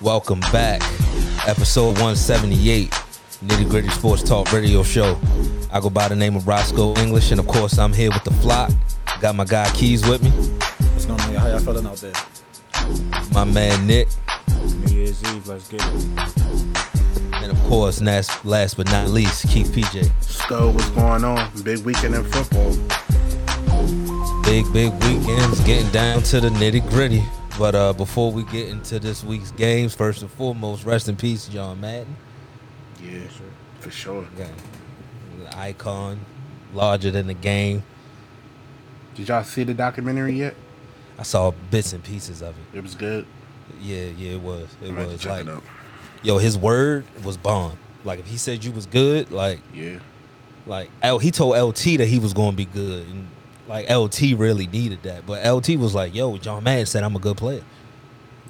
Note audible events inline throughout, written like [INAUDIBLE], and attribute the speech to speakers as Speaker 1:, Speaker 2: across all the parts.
Speaker 1: Welcome back. Episode 178, Nitty Gritty Sports Talk Radio Show. I go by the name of Roscoe English, and of course, I'm here with the flock. Got my guy Keys with me,
Speaker 2: What's going on, y'all? How y'all feeling out there?
Speaker 1: my man Nick,
Speaker 3: New Year's Eve, let's get it.
Speaker 1: and of course, last, last but not least, Keith PJ.
Speaker 4: Stowe, what's going on? Big weekend in football.
Speaker 1: Big, big weekends, getting down to the nitty gritty. But uh, before we get into this week's games, first and foremost, rest in peace, John Madden.
Speaker 4: Yeah, for sure.
Speaker 1: Okay. Icon, larger than the game.
Speaker 4: Did y'all see the documentary yet?
Speaker 1: I saw bits and pieces of it.
Speaker 4: It was good.
Speaker 1: Yeah, yeah, it was. It
Speaker 4: I'm gonna
Speaker 1: was
Speaker 4: check
Speaker 1: like,
Speaker 4: it out.
Speaker 1: yo, his word was bomb. Like if he said you was good, like,
Speaker 4: Yeah,
Speaker 1: like L, he told LT that he was going to be good, and like LT really needed that. But LT was like, yo, John Madden said I'm a good player,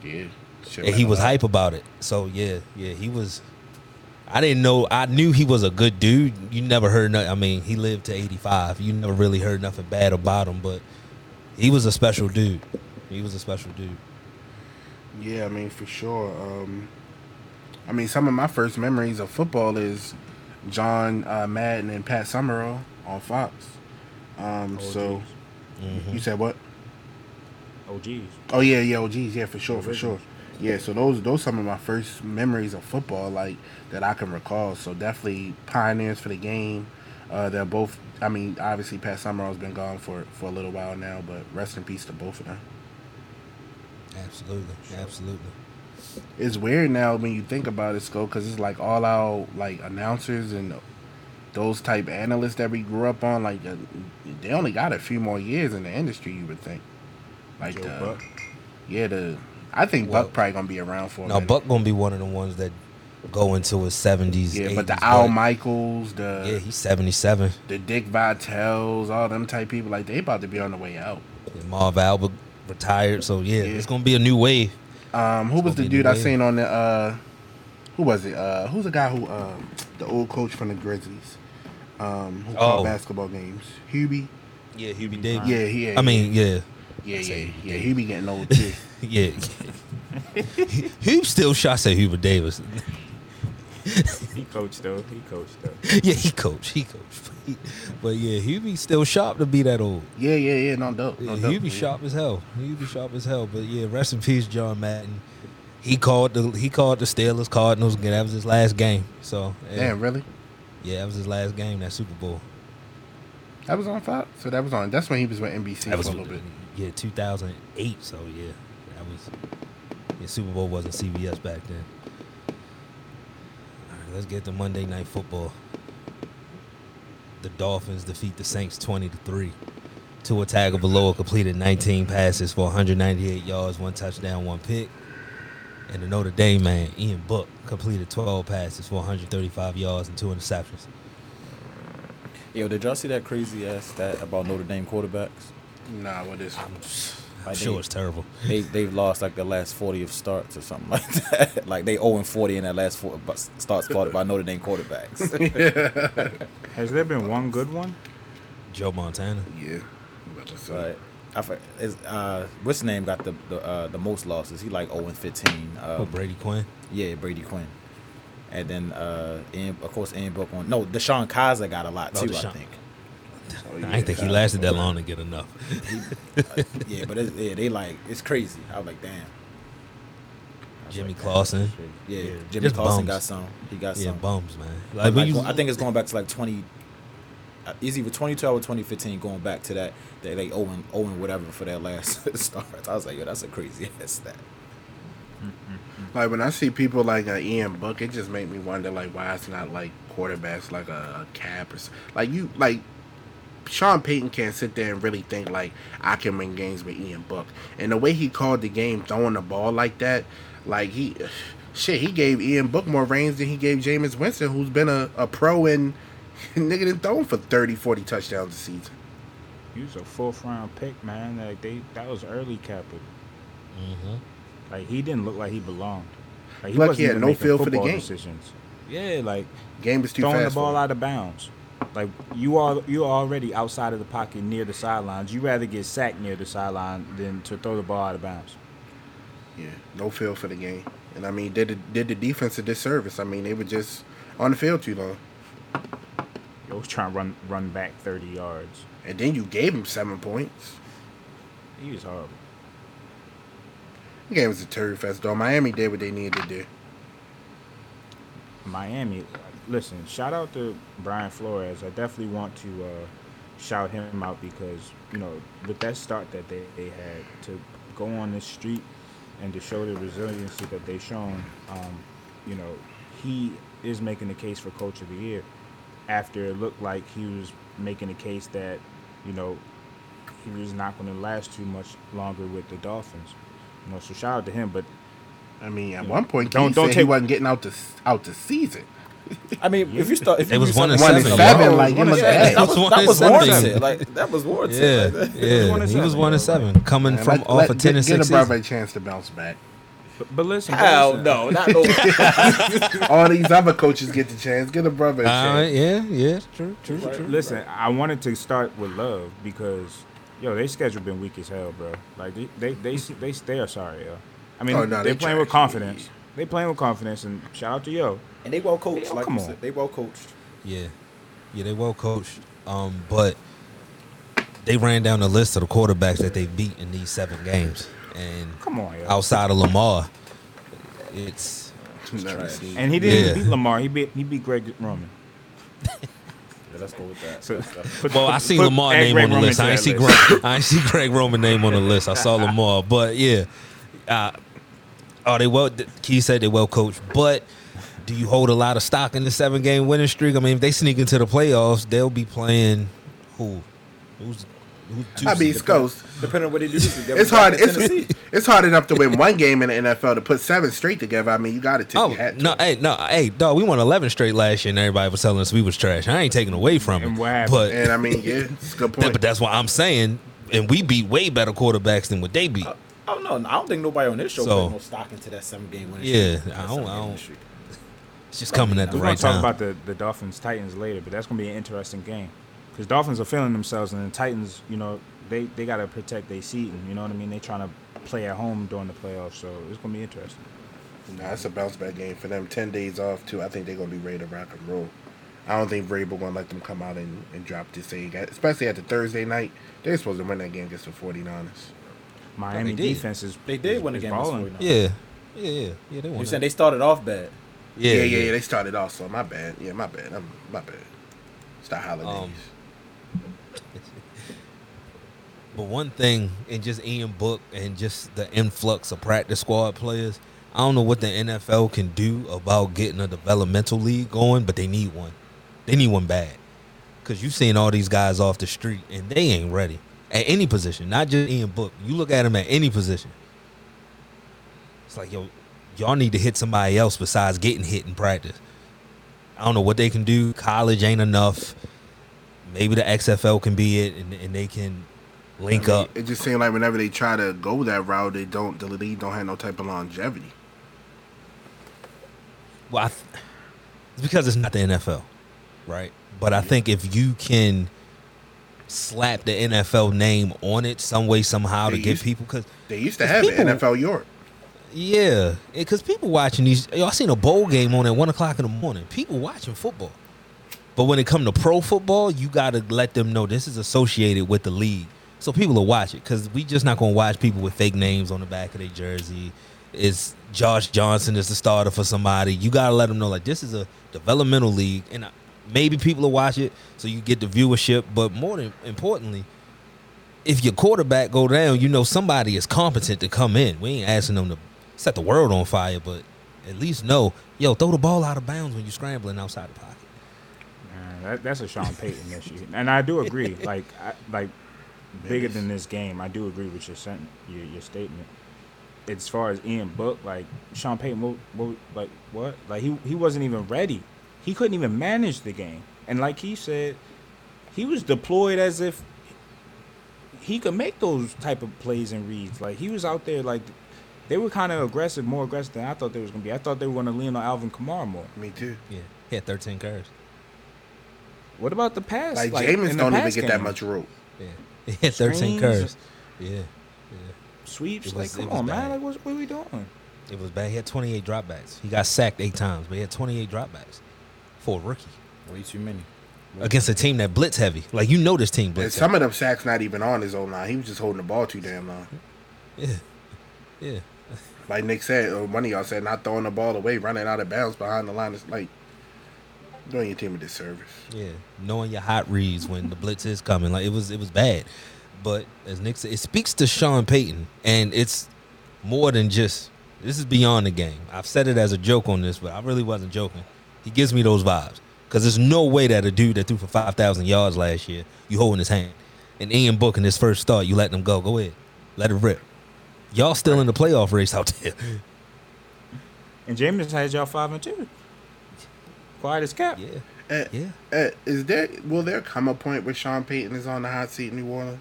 Speaker 4: yeah. Shit
Speaker 1: and he
Speaker 4: went
Speaker 1: was
Speaker 4: out.
Speaker 1: hype about it. So yeah, yeah, he was. I didn't know. I knew he was a good dude. You never heard nothing. I mean, he lived to 85. You never really heard nothing bad about him, but he was a special dude. He was a special dude.
Speaker 4: Yeah, I mean for sure. Um, I mean some of my first memories of football is John uh, Madden and Pat Summerall on Fox. Um, so you said what?
Speaker 3: OGs.
Speaker 4: Oh yeah, yeah, oh geez, yeah, for sure, for sure.
Speaker 3: Originals.
Speaker 4: Yeah, so those those some of my first memories of football, like that I can recall. So definitely pioneers for the game. Uh, they're both. I mean, obviously Pat Summerall's been gone for for a little while now, but rest in peace to both of them.
Speaker 1: Absolutely, absolutely.
Speaker 4: It's weird now when you think about it, Sco, because it's like all our like announcers and those type analysts that we grew up on. Like uh, they only got a few more years in the industry. You would think. Like
Speaker 2: Joe
Speaker 4: the,
Speaker 2: Buck.
Speaker 4: yeah, the I think
Speaker 1: Well-
Speaker 4: Buck probably gonna be around for a
Speaker 1: Now
Speaker 4: minute.
Speaker 1: Buck gonna be one of the ones that go into his seventies.
Speaker 4: Yeah, but the Al Michaels,
Speaker 1: Yeah,
Speaker 4: the
Speaker 1: he's seventy seven.
Speaker 4: the Dick Vitales, all them type people, like they about to be on the way out.
Speaker 1: Marv Albert retired, so yeah,
Speaker 4: Yeah.
Speaker 1: it's gonna be a new wave.
Speaker 4: Um, who was the
Speaker 1: gonna be
Speaker 4: dude
Speaker 1: the
Speaker 4: I
Speaker 1: wave.
Speaker 4: seen on the? Uh, who was it? Uh, who's the guy who um, the old coach from the Grizzlies? Um, who
Speaker 1: Oh.
Speaker 4: called basketball games? Hubie.
Speaker 1: Yeah, Hubie Davis.
Speaker 4: Yeah, he.
Speaker 1: I mean, yeah,
Speaker 4: yeah,
Speaker 1: I
Speaker 4: yeah,
Speaker 1: say
Speaker 4: yeah.
Speaker 1: Hubie Davis.
Speaker 4: yeah Hubie getting
Speaker 1: [LAUGHS]
Speaker 4: old too. [LAUGHS]
Speaker 1: yeah. Hube still shots at Hubert Davis. [LAUGHS]
Speaker 3: He coached though. He coached though.
Speaker 1: yeah, he coached. He coached. But yeah, Hubie still sharp to be that old.
Speaker 4: yeah, yeah, yeah. No doubt.
Speaker 1: Yeah,
Speaker 4: No
Speaker 1: he'd
Speaker 4: doubt.
Speaker 1: be sharp as hell. He'd be sharp as hell. But yeah, rest in peace, John Madden. He called the he called the Steelers Cardinals. and That was his last game. So yeah,
Speaker 4: Damn, really?
Speaker 1: yeah, that was his last game. That Super Bowl.
Speaker 4: That was on Fox. So that was on. That's when he was with NBC
Speaker 1: That was
Speaker 4: for a little bit.
Speaker 1: Yeah, 2008. So yeah, that was. Yeah, Super Bowl wasn't CBS back then. All right, let's get to Monday Night Football. The Dolphins defeat the Saints 20 to three. Tua Tagovailoa completed 19 passes for 198 yards, one touchdown, one pick. And the Notre Dame man, Ian Book, completed 12 passes for 135 yards and two interceptions.
Speaker 2: Yo, did y'all see that crazy ass stat about Notre Dame quarterbacks?
Speaker 4: Nah, what is?
Speaker 1: I'm
Speaker 2: I
Speaker 1: sure
Speaker 2: think-
Speaker 1: it's terrible.
Speaker 2: They they've lost like the last forty of starts or something [LAUGHS] like that. like they 0 and forty in that last four bu- starts fought by Notre Dame
Speaker 3: [LAUGHS]
Speaker 2: quarterbacks.
Speaker 3: Has there been one good one?
Speaker 1: Joe Montana.
Speaker 4: Yeah. I'm about to say.
Speaker 2: but I for- is uh what's his name got the the, uh, the most losses? He like 0 and fifteen.
Speaker 1: Oh,
Speaker 2: Um,
Speaker 1: Brady Quinn.
Speaker 2: yeah, Brady Quinn. And then uh, Ian, of course, Ian Book on. No, Deshaun Kaiser got a lot
Speaker 1: Oh,
Speaker 2: too. I
Speaker 1: Deshaun.
Speaker 2: think.
Speaker 4: Oh,
Speaker 1: I didn't think he
Speaker 4: yeah.
Speaker 1: lasted that long to get enough.
Speaker 2: uh, yeah, but it's, yeah, they like it's crazy. I was like, damn.
Speaker 1: [LAUGHS] Jimmy Clausen.
Speaker 2: Yeah,
Speaker 1: Yeah,
Speaker 2: Jimmy
Speaker 1: just
Speaker 2: Clausen
Speaker 1: bums.
Speaker 2: got some. He got
Speaker 1: Yeah,
Speaker 2: some.
Speaker 1: bums, man.
Speaker 2: Like,
Speaker 1: Like, when you,
Speaker 2: I think it's going back to like twenty. uh, It's either twenty twelve or twenty fifteen. Going back to that, they like Owen Owen whatever for their last [LAUGHS] start. I was like, yo, that's a crazy ass stat.
Speaker 4: Like when I see people like uh, Ian Buck, it just make me wonder like why it's not like quarterbacks like a, a cap or s- like you like Sean Payton can't sit there and really think like I can win games with Ian Buck. And the way he called the game, throwing the ball like that, like he [SIGHS] shit, he gave Ian Buck more reins than he gave Jameis Winston, who's been a, a pro and [LAUGHS] nigga done thrown for 30, 40 touchdowns a season.
Speaker 3: He was a fourth round pick, man. Like they, that was early capital.
Speaker 1: Mhm.
Speaker 3: Like he didn't look like he belonged.
Speaker 4: Look,
Speaker 3: Like
Speaker 4: he
Speaker 3: wasn't
Speaker 4: had
Speaker 3: even
Speaker 4: no
Speaker 3: making
Speaker 4: feel for the
Speaker 3: football
Speaker 4: game.
Speaker 3: Decisions. Yeah,
Speaker 1: [LAUGHS]
Speaker 3: like
Speaker 4: Game is too
Speaker 3: throwing
Speaker 4: fast.
Speaker 3: the
Speaker 4: for
Speaker 3: ball
Speaker 4: him.
Speaker 3: out of bounds. Like you are, you are already outside of the pocket near the sidelines. You rather get sacked near the sideline than to throw the ball out of bounds.
Speaker 4: Yeah, no feel for the game. and I mean did the, did the defense a disservice. I mean they were just on the field too long,
Speaker 3: I was trying to run run back thirty yards.
Speaker 4: and then you gave them seven points.
Speaker 3: He was horrible.
Speaker 4: The game was a turd fest though. Miami did what they needed to do.
Speaker 3: Miami. Listen, shout out to Brian Flores. I definitely want to uh, shout him out because you know with that start that they, they had to go on this street and to show the resiliency that they've shown. Um, you know, he is making the case for Coach of the Year after it looked like he was making the case that you know he was not going to last too much longer with the Dolphins. You know, so shout out to him. But
Speaker 4: I mean, at
Speaker 3: Yeah.
Speaker 4: one point,
Speaker 3: Don't-
Speaker 4: don't,
Speaker 3: don't
Speaker 4: said he
Speaker 3: take-
Speaker 4: wasn't getting out the s- out the season.
Speaker 2: I mean, if you start, if
Speaker 1: They
Speaker 2: you
Speaker 1: was
Speaker 2: do
Speaker 1: one and
Speaker 2: something-
Speaker 1: seven.
Speaker 4: Seven, like, it was
Speaker 2: yeah,
Speaker 4: bad.
Speaker 2: that was
Speaker 1: One
Speaker 2: that
Speaker 1: and
Speaker 2: was
Speaker 1: seven.
Speaker 2: warranted. Like that was warranted.
Speaker 1: Yeah,
Speaker 2: Like, that-
Speaker 1: yeah. He
Speaker 3: and
Speaker 1: was
Speaker 3: seven,
Speaker 1: one
Speaker 3: yeah,
Speaker 1: and seven, coming
Speaker 4: Man,
Speaker 1: from
Speaker 4: let-
Speaker 1: off
Speaker 4: let-
Speaker 1: a ten and
Speaker 4: get-
Speaker 1: six
Speaker 4: Get a brother
Speaker 1: season.
Speaker 4: a chance to bounce back.
Speaker 3: but, but listen, but
Speaker 2: Hell
Speaker 3: listen.
Speaker 2: no,
Speaker 1: [LAUGHS]
Speaker 2: not no.
Speaker 4: All these other coaches get the chance. Get a brother a
Speaker 1: Uh,
Speaker 4: chance.
Speaker 1: yeah, yeah, true, true,
Speaker 2: Right.
Speaker 1: true.
Speaker 3: Listen, I wanted to start with love because yo, they schedule been weak as hell, bro. Like they they they they, they are sorry, yo. I mean,
Speaker 4: Oh, no,
Speaker 3: they,
Speaker 4: they
Speaker 3: playing with
Speaker 4: trash.
Speaker 3: confidence. They playing with confidence, and shout out to yo.
Speaker 2: And they well coached.
Speaker 3: Hell,
Speaker 2: Like
Speaker 3: come
Speaker 2: you
Speaker 3: on.
Speaker 2: said, they well coached.
Speaker 1: Yeah, yeah, they well coached. Um, but they ran down the list of the quarterbacks that they beat in these seven games, and
Speaker 3: Come on, yo.
Speaker 1: outside of Lamar, it's
Speaker 4: Never
Speaker 2: Trash.
Speaker 4: seen.
Speaker 3: and he didn't even
Speaker 1: Yeah.
Speaker 3: beat Lamar. He beat he beat Greg Roman.
Speaker 2: Yeah, let's go with that.
Speaker 1: [LAUGHS]
Speaker 3: So,
Speaker 1: Well, I seen
Speaker 3: put
Speaker 1: Lamar
Speaker 3: Greg
Speaker 1: name on the
Speaker 3: Roman
Speaker 1: list.
Speaker 3: to
Speaker 1: I ain't
Speaker 3: that
Speaker 1: see
Speaker 3: list.
Speaker 1: Greg, I ain't see Greg Roman name on the list. I saw Lamar, but yeah, uh, oh, they well. Key said they well coached, but do you hold a lot of stock in the seven game winning streak? I mean, if they sneak into the playoffs, they'll be playing who? Who's who's two?
Speaker 4: I mean,
Speaker 1: seed?
Speaker 4: Ghost.
Speaker 2: Depending on what
Speaker 4: [LAUGHS]
Speaker 2: they do, this week,
Speaker 4: It's hard. It's,
Speaker 2: Tennessee.
Speaker 4: it's hard enough to win one game in the NFL to put seven straight together. I mean, you got to take
Speaker 1: Oh
Speaker 4: your hat. to
Speaker 1: no!
Speaker 4: it.
Speaker 1: Hey, no! Hey, dog! We won eleven straight last year, and everybody was telling us we was trash. I ain't taking away from
Speaker 3: And
Speaker 1: it,
Speaker 3: what happened?
Speaker 1: but
Speaker 4: and I mean, yeah, it's a good point.
Speaker 1: but that's why I'm saying, and we beat way better quarterbacks than what they
Speaker 3: Uh,
Speaker 1: beat.
Speaker 2: Oh no, I don't think nobody on this show
Speaker 1: So-
Speaker 2: put no stock into that seven game winning.
Speaker 1: Yeah,
Speaker 2: streak.
Speaker 1: I
Speaker 2: That
Speaker 1: don't-
Speaker 2: seven-game
Speaker 1: I
Speaker 2: winning
Speaker 1: don't-
Speaker 2: streak.
Speaker 1: It's just coming at the
Speaker 3: We're
Speaker 1: right
Speaker 3: gonna talk
Speaker 1: time.
Speaker 3: about the, the Dolphins Titans later, but that's gonna be an interesting game because Dolphins are feeling themselves, and the Titans, you know, they they gotta protect their seating. You know what I mean? They trying to play at home during the playoffs, so it's gonna be interesting.
Speaker 4: Nah, it's a bounce back game for them. Ten days off too. I think they're gonna be ready to rock and roll. I don't think Vrabel gonna let them come out and, and drop this thing, especially at the Thursday night. They're supposed to win that game against the 49ers.
Speaker 3: Miami
Speaker 1: did.
Speaker 3: defense is
Speaker 2: They did
Speaker 3: is-
Speaker 2: win the
Speaker 3: is
Speaker 2: game.
Speaker 3: balling.
Speaker 1: Yeah, yeah, yeah, yeah. They won.
Speaker 2: You
Speaker 1: that.
Speaker 2: saying they started off bad?
Speaker 4: Yeah, yeah, yeah. They started off slow. My bad. Yeah, my bad. I'm my bad. It's the holidays.
Speaker 1: But one thing, and just Ian Book and just the influx of practice squad players, I don't know what the NFL can do about getting a developmental league going, but they need one. They need one bad. Because you've seen all these guys off the street, and they ain't ready at any position, not just Ian Book. You look at them at any position. It's like, yo, y'all need to hit somebody else besides getting hit in practice. I don't know what they can do. College ain't enough. Maybe the XFL can be it, and, and they can link
Speaker 4: I mean,
Speaker 1: up.
Speaker 4: It just seemed like whenever they try to go that route, they don't. The league don't have no type of longevity.
Speaker 1: Well, I th- it's because it's not the NFL, right? But I think if you can slap the NFL name on it some way, somehow, to
Speaker 4: They
Speaker 1: get
Speaker 4: used-
Speaker 1: people, because
Speaker 4: They used to
Speaker 1: It's
Speaker 4: have
Speaker 1: people-
Speaker 4: it NFL York.
Speaker 1: yeah, because people watching these, y'all seen a bowl game on at one o'clock in the morning. People watching football, but when it come to pro football, you got to let them know this is associated with the league, so people will watch it. Because we just not gonna watch people with fake names on the back of their jersey. It's Josh Johnson is the starter for somebody. You got to let them know like this is a developmental league, and I- maybe people will watch it so you get the viewership. But more than importantly, if your quarterback go down, you know somebody is competent to come in. We ain't asking them to set the world on fire, but at least know, yo, throw the ball out of bounds when you're scrambling outside the pocket.
Speaker 3: Man, that, that's a Sean Payton issue, and I
Speaker 2: [LAUGHS]
Speaker 3: do agree. Like, I, like bigger than this game, I do agree with your sentiment, your, your statement. As far as Ian Book, like Sean Payton, what, what, like what, like he he wasn't even ready. He couldn't even manage the game, and like he said, he was deployed as if he could make those type of plays and reads. Like he was out there, like they were kind of aggressive, more aggressive than I thought they was gonna be. I thought they were gonna lean on Alvin Kamara more.
Speaker 4: Me too.
Speaker 1: Yeah, he had 13 carries. [LAUGHS]
Speaker 3: What about the pass?
Speaker 4: Like,
Speaker 3: in
Speaker 4: Jameis
Speaker 3: the
Speaker 4: don't even
Speaker 3: pass
Speaker 4: get that
Speaker 3: game?
Speaker 4: much rope.
Speaker 1: Yeah, he had 13
Speaker 3: Screens.
Speaker 1: cards. Yeah,
Speaker 3: sweeps.
Speaker 1: It
Speaker 3: like,
Speaker 1: was-
Speaker 3: come
Speaker 1: it was
Speaker 3: on, man.
Speaker 1: bad.
Speaker 3: Like, what's, what are we doing?
Speaker 1: It was bad. He had 28 dropbacks. He got sacked eight times, but he had 28 dropbacks for a rookie
Speaker 2: Way too many.
Speaker 1: against a team that blitz heavy. Like you know this team
Speaker 4: And
Speaker 1: blitz.
Speaker 4: some
Speaker 1: Heavy.
Speaker 4: of them sacks not even on his own line. He was just holding the ball too damn long.
Speaker 1: Yeah, yeah.
Speaker 4: Like Nick said, or one of y'all said, not throwing the ball away, running out of bounds behind the line. It's like doing your team a disservice.
Speaker 1: Yeah, knowing your hot reads when the blitz is coming, like it was, it was bad. But as Nick said, it speaks to Sean Payton, and it's more than just. This is beyond the game. I've said it as a joke on this, but I really wasn't joking. He gives me those vibes because there's no way that a dude that threw for five thousand yards last year, you holding his hand, and Ian Book in his first start, you letting him go. Go ahead, let it rip. Y'all still in the playoff race out there.
Speaker 3: And Jameis has y'all five and two. Quiet as kept.
Speaker 1: yeah,
Speaker 4: Eh,
Speaker 1: yeah.
Speaker 4: eh, is there will there come a point where Sean Payton is on the hot seat in New Orleans?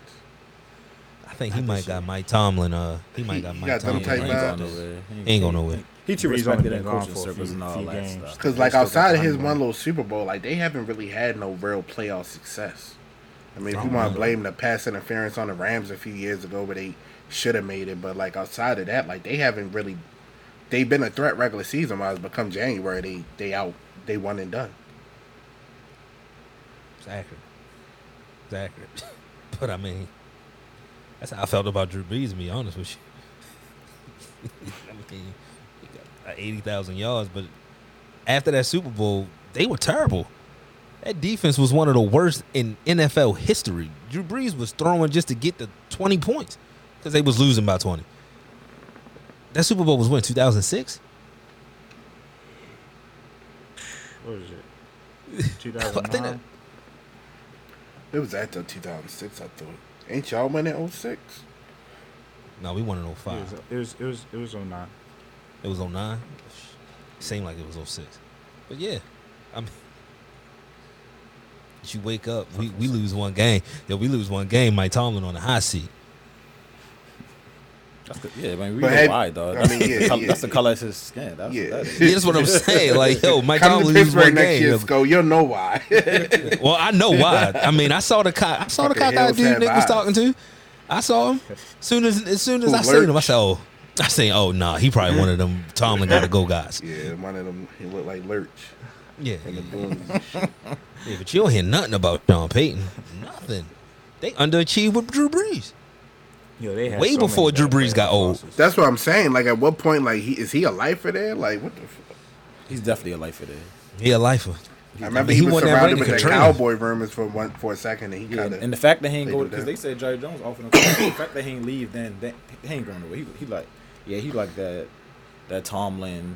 Speaker 1: I think he might got Mike Tomlin. Uh, he might got
Speaker 4: he
Speaker 1: Mike
Speaker 4: got them
Speaker 1: Tomlin.
Speaker 4: type
Speaker 1: He ain't going
Speaker 4: vibes.
Speaker 1: nowhere. He ain't going nowhere.
Speaker 2: He too
Speaker 3: Brees only
Speaker 2: respected
Speaker 3: been
Speaker 2: in
Speaker 3: gone
Speaker 2: coaching
Speaker 3: for a
Speaker 2: circles
Speaker 3: few-
Speaker 2: and all
Speaker 3: few
Speaker 2: that
Speaker 3: games.
Speaker 2: stuff.
Speaker 4: Because
Speaker 3: They
Speaker 4: like
Speaker 3: still got
Speaker 4: outside of his
Speaker 3: time
Speaker 4: one
Speaker 3: left.
Speaker 4: little Super Bowl, like they haven't really had no real playoff success. I mean, if you
Speaker 1: Oh,
Speaker 4: want
Speaker 1: no.
Speaker 4: to blame the pass interference on the Rams a few years ago, where they should have made it, but like outside of that, like they haven't really. They've been a threat regular season wise, but come January, they they out, they one and done.
Speaker 1: It's accurate. It's accurate. [LAUGHS] but I mean, that's how I felt about Drew Brees. To be honest with you, [LAUGHS] I mean, he got like eighty thousand yards, but after that Super Bowl, they were terrible. That defense was one of the worst in NFL history. Drew Brees was throwing just to get the twenty points because they was losing by twenty. That Super Bowl was when two thousand six.
Speaker 3: What is it? [LAUGHS] 2009?
Speaker 4: It was after 2006, I thought. Ain't y'all oh winning 06?
Speaker 1: No, we won in
Speaker 3: It was,
Speaker 1: 05.
Speaker 3: it was it was it was 09.
Speaker 1: It was 09. Seemed like it was 06. But yeah, I mean, you wake up, we, we lose one game. Yo, we lose one game. Mike Tomlin on the hot seat.
Speaker 2: That's the, yeah, man, we
Speaker 4: But
Speaker 2: know
Speaker 4: had-
Speaker 2: why, dog.
Speaker 4: I
Speaker 2: That's,
Speaker 4: mean,
Speaker 2: the
Speaker 4: yeah,
Speaker 2: col-
Speaker 4: yeah.
Speaker 2: that's the color of his skin. That's,
Speaker 4: Yeah.
Speaker 2: that is.
Speaker 1: Yeah, That's what [LAUGHS] I'm saying. Like, yo, Mike
Speaker 4: Come to
Speaker 1: Tomlin loses one
Speaker 4: Pittsburgh next year,
Speaker 1: game.
Speaker 4: go. You'll know why.
Speaker 1: [LAUGHS] Well, I know why. I mean, I saw the cock. I saw the
Speaker 4: Fucking
Speaker 1: cock eye
Speaker 4: hills
Speaker 1: dude
Speaker 4: have
Speaker 1: Nick was
Speaker 4: eyes.
Speaker 1: talking to. I saw him. Soon as as soon as
Speaker 4: Who
Speaker 1: I seen him, I
Speaker 4: lurched.
Speaker 1: said, "Oh, I seen. Oh, nah, he probably one of them Tomlin got to go guys."
Speaker 4: [LAUGHS] [LAUGHS] yeah, one of them, he looked like Lurch
Speaker 1: [LAUGHS] Yeah,
Speaker 4: in the boom.
Speaker 1: Yeah, but you don't hear nothing about Sean Payton. Nothing. They underachieved with Drew Brees.
Speaker 3: Yo, they had
Speaker 1: Way
Speaker 3: so many
Speaker 1: before Drew
Speaker 3: bad
Speaker 1: Brees got
Speaker 3: playoff
Speaker 1: old.
Speaker 3: losses.
Speaker 4: That's what I'm saying. Like, at what point, like, he is he a lifer there? Like, what the fuck?
Speaker 2: He's definitely a lifer there.
Speaker 1: He a lifer.
Speaker 4: I remember
Speaker 1: mean,
Speaker 4: he,
Speaker 1: he
Speaker 4: was
Speaker 1: won that
Speaker 4: surrounded
Speaker 1: ring
Speaker 4: with
Speaker 1: in
Speaker 4: the
Speaker 1: Katrina.
Speaker 4: cowboy rumors for one for a second, and he
Speaker 2: Yeah,
Speaker 4: kind
Speaker 2: and,
Speaker 4: of
Speaker 2: and the fact that he ain't
Speaker 4: they
Speaker 2: go
Speaker 4: do
Speaker 2: because
Speaker 4: that.
Speaker 2: they said Jerry Jones off in the the fact that he ain't leave, then that he ain't going nowhere. He, he like, yeah, he like that that Tomlin,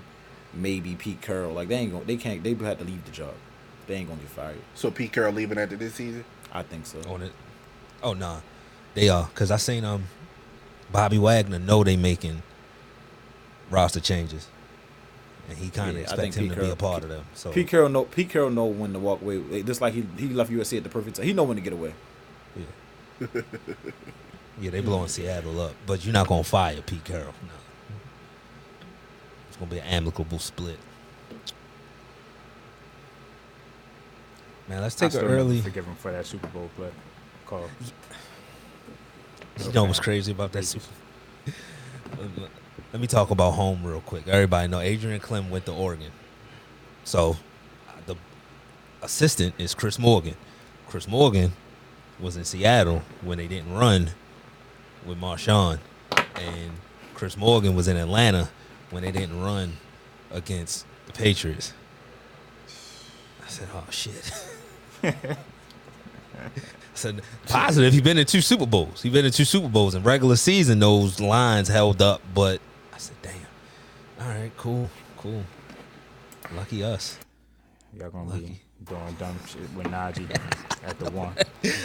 Speaker 2: maybe Pete Carroll. Like they ain't going, to they can't, they had to leave the job. They ain't gonna get fired.
Speaker 4: so Pete Carroll leaving after this season.
Speaker 2: I think so.
Speaker 1: on it. Oh nah, they are because I seen um Bobby Wagner know they making roster changes, and he kind of
Speaker 2: Yeah, I
Speaker 1: expects
Speaker 2: think
Speaker 1: him
Speaker 2: Pete
Speaker 1: to be a
Speaker 2: Carroll-
Speaker 1: part of them. So
Speaker 2: Pete Carroll know Pete Carroll know when to walk away. Like, Just like he he left USC at the perfect time. He know when to get away.
Speaker 1: yeah, they blowing Seattle up, but you're not gonna fire Pete Carroll. No, it's gonna be an amicable split. Man, let's
Speaker 3: I
Speaker 1: take an
Speaker 3: still never
Speaker 1: early.
Speaker 3: Forgive him for that Super Bowl play call.
Speaker 1: You know what's crazy about that Super Let me talk about home real quick. Everybody know Adrian Clem went to Oregon. So uh, the assistant is Chris Morgan. Chris Morgan was in Seattle when they didn't run with Marshawn. And Chris Morgan was in Atlanta when they didn't run against the Patriots. I said, oh, shit. So positive. He's been in two Super Bowls. He's been in two Super Bowls. In regular season, those lines held up, but I said, damn. All right, cool, cool. Lucky us.
Speaker 3: Y'all gonna be
Speaker 1: Lucky.
Speaker 3: doing dumb shit with Najee at the [LAUGHS] one.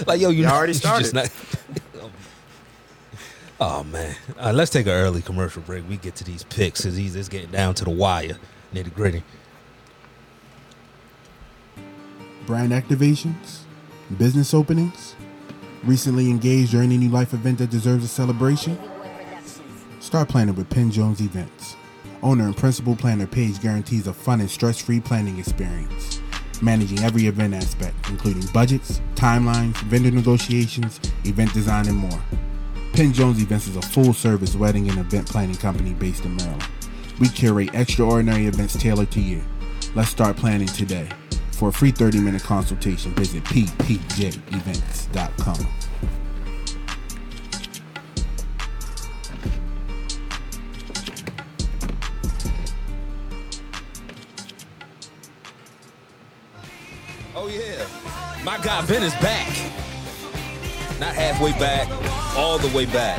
Speaker 1: Like, yo, you
Speaker 3: Y'all
Speaker 1: [LAUGHS]
Speaker 3: already
Speaker 1: you
Speaker 3: started.
Speaker 1: not- [LAUGHS] oh, man. All right, let's take an early commercial break. We get to these picks because these is getting down to the wire, nitty gritty.
Speaker 5: brand activations, business openings, recently engaged or any new life event that deserves a celebration? Start planning with Penn Jones Events. Owner and principal planner Paige guarantees a fun and stress free planning experience, managing every event aspect, including budgets, timelines, vendor negotiations, event design, and more. Penn Jones Events is a full service wedding and event planning company based in Maryland. We curate extraordinary events tailored to you. Let's start planning today. For a free 30 minute consultation, visit ppjevents.com.
Speaker 1: Oh yeah, my guy Ben is back. Not halfway back, all the way back.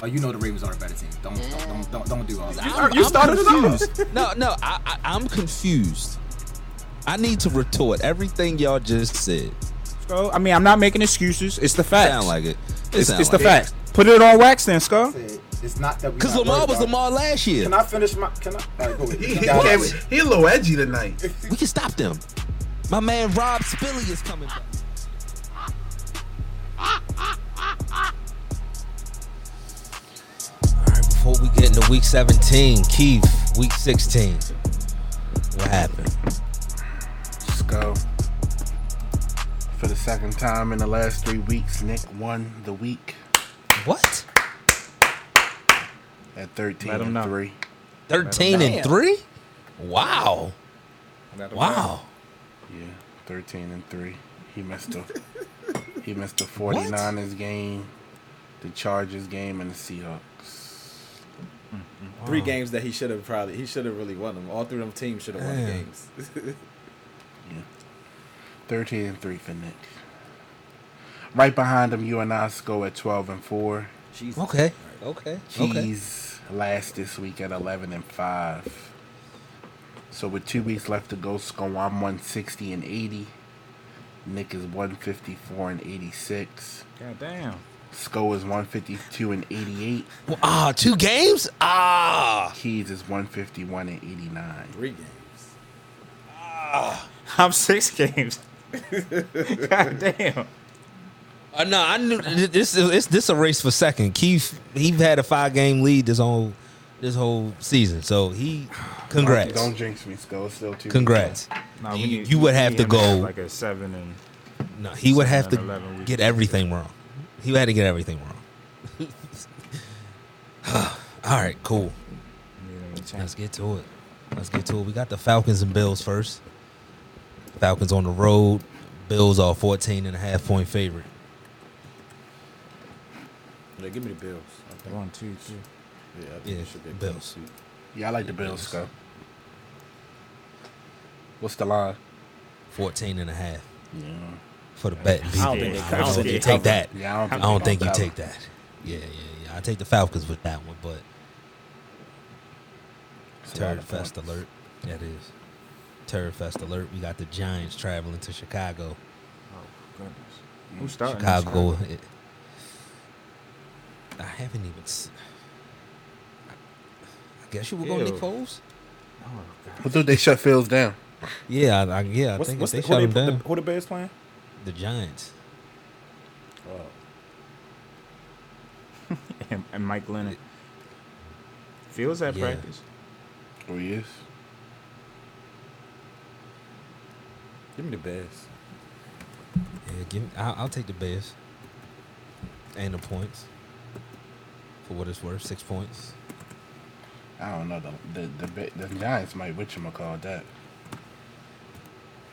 Speaker 6: Oh, you know the Ravens are a better team. Don't don't don't don't, don't do all that.
Speaker 1: I'm, you started confused. no, no, I, I, I'm confused. I need to retort everything y'all just said.
Speaker 3: Skull. I mean, I'm not making excuses. It's the facts.
Speaker 1: Sound like it? it
Speaker 3: it's,
Speaker 1: sound
Speaker 3: it's
Speaker 1: like
Speaker 3: the facts. Put it on wax, then, Skull.
Speaker 6: It's not that we.
Speaker 1: Because
Speaker 6: not
Speaker 1: Lamar
Speaker 6: worried
Speaker 1: was
Speaker 6: about-
Speaker 1: Lamar last year.
Speaker 6: Can I finish my? Can I? All right, go ahead.
Speaker 4: He, he,
Speaker 6: You got
Speaker 4: came,
Speaker 6: it.
Speaker 4: he a little edgy tonight.
Speaker 1: We can stop them. My man Rob Spilly is coming back. All right, before we get into week 17, Keith, week 16. What happened?
Speaker 4: Let's go. For the second time in the last three weeks, Nick won the week
Speaker 1: What?
Speaker 4: at 13
Speaker 3: Let him
Speaker 4: and
Speaker 3: know.
Speaker 4: 3.
Speaker 1: 13 and
Speaker 6: Damn.
Speaker 1: 3? Wow. Wow.
Speaker 4: Yeah, 13 and 3. He missed the He missed the 49ers game, the Chargers game and the Seahawks.
Speaker 2: Three games that he should have probably he should have really won them. All three of them teams should have won the
Speaker 1: Damn.
Speaker 2: games.
Speaker 4: 13 and 3 for Nick. Right behind him, you and I score at 12 and 4.
Speaker 6: Jesus.
Speaker 1: Okay. Okay. Okay.
Speaker 4: He's last this week at 11 and 5. So with two weeks left to go, score I'm 160 and 80. Nick is 154 and 86.
Speaker 3: God damn.
Speaker 4: Sko is 152 and 88.
Speaker 1: Well, ah, two games? Ah.
Speaker 4: Keys is 151 and 89.
Speaker 2: Three games.
Speaker 3: [LAUGHS] I'm six games. God damn.
Speaker 1: Uh, no, I knew th- this is it's, this a race for second. Keith, he had a five game lead this whole this whole season. So he, congrats,
Speaker 4: Don't jinx me, Sko. It's Still two.
Speaker 1: congrats.
Speaker 3: Nah, we
Speaker 1: you,
Speaker 3: need-
Speaker 1: you would
Speaker 3: we
Speaker 1: have
Speaker 3: need
Speaker 1: to
Speaker 3: him have
Speaker 1: go.
Speaker 3: like a seven and
Speaker 1: no, he would have
Speaker 3: seven, eleven
Speaker 1: to
Speaker 3: weeks.
Speaker 1: get everything wrong. He had to get everything wrong. [SIGHS] All right, cool.
Speaker 3: we need him to change.
Speaker 1: Let's get to it. Let's get to it. We got the Falcons and Bills first. Falcons on the road. Bills are 14 and a half point favorite.
Speaker 2: Yeah, give me the Bills. I think-
Speaker 3: one, two, three.
Speaker 2: Yeah, I think
Speaker 1: Yeah,
Speaker 2: it should be a
Speaker 1: Bills.
Speaker 2: clean sweep.
Speaker 4: Yeah, I like the Bills, Sko. What's the line?
Speaker 1: 14 and a half
Speaker 4: Yeah.
Speaker 1: for the bet.
Speaker 2: I don't think they. I don't think
Speaker 1: you
Speaker 2: they
Speaker 1: take
Speaker 2: take that.
Speaker 1: that.
Speaker 4: Yeah, I don't
Speaker 1: I
Speaker 4: think,
Speaker 1: don't think you
Speaker 4: they'll
Speaker 1: take
Speaker 4: cover.
Speaker 1: that. Yeah, yeah, yeah. I take the Falcons with that one, but
Speaker 4: It's a lot
Speaker 1: turd
Speaker 4: of
Speaker 1: fest
Speaker 4: points.
Speaker 1: alert. That is turd fest alert. We got the Giants traveling to Chicago.
Speaker 3: Oh, goodness. Who's starting?
Speaker 1: Chicago. it- I haven't even. s- I I guess you were going Nick
Speaker 3: Ew.
Speaker 1: Foles.
Speaker 3: Oh, God.
Speaker 4: I thought they shut Fields down.
Speaker 1: Yeah, I, I, yeah. I
Speaker 2: What's,
Speaker 1: think
Speaker 2: what's
Speaker 1: they
Speaker 2: the,
Speaker 1: shut
Speaker 2: who
Speaker 1: him
Speaker 2: they, the,
Speaker 1: down.
Speaker 2: who the Bears playing?
Speaker 1: The Giants.
Speaker 2: Oh,
Speaker 3: And, and Mike Lennon. Feels that
Speaker 1: Yeah.
Speaker 3: practice.
Speaker 4: Oh, he is?
Speaker 2: give me the Bears.
Speaker 1: Yeah, give me, I'll, I'll take the Bears and the points. For what it's worth, six points.
Speaker 4: I don't know. The the the, Ba- the Giants might which call that.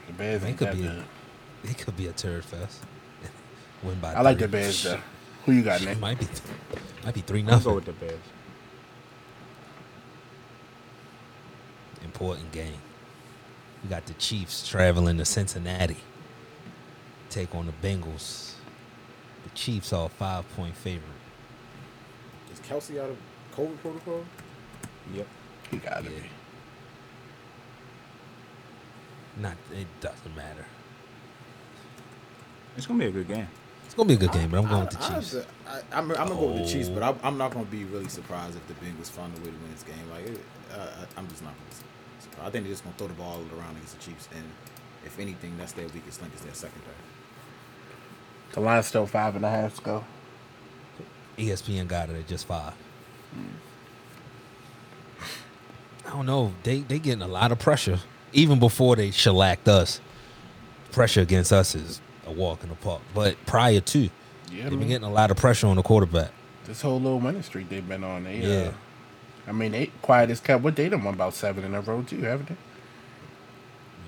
Speaker 4: The Bears
Speaker 1: They
Speaker 4: ain't
Speaker 1: could
Speaker 4: that
Speaker 1: be-
Speaker 4: good.
Speaker 1: It could be a turd fest. [LAUGHS] Win by.
Speaker 4: I like
Speaker 1: three.
Speaker 4: the Bears though. Who you got, Nick?
Speaker 1: Might be, might be three
Speaker 3: I'll go
Speaker 1: nothing.
Speaker 3: with the Bears.
Speaker 1: Important game. We got the Chiefs traveling to Cincinnati. Take on the Bengals. The Chiefs are a five point favorite.
Speaker 2: Is Kelsey out of COVID protocol?
Speaker 3: Yep.
Speaker 4: He got to
Speaker 1: Yeah.
Speaker 4: be.
Speaker 1: Not. It doesn't matter.
Speaker 3: It's gonna be a good game.
Speaker 1: It's gonna be a good game, but I'm going with the
Speaker 2: I- I have
Speaker 1: Chiefs.
Speaker 2: to- I, I'm, I'm gonna go with the Chiefs,
Speaker 1: Oh.
Speaker 2: but I, I'm not gonna be really surprised if the Bengals find a way to win this game. Like, it, uh, I'm just not gonna be surprised. I think they're just gonna throw the ball around against the Chiefs, and if anything, that's their weakest link is their secondary.
Speaker 4: The line's still five and a half. Go.
Speaker 1: ESPN got it at just five. I don't know. They they getting a lot of pressure. Even before they shellacked us, pressure against us is a walk in the park. But prior to,
Speaker 4: Yeah,
Speaker 1: they've been
Speaker 4: man.
Speaker 1: getting a lot of pressure on the quarterback.
Speaker 4: This whole little winning streak they've been on. They,
Speaker 1: Yeah.
Speaker 4: Uh, I mean, they quiet as kept. What they done won about seven in a row too, haven't they?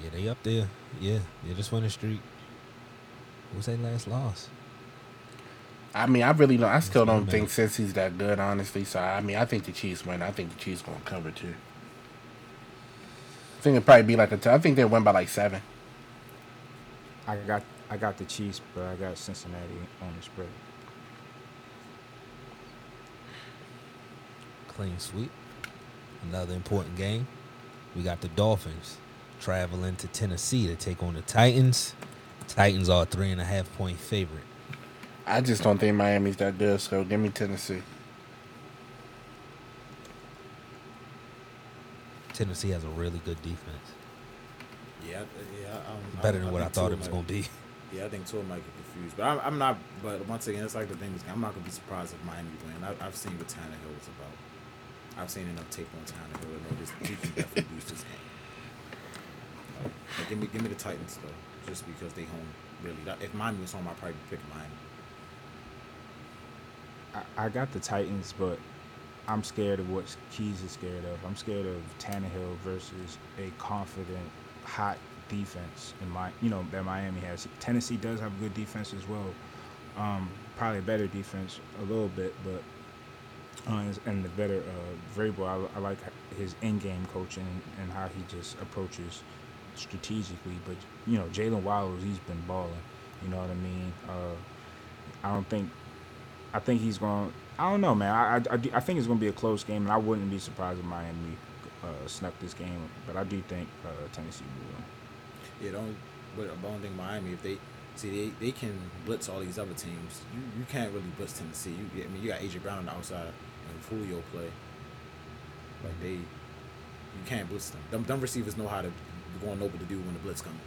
Speaker 1: Yeah, they up there. Yeah, they just won the streak. What's their last loss?
Speaker 4: I mean, I really don't. I still
Speaker 1: That's
Speaker 4: don't
Speaker 1: not
Speaker 4: think
Speaker 1: bad.
Speaker 4: Cincy's that good, honestly. So I mean, I think the Chiefs win. I think the Chiefs gonna cover too. I think it'd probably be like a. T- I think they win by like seven.
Speaker 3: I got I got the Chiefs, but I got Cincinnati on the spread.
Speaker 1: Clean sweep. Another important game. We got the Dolphins traveling to Tennessee to take on the Titans. Titans are a three and a half point favorite.
Speaker 4: I just don't think Miami's that good. So give me Tennessee.
Speaker 1: Tennessee has a really good defense.
Speaker 2: Yeah, I- yeah. I- I'm,
Speaker 1: Better than what I
Speaker 2: think
Speaker 1: thought
Speaker 2: Tua
Speaker 1: it was
Speaker 2: might-
Speaker 1: going to be.
Speaker 2: Yeah, I think Tua might get confused, but I'm, I'm not. But once again, it's like the thing is, I'm not gonna be surprised if Miami win. I, I've seen what Tannehill was about. I've seen enough tape on Tannehill to know this he can definitely [LAUGHS] lose this game. Like, but give me, give me the Titans though, just because they home. Really, That- if Miami was home, I'd probably pick Miami.
Speaker 3: I, I got the Titans, but I'm scared of what Keys is scared of. I'm scared of Tannehill versus a confident, hot defense in my you know that Miami has. Tennessee does have a good defense as well. Um, probably a better defense a little bit, but uh, and- and the better uh, Vrabel. I, I like his in-game coaching and how he just approaches strategically. But you know, Jalen Wiles, he's been balling. You know what I mean? Uh, I don't think I think he's going. to I don't know, man. I, I, I, do- I think it's going to be a close game, and I wouldn't be surprised if Miami uh, snuck this game. But I do think uh, Tennessee will. win.
Speaker 2: Yeah, don't. But I don't think Miami, if they see they, they can blitz all these other teams, you, you can't really blitz Tennessee. You, I mean, you got AJ Brown on the outside and Julio play. Like they, you can't blitz them. Them, them receivers know how to go and know what to do when the blitz comes.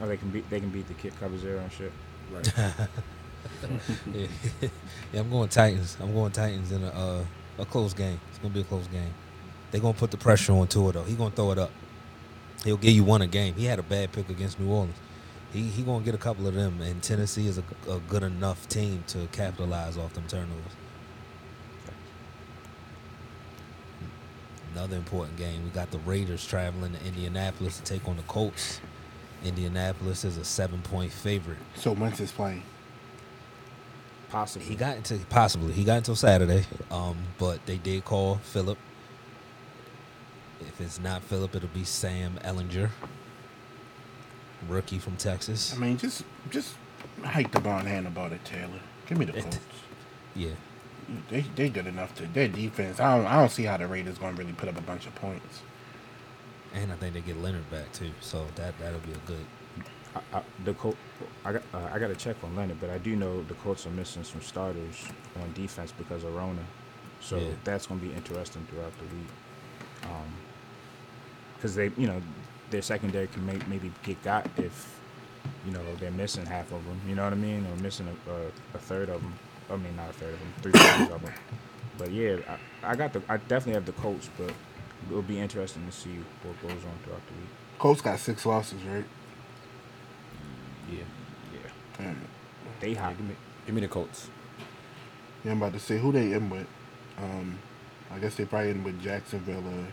Speaker 3: Or they can beat they can beat the kid cover zero and shit.
Speaker 2: Right. [LAUGHS]
Speaker 1: yeah, [LAUGHS] I'm going Titans. I'm going Titans in a uh, a close game. It's gonna be a close game. They're gonna put the pressure on Tua though. He gonna throw it up. He'll give you one a game. He had a bad pick against New Orleans. He he gonna get a couple of them. And Tennessee is a, a good enough team to capitalize off them turnovers. Another important game. We got the Raiders traveling to Indianapolis to take on the Colts. Indianapolis is a seven point favorite.
Speaker 4: So Wentz is playing.
Speaker 3: Possibly.
Speaker 1: He got into possibly he got until Saturday, um, but they did call Philip. If it's not Philip, it'll be Sam Ellinger, rookie from Texas.
Speaker 4: I mean, just just hike the ball and hand about it, Taylor. Give me the
Speaker 1: It-
Speaker 4: Colts.
Speaker 1: Yeah,
Speaker 4: They they good enough to their defense. I don't I don't see how the Raiders gonna really put up a bunch of points.
Speaker 1: and I think they get Leonard back too, so that that'll be a good.
Speaker 3: I, I, the Col- I got uh, I got to check on Leonard, but I do know the Colts are missing some starters on defense because of Rona, so
Speaker 1: Yeah.
Speaker 3: that's going to be interesting throughout the week. Because they, you know, their secondary can may, maybe get got if you know they're missing half of them. You know what I mean? Or missing a, a, a third of them. I mean, not a third of them, three quarters of them. But yeah, I, I got the I definitely have the Colts, but it'll be interesting to see what goes on throughout the week.
Speaker 4: Colts got six losses, right?
Speaker 3: Yeah, yeah.
Speaker 4: Yeah.
Speaker 3: They hot.
Speaker 2: give, me, give me the Colts.
Speaker 4: Yeah, I'm about to say who they in with. Um, I guess they probably in with Jacksonville or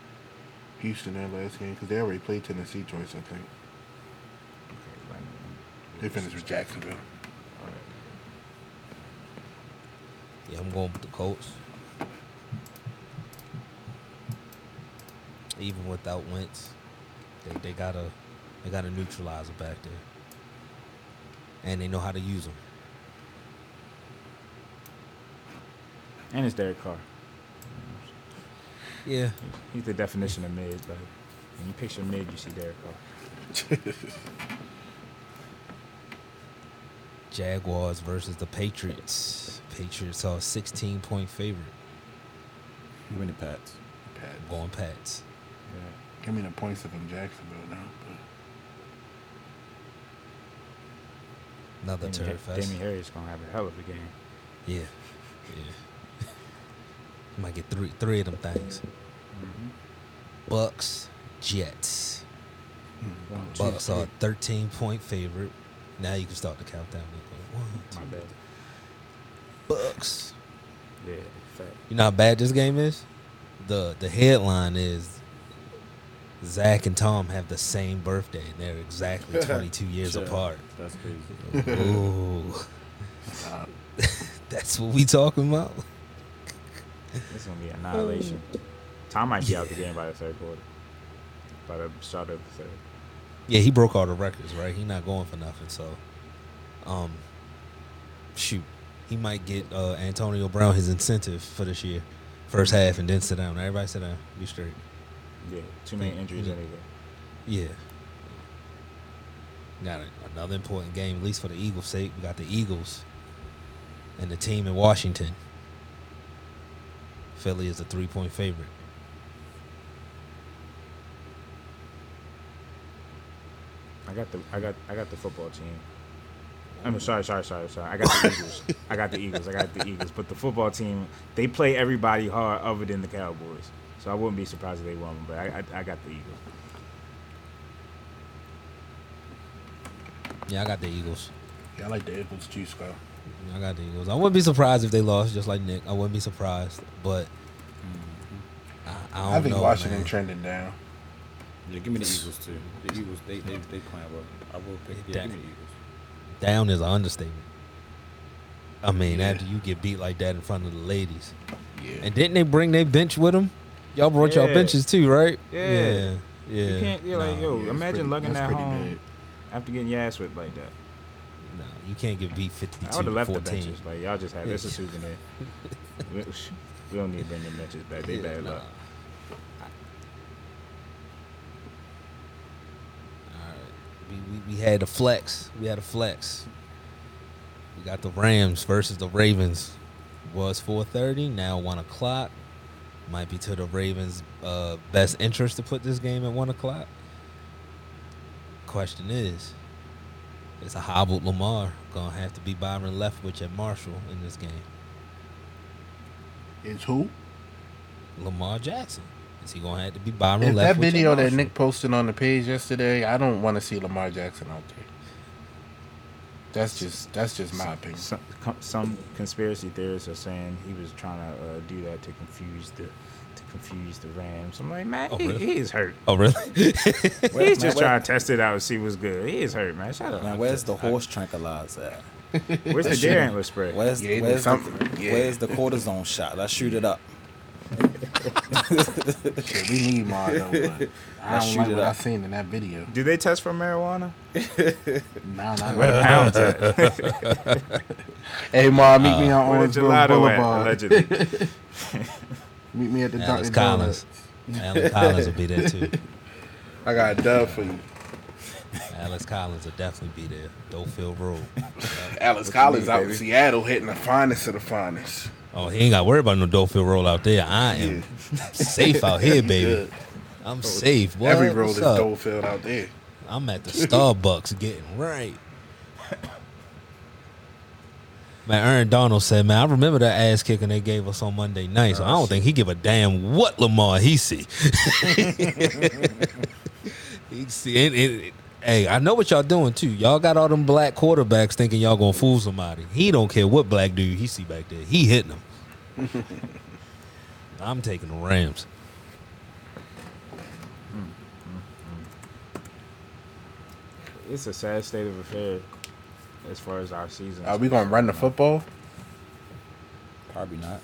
Speaker 4: Houston their last game because they already played Tennessee twice. I think they finished with Jacksonville.
Speaker 1: Yeah, I'm going with the Colts. Even without Wentz, they, they got a they got a neutralizer back there, and they know how to use him.
Speaker 3: And it's Derek Carr.
Speaker 1: Yeah,
Speaker 3: He's the definition of mid. Like when you picture mid, you see Derek Carr.
Speaker 1: Jaguars versus the Patriots. Patriots are a 16 point favorite.
Speaker 2: Give me the Pats.
Speaker 4: Pat,
Speaker 1: I'm going Pats.
Speaker 4: give me the points if I'm Jacksonville now.
Speaker 1: Another
Speaker 3: Damien
Speaker 1: turd
Speaker 3: Har-
Speaker 1: fest.
Speaker 3: Damien Harry's gonna have a hell of a game.
Speaker 1: Yeah. Yeah. [LAUGHS] Might get three three of them things.
Speaker 3: Mm-hmm.
Speaker 1: Bucks, Jets.
Speaker 4: Hmm.
Speaker 1: Bucks are a 13 point favorite. Now you can start the countdown. Nico. One,
Speaker 3: My bad.
Speaker 1: two, Bucks.
Speaker 3: Mm-hmm. Yeah, fact.
Speaker 1: You know how bad this game is? the the headline is Zach and Tom have the same birthday and they're
Speaker 3: [LAUGHS]
Speaker 1: exactly 22 years
Speaker 2: Sure.
Speaker 1: apart.
Speaker 2: That's crazy.
Speaker 1: Ooh. [LAUGHS] That's what we talking about.
Speaker 3: It's gonna be annihilation. Tom might be out the game by the third quarter. By the start of the third.
Speaker 1: Yeah, he broke all the records, right? He not going for nothing, so um shoot. He might get uh, Antonio Brown his incentive for this year. First half and then sit down. Everybody sit down. Be straight.
Speaker 3: Yeah, too many injuries
Speaker 1: Mhm.
Speaker 3: anyway.
Speaker 1: Yeah. Got a, another important game, at least for the Eagles' sake. We got the Eagles and the team in Washington. Philly is a three point favorite.
Speaker 3: I got the I got I got the football team. I'm sorry, sorry, sorry, sorry. I got the Eagles. I got the Eagles. I got the Eagles. But the football team, they play everybody hard other than the Cowboys. So I wouldn't be surprised if they won. But I, I, I got the Eagles.
Speaker 1: Yeah, I got the Eagles.
Speaker 4: Yeah, I like the Eagles juice, bro.
Speaker 1: I got the Eagles. I wouldn't be surprised if they lost, just like Nick. I wouldn't be surprised. But I, I don't
Speaker 4: I, think
Speaker 1: know.
Speaker 4: Washington
Speaker 1: man.
Speaker 4: trending down.
Speaker 2: Yeah, give me [LAUGHS] the Eagles too. The Eagles, they they they playing well. I will pick. Yeah, give me the Eagles.
Speaker 1: down is an understatement. I mean, after you get beat like that in front of the ladies.
Speaker 4: Yeah.
Speaker 1: And didn't they bring their bench with them? Y'all brought y'all
Speaker 3: Yeah.
Speaker 1: benches too, right?
Speaker 3: Yeah.
Speaker 1: Yeah. Yeah.
Speaker 3: You can't. You're like,
Speaker 1: Nah.
Speaker 3: yo,
Speaker 4: Yeah, it's
Speaker 3: imagine
Speaker 4: pretty-
Speaker 3: lugging
Speaker 4: that's
Speaker 3: that
Speaker 4: pretty
Speaker 3: home
Speaker 4: big.
Speaker 3: after getting your ass whipped like that.
Speaker 1: No, you can't get beat
Speaker 3: I would
Speaker 1: 52
Speaker 3: have left the
Speaker 1: 14.
Speaker 3: benches. Like y'all just had
Speaker 4: [LAUGHS]
Speaker 3: this a souvenir. we, we don't need to bring the benches back. They
Speaker 1: Yeah,
Speaker 3: bad
Speaker 1: nah.
Speaker 3: luck.
Speaker 1: We, we, we had a flex. We had a flex. We got the Rams versus the Ravens. Was 4:30, now 1 o'clock. Might be to the Ravens' uh, best interest to put this game at 1 o'clock. Question is, is a hobbled Lamar gonna have to be Byron Leftwich at Marshall in this game?
Speaker 4: Is who?
Speaker 1: Lamar Jackson. Is he gonna have to be Byron
Speaker 4: If
Speaker 1: Leftwich?
Speaker 4: that
Speaker 1: at
Speaker 4: video that
Speaker 1: Marshall?
Speaker 4: Nick posted on the page yesterday, I don't want to see Lamar Jackson out there. That's just that's just my opinion.
Speaker 3: Some, co- some conspiracy theorists are saying he was trying to uh, do that to confuse the to confuse the Rams. I'm like, man,
Speaker 1: Oh,
Speaker 3: he,
Speaker 1: really?
Speaker 3: he is hurt.
Speaker 1: Oh
Speaker 4: [LAUGHS]
Speaker 1: really?
Speaker 3: He's
Speaker 2: man,
Speaker 3: just
Speaker 2: where-
Speaker 3: trying to test it out and see what's good. He is hurt, man. Shut up.
Speaker 2: Now, where's the horse tranquilizer? At?
Speaker 3: Where's the deer antler spray?
Speaker 2: Where's
Speaker 4: Yeah,
Speaker 2: where's the,
Speaker 4: something, yeah.
Speaker 2: where's the cortisone shot? Let's shoot it up.
Speaker 4: Shit, we need Mar
Speaker 3: [LAUGHS]
Speaker 4: though, but I
Speaker 2: Let's
Speaker 4: don't
Speaker 2: shoot
Speaker 4: like
Speaker 2: it
Speaker 4: what I
Speaker 2: up.
Speaker 4: seen in that video.
Speaker 3: Do they test for marijuana?
Speaker 4: Nah, nah,
Speaker 3: Where the
Speaker 4: nah.
Speaker 3: pounds [LAUGHS] at?
Speaker 4: hey Mar, meet
Speaker 1: Uh,
Speaker 4: me on
Speaker 3: Where
Speaker 4: Orange
Speaker 3: the
Speaker 4: Grove
Speaker 3: gelato at?
Speaker 4: Boulevard.
Speaker 3: Allegedly.
Speaker 4: [LAUGHS] Meet me at the
Speaker 1: Alice
Speaker 4: Dunkin'
Speaker 1: Collins.
Speaker 4: [LAUGHS] Donuts.
Speaker 1: Alan Collins will be there too.
Speaker 4: I got a dub for you.
Speaker 1: Alex Collins will definitely be there. Dofield Road.
Speaker 4: Alice Collins out in Seattle hitting the finest of the finest.
Speaker 1: Oh, he ain't got to worry about no Dofield Road out there. I am safe out
Speaker 4: [LAUGHS]
Speaker 1: here, baby.
Speaker 4: Good.
Speaker 1: I'm safe. What?
Speaker 4: Every road
Speaker 1: What's
Speaker 4: is
Speaker 1: up?
Speaker 4: Dolefield out there.
Speaker 1: I'm at the Starbucks getting right. Man, Aaron Donald said, "Man, I remember that ass kicking they gave us on Monday night. So I don't think he give a damn what Lamar he see. [LAUGHS] he see, and, and- and- hey, I know what y'all doing too. Y'all got all them black quarterbacks thinking y'all gonna fool somebody. He don't care what black dude he see back there. He hitting him. [LAUGHS] I'm taking the Rams.
Speaker 3: It's a sad state of affair as far as our season.
Speaker 4: Are we gonna run the football?
Speaker 2: Probably not.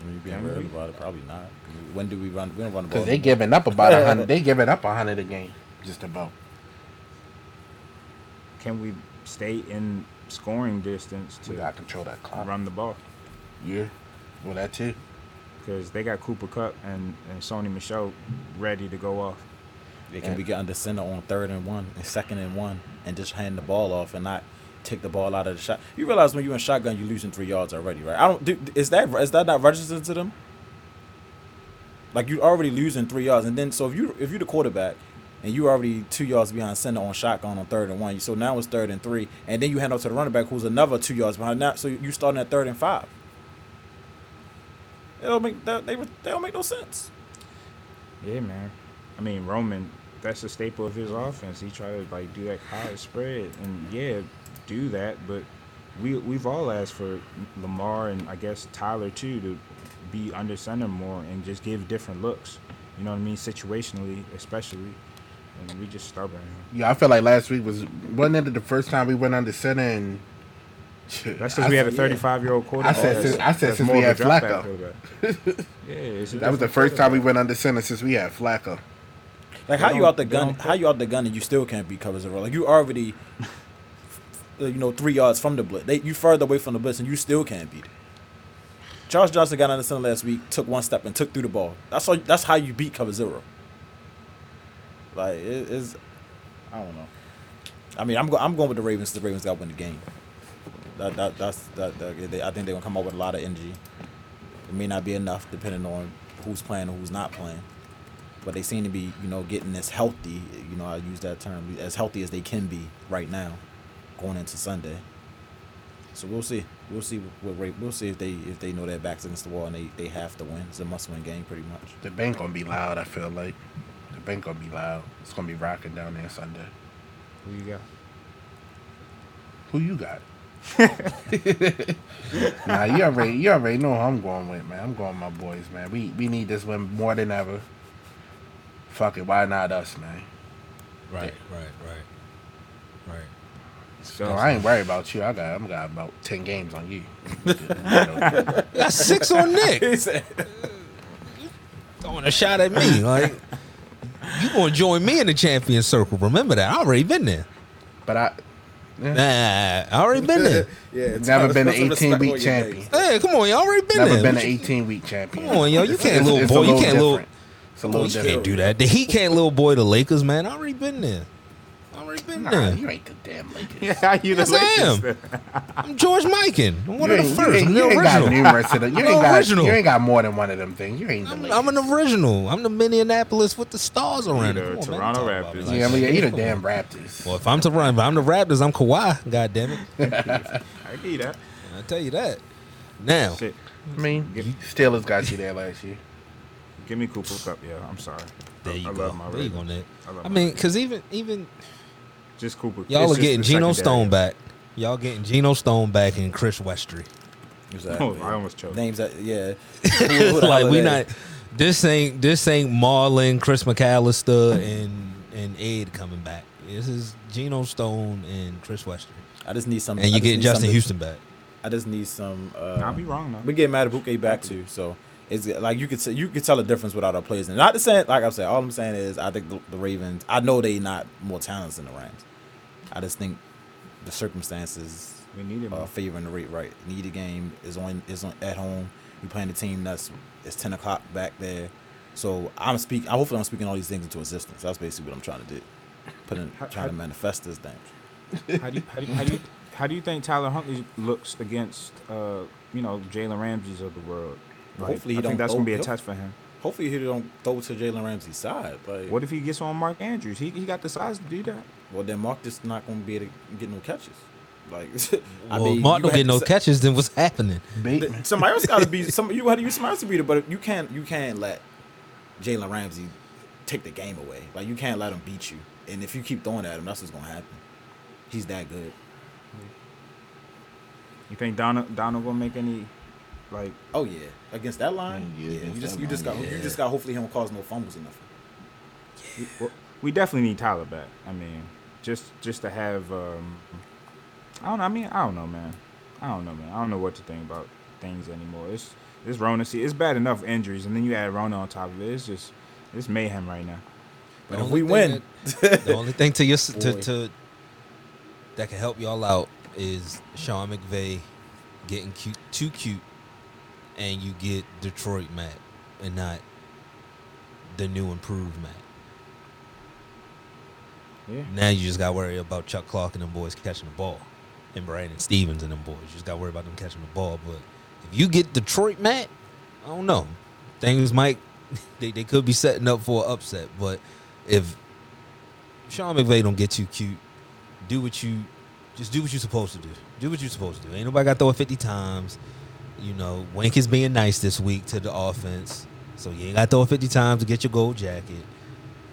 Speaker 2: I mean, you being
Speaker 3: Can
Speaker 2: real
Speaker 3: we?
Speaker 2: about it, probably not. I mean, When do we run? We don't run the ball.
Speaker 4: Because they giving up about a [LAUGHS] hundred. They giving up a hundred a game, just about.
Speaker 3: Can we stay in scoring distance
Speaker 4: We
Speaker 3: to
Speaker 4: gotta control that clock.
Speaker 3: run the ball?
Speaker 4: Yeah. Well, that too.
Speaker 3: Because they got Cooper Cup and, and Sony Michelle ready to go off.
Speaker 2: They can be get under center on third and one and second and one and just hand the ball off and not take the ball out of the shot. You realize when you're in shotgun, you're losing three yards already, right? I don't. Do, is that is that not registered to them? Like you're already losing three yards, and then so if you if you're the quarterback. And you already two yards behind center on shotgun on third and one. So now it's third and three, and then you hand off to the running back who's another two yards behind. Now, so you starting at third and five. It don't make that they, they don't make no sense.
Speaker 3: Yeah, man. I mean, Roman, that's a staple of his offense. He tried to like do that high spread, and yeah, do that. But we we've all asked for Lamar and I guess Tyler too to be under center more and just give different looks. You know what I mean? Situationally, especially. And we just stubborn.
Speaker 4: Yeah, I feel like last week was wasn't it the first time we went under center and
Speaker 3: That's because we had a
Speaker 4: I-
Speaker 3: 35 year old quarterback.
Speaker 4: said since- I said
Speaker 3: That's
Speaker 4: since
Speaker 3: more
Speaker 4: we
Speaker 3: of a
Speaker 4: had
Speaker 3: drop-back
Speaker 4: Flacco. [LAUGHS]
Speaker 3: quarterback. yeah, it's a
Speaker 4: That was the
Speaker 3: different
Speaker 4: first time we
Speaker 3: quarterback.
Speaker 4: went under center since we had Flacco.
Speaker 2: Like
Speaker 3: They
Speaker 2: how you
Speaker 3: don't-
Speaker 2: out the
Speaker 3: they
Speaker 2: gun?
Speaker 3: don't
Speaker 2: How you out the gun and you still can't be covered zero? Like you already, uh, you know, three yards from the blitz. They, you further away from the blitz and you still can't beat it. Charles Johnson got on the center last week, took one step and took through the ball. That's all. That's how you beat cover zero. Like it is, I don't know. I mean, I'm go, I'm going with the Ravens. The Ravens got to win the game. That, that that's that, that they, I think they're gonna come up with a lot of energy. It may not be enough depending on who's playing and who's not playing but they seem to be, you know, getting as healthy. You know, I use that term as healthy as they can be right now, going into Sunday. So we'll see. We'll see what rate. We'll see if they if they know their backs against the wall and they, they have to win. It's a must win game, pretty much. [LAUGHS]
Speaker 4: The bank gonna be loud. I feel like the bank gonna be loud. It's gonna be rocking down there Sunday.
Speaker 3: Who you got?
Speaker 4: Who you
Speaker 2: [LAUGHS]
Speaker 4: got? nah, you already you already know who I'm going with, man. I'm going with my boys, man. We we need this win more than ever. Fuck it, why not us, man?
Speaker 1: Right, right, right, right.
Speaker 3: So,
Speaker 4: No, I ain't worried about you. I got I'm got about ten games on you.
Speaker 2: [LAUGHS]
Speaker 4: yeah,
Speaker 1: You got six on [LAUGHS] Nick. Throwing a shot at me. Like, you going to join me in the champion circle. Remember that. I already been there.
Speaker 4: but I
Speaker 1: Nah, I already been
Speaker 4: [LAUGHS]
Speaker 1: there.
Speaker 2: it's
Speaker 4: never been an
Speaker 2: put some
Speaker 4: 18
Speaker 2: respect
Speaker 4: week
Speaker 2: on your
Speaker 4: champion.
Speaker 1: Hey, come on. You already been
Speaker 4: Never
Speaker 1: there.
Speaker 4: been an
Speaker 1: What you-
Speaker 4: 18 week champion.
Speaker 1: Come on, yo, you
Speaker 4: It's-
Speaker 1: can't
Speaker 4: it's-
Speaker 1: little
Speaker 4: it's a
Speaker 1: boy. You can't little.
Speaker 4: different. It's a
Speaker 1: Oh,
Speaker 4: little
Speaker 1: you can't
Speaker 4: different.
Speaker 1: do that. The Heat can't little boy the Lakers, man. I already been there. I already been
Speaker 4: Nah,
Speaker 1: there.
Speaker 4: you ain't the damn
Speaker 3: [LAUGHS]
Speaker 4: Lakers.
Speaker 3: yeah, you the
Speaker 1: Yes, I am.
Speaker 3: latest.
Speaker 1: I'm George Mikan. I'm one
Speaker 4: you
Speaker 1: of
Speaker 4: ain't,
Speaker 1: the
Speaker 4: you
Speaker 1: first.
Speaker 4: ain't-
Speaker 1: I'm
Speaker 4: you
Speaker 1: the
Speaker 4: ain't got
Speaker 1: original.
Speaker 4: numerous of them. You
Speaker 1: I'm
Speaker 4: ain't
Speaker 1: the
Speaker 4: got.
Speaker 1: original.
Speaker 4: You ain't got more than one of them things. You ain't the
Speaker 1: I'm,
Speaker 4: Lakers.
Speaker 1: I'm an original. I'm the Minneapolis with the stars around it.
Speaker 3: You're the
Speaker 1: Come on, man.
Speaker 3: Toronto
Speaker 1: Don't talk about me
Speaker 3: Raptors.
Speaker 1: like
Speaker 4: yeah, I mean,
Speaker 1: that.
Speaker 4: you the
Speaker 1: Come
Speaker 4: damn
Speaker 1: on.
Speaker 4: Raptors.
Speaker 1: Well, if I'm to run, if I'm the Raptors, I'm Kawhi. God damn it!
Speaker 3: [LAUGHS] I give you that.
Speaker 1: I tell you that. Now,
Speaker 3: Shit.
Speaker 4: I mean, Steelers got you there last year.
Speaker 3: Give me Cooper Cup. Yeah, I'm sorry.
Speaker 1: there
Speaker 3: I-
Speaker 1: you
Speaker 3: I
Speaker 1: go.
Speaker 3: Love my
Speaker 1: There you
Speaker 3: Ravens.
Speaker 1: go, Nick.
Speaker 3: I love
Speaker 1: I
Speaker 3: my
Speaker 1: mean, because even even
Speaker 3: Just Cooper.
Speaker 1: y'all
Speaker 3: It's
Speaker 1: are
Speaker 3: just
Speaker 1: getting
Speaker 3: the
Speaker 1: Geno
Speaker 3: secondary.
Speaker 1: Stone back. Y'all getting Geno Stone back and Chris
Speaker 3: [LAUGHS]
Speaker 1: Westry.
Speaker 2: Exactly.
Speaker 3: Oh, [LAUGHS] I almost choked.
Speaker 2: Names that yeah.
Speaker 1: [LAUGHS] like
Speaker 2: [LAUGHS]
Speaker 1: we not. This ain't this ain't Marlon, Chris McAllister, and and Ed coming back. This is Geno Stone and Chris Western,
Speaker 2: I just need some.
Speaker 1: and
Speaker 2: I
Speaker 1: you
Speaker 2: just
Speaker 1: get
Speaker 2: need
Speaker 1: Justin
Speaker 2: something-
Speaker 1: Houston back.
Speaker 2: I just need some. Uh,
Speaker 3: I'll be wrong
Speaker 2: We
Speaker 3: though.
Speaker 2: get Matabuke back too, so it's like you could say, you could tell the difference without our players. And not to say like I said, all I'm saying is I think the, the Ravens. I know they not more talented than the Rams. I just think the circumstances
Speaker 3: We need him.
Speaker 2: are favoring the rate right. Need a game is on is on at home. We playing the team that's it's ten o'clock back there. So I'm speaking. Hopefully, I'm speaking all these things into existence. That's basically what I'm trying to do. Putting
Speaker 3: How-
Speaker 2: trying to
Speaker 3: how-
Speaker 2: manifest this thing.
Speaker 3: how do you how do you, how do you, how do you think Tyler Huntley looks against uh you know Jalen Ramsey's of the world? Like,
Speaker 2: Hopefully he
Speaker 3: I think
Speaker 2: don't
Speaker 3: that's gonna
Speaker 2: throw-
Speaker 3: be a
Speaker 2: he'll-
Speaker 3: test for him.
Speaker 2: Hopefully, he don't throw to Jalen Ramsey's side. Like,
Speaker 3: What if he gets on Mark Andrews? He he got the size to do that.
Speaker 2: Well, then Mark just not going to be able to get no catches. Like, [LAUGHS] I
Speaker 1: Well,
Speaker 2: mean,
Speaker 1: Mark
Speaker 2: you
Speaker 1: don't get
Speaker 2: had
Speaker 1: no
Speaker 2: to-
Speaker 1: catches. Then what's happening?
Speaker 4: Bateman.
Speaker 2: Somebody else got to be. Some you had to use somebody else to beat it, but you can't. You can't let Jalen Ramsey take the game away. Like you can't let him beat you. And if you keep throwing at him, that's what's going to happen. He's that good.
Speaker 3: You think Donald Donald gonna make any like
Speaker 2: Oh yeah, against that line,
Speaker 4: Mm, Yeah,
Speaker 2: yeah.
Speaker 4: against
Speaker 2: you just
Speaker 4: that
Speaker 2: you just
Speaker 4: line,
Speaker 2: got you
Speaker 4: yeah.
Speaker 2: just got. Hopefully, him cause no fumbles or nothing.
Speaker 3: we, well, we definitely need Tyler back. I mean, just just to have um I don't know, I mean, I don't know, man. I don't know, man. I don't know what to think about things anymore. It's it's Rona see, it's bad enough injuries and then you add Rona on top of it. It's just it's mayhem right now.
Speaker 2: But
Speaker 1: The
Speaker 2: if
Speaker 1: only
Speaker 2: we
Speaker 1: thing
Speaker 2: win,
Speaker 1: that- the only thing to your to,
Speaker 2: Boy.
Speaker 1: to that can help y'all out is Sean McVay getting cute, too cute, and you get Detroit Matt and not the new improved Matt.
Speaker 3: Yeah.
Speaker 1: Now you just got to worry about Chuck Clark and them boys catching the ball, and Brandon Stevens and them boys. You just got to worry about them catching the ball. But if you get Detroit, Matt, I don't know. Things might [LAUGHS] they, they could be setting up for an upset. But if Sean McVay don't get too cute, do what you just do what you're supposed to do. Do what you're supposed to do. Ain't nobody got to throw it 50 times. You know, Wink is being nice this week to the offense, so you ain't got to throw it 50 times to get your gold jacket.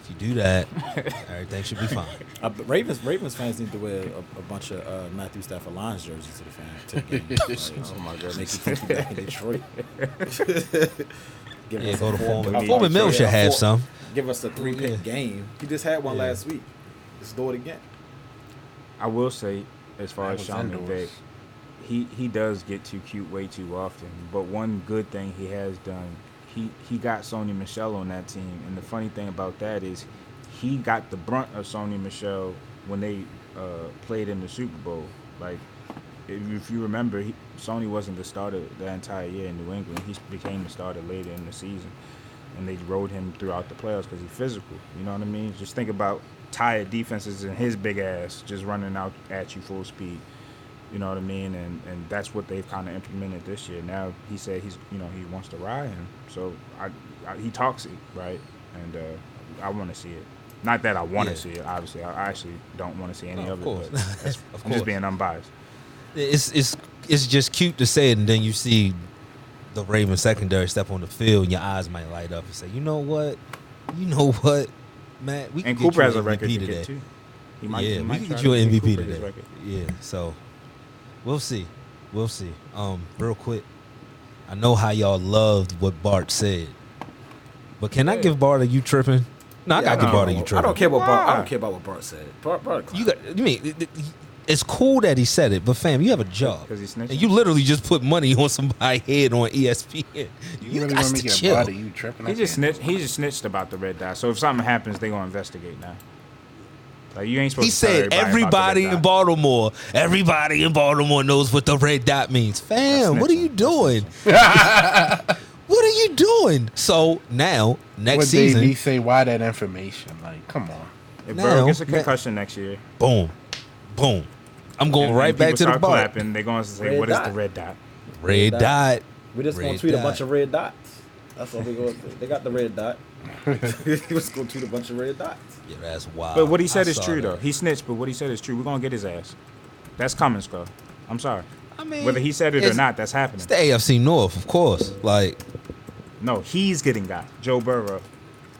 Speaker 1: If you do that, everything should be fine.
Speaker 2: Uh, but Ravens Ravens fans need to wear a, a bunch of uh, Matthew Stafford Lions jerseys to the fan to the
Speaker 4: [LAUGHS]
Speaker 2: game. oh my god, make you think you back in Detroit. give
Speaker 1: Yeah,
Speaker 2: us
Speaker 1: go
Speaker 2: a
Speaker 1: to
Speaker 2: four-
Speaker 1: Foreman.
Speaker 2: a
Speaker 1: Mill.
Speaker 2: four-
Speaker 1: Foreman Mill
Speaker 2: yeah,
Speaker 1: should
Speaker 2: a
Speaker 1: have
Speaker 2: four-
Speaker 1: some.
Speaker 2: Give us a three pick
Speaker 1: Yeah.
Speaker 2: game. He just had one
Speaker 1: Yeah.
Speaker 2: last week. Let's do it again.
Speaker 3: I will say, as far
Speaker 4: That
Speaker 3: as
Speaker 4: was
Speaker 3: Sean McVay,
Speaker 4: indoors.
Speaker 3: he he does get too cute way too often. But one good thing he has done, he he got Sony Michelle on that team, and the funny thing about that is, he got the brunt of Sony Michelle when they uh, played in the Super Bowl. Like, if, if you remember, he, Sony wasn't the starter that entire year in New England. He became the starter later in the season, and they rode him throughout the playoffs because he's physical. You know what I mean? Just think about tired defenses and his big ass just running out at you full speed. You know what I mean? And and that's what they've kind of implemented this year. Now he said he's you know he wants to ride him, so I, I he talks it right, and uh, I want to see it. Not that I want to
Speaker 1: Yeah.
Speaker 3: see it, obviously. I actually don't want to see any
Speaker 1: No,
Speaker 3: of,
Speaker 1: of course.
Speaker 3: it. But that's-
Speaker 1: [LAUGHS] Of
Speaker 3: I'm just
Speaker 1: course.
Speaker 3: being unbiased.
Speaker 1: It's it's it's just cute to say it, and then you see the Raven secondary step on the field, and your eyes might light up and say, "You know what? You know [LAUGHS] what, Matt? We
Speaker 3: And
Speaker 1: get
Speaker 3: Cooper
Speaker 1: you
Speaker 3: has a
Speaker 1: an
Speaker 3: record
Speaker 1: MVP
Speaker 3: to get
Speaker 1: today.
Speaker 3: too. He he
Speaker 1: yeah, we can
Speaker 3: try
Speaker 1: get
Speaker 3: to
Speaker 1: you an
Speaker 3: beat
Speaker 1: MVP
Speaker 3: Cooper this
Speaker 1: today.
Speaker 3: record.
Speaker 1: Yeah, so we'll see. We'll see. Um, real quick, I know how y'all loved what Bart said, but can I give Bart a you tripping? No, I
Speaker 2: Yeah,
Speaker 1: gotta give Bart a you tripping.
Speaker 2: I don't care what Bart. I
Speaker 3: Why?
Speaker 2: don't care about what Bart said. Bart, Bart,
Speaker 1: You got. You mean it- it- it's cool that he said it, but fam, you have a job,
Speaker 3: 'Cause he snitching.
Speaker 1: and you literally just put money [LAUGHS] on somebody's head on E ESPN. You,
Speaker 4: You really
Speaker 1: got
Speaker 4: want me
Speaker 1: to
Speaker 4: to get
Speaker 1: chill.
Speaker 4: body? You tripping?
Speaker 3: He
Speaker 4: I
Speaker 3: just
Speaker 4: can't.
Speaker 3: snitched. He just snitched about the red dot. So if something happens, they gonna investigate now. Like you ain't supposed.
Speaker 1: He
Speaker 3: to tell
Speaker 1: said everybody in
Speaker 3: about
Speaker 1: Baltimore, everybody in Baltimore knows what the red dot means. Fam, what are you doing? [LAUGHS]
Speaker 3: [LAUGHS]
Speaker 1: what are you doing? So now, next
Speaker 4: What they
Speaker 1: season,
Speaker 4: be say? Why that information? Like, come on.
Speaker 3: the red dot. If Burrow
Speaker 1: now,
Speaker 3: gets a
Speaker 1: that-
Speaker 3: concussion next year,
Speaker 1: boom, boom. I'm going
Speaker 3: and-
Speaker 1: right
Speaker 3: and
Speaker 1: back
Speaker 3: people
Speaker 1: to the
Speaker 3: start
Speaker 1: bar.
Speaker 3: clapping, They gonna say,
Speaker 2: Red
Speaker 3: "What is
Speaker 2: dot.
Speaker 3: the red dot?"
Speaker 1: Red
Speaker 2: Red
Speaker 1: dot.
Speaker 2: dot. We're just gonna
Speaker 1: Red
Speaker 2: tweet
Speaker 1: dot.
Speaker 2: a bunch of red dots. That's what we go. They got the red
Speaker 1: [LAUGHS]
Speaker 2: dot. [LAUGHS] We're just gonna tweet a bunch of red dots.
Speaker 1: Yeah, that's wild.
Speaker 3: But what he said
Speaker 1: Uh, I
Speaker 3: is
Speaker 1: saw
Speaker 3: true
Speaker 1: that.
Speaker 3: though. He snitched, but what he said is true. We're gonna get his ass. That's coming, Skull. I'm sorry.
Speaker 1: I mean,
Speaker 3: Whether he said it or
Speaker 1: it's-
Speaker 3: not, that's happening.
Speaker 1: It's the AFC North, of course. Like,
Speaker 3: No, he's getting got. Joe Burrow.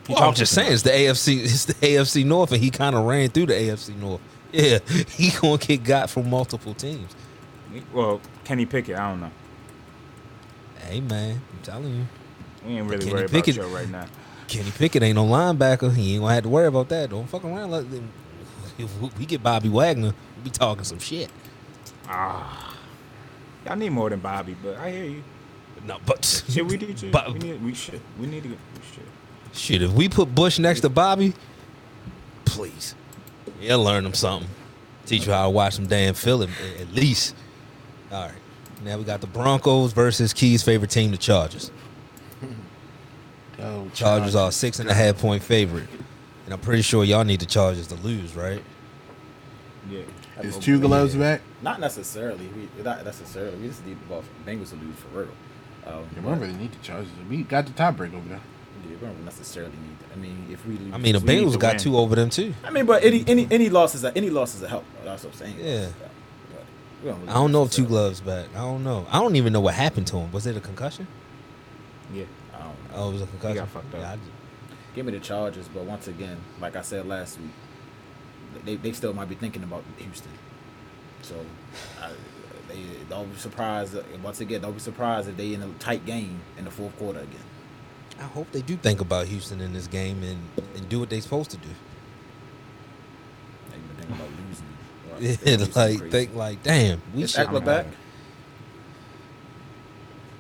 Speaker 3: He
Speaker 1: well, I'm
Speaker 3: talked
Speaker 1: just
Speaker 3: to him.
Speaker 1: saying, it's the AFC. It's the AFC North, and he kind of ran through the AFC North. Yeah, [LAUGHS] he gonna get got from multiple teams.
Speaker 3: Well, Kenny Pickett. I don't know.
Speaker 1: Hey man, I'm telling you.
Speaker 3: We ain't really
Speaker 1: Kenny
Speaker 3: worried about
Speaker 1: Pickett-
Speaker 3: Joe right now.
Speaker 1: Kenny Pickett ain't no linebacker. He ain't gonna have to worry about that. Don't fuck around. Like, [LAUGHS] if we get Bobby Wagner, we be talking some shit.
Speaker 3: Ah. Y'all need more than Bobby, but I hear you.
Speaker 1: No,
Speaker 3: [LAUGHS]
Speaker 1: but [LAUGHS]
Speaker 3: Shit, we do too.
Speaker 1: But-
Speaker 3: we need, we should, we need to get we should.
Speaker 1: shit, if we put Bush next to Bobby, please, yeah, learn him something. Teach you how to watch some damn film at- at least. All right, now we got the Broncos versus Key's favorite team, the Chargers.
Speaker 4: Yo,
Speaker 1: Chargers are a six and a half point favorite, and I'm pretty sure y'all need the Chargers to lose, right?
Speaker 3: Yeah.
Speaker 4: Is two gloves back?
Speaker 2: Not necessarily. We not necessarily. We just need the ball for Bengals to lose for real. Um,
Speaker 4: Yeah, we don't really need the Chargers. We got the tie break over there.
Speaker 2: but, yeah, we don't necessarily need. I mean, if we. Lose,
Speaker 1: I mean, the
Speaker 2: we need
Speaker 1: Bengals
Speaker 2: to
Speaker 1: got
Speaker 3: win.
Speaker 1: two over them too.
Speaker 2: win. I mean, but any any any loss is a any loss is a help. though. That's what I'm saying.
Speaker 1: Yeah.
Speaker 2: But we don't, really
Speaker 1: I don't know if two
Speaker 2: necessarily-
Speaker 1: gloves back. I don't know. I don't even know what happened to him. Was it a concussion?
Speaker 3: Yeah.
Speaker 2: I don't know.
Speaker 1: Oh, it was a concussion.
Speaker 3: fucked up.
Speaker 1: Yeah, I-
Speaker 2: Give me the Chargers, but once again, like I said last week, they, they still might be thinking about Houston. So, I, they don't be surprised. Once again, don't be surprised if they in a tight game in the fourth quarter again.
Speaker 1: I, hope they do think about Houston in this game and, and do what they're supposed to do.
Speaker 2: They been thinking about losing.
Speaker 1: [LAUGHS]
Speaker 2: They
Speaker 1: Yeah,
Speaker 2: do something
Speaker 1: like
Speaker 2: crazy.
Speaker 1: think like, damn, we
Speaker 2: Is
Speaker 1: should.
Speaker 2: Eckler back?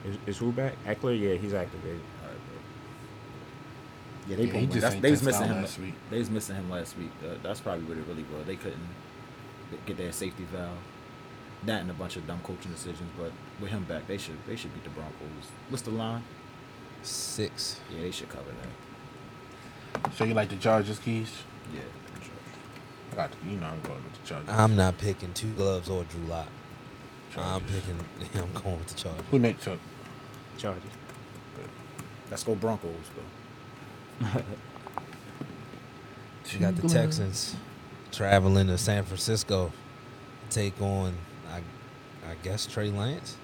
Speaker 3: Is, is who back? Eckler. Yeah, he's activated.
Speaker 2: Yeah, they,
Speaker 4: Yeah, he
Speaker 2: yeah,
Speaker 4: just
Speaker 2: that's,
Speaker 4: ain't
Speaker 2: they was
Speaker 4: touched
Speaker 2: missing
Speaker 4: down
Speaker 2: him
Speaker 4: last
Speaker 2: last
Speaker 4: week.
Speaker 2: week. They was missing him last week. Uh, that's probably what it really was. They couldn't get their safety valve. That and a bunch of dumb coaching decisions. But with him back, they should they should beat the Broncos. What's the line?
Speaker 1: Six.
Speaker 2: Yeah, they should cover that.
Speaker 4: So you like the Chargers keys?
Speaker 2: Yeah.
Speaker 4: I got the, you know I'm going with the Chargers.
Speaker 1: I'm not picking two gloves or Drew Lock. I'm
Speaker 4: Chargers.
Speaker 1: picking. [LAUGHS] I'm going with the Chargers.
Speaker 4: Who Nick took?
Speaker 3: Chargers.
Speaker 2: Let's go Broncos, bro.
Speaker 1: You got the Texans traveling to San Francisco to take on, I, I guess, Trey Lance.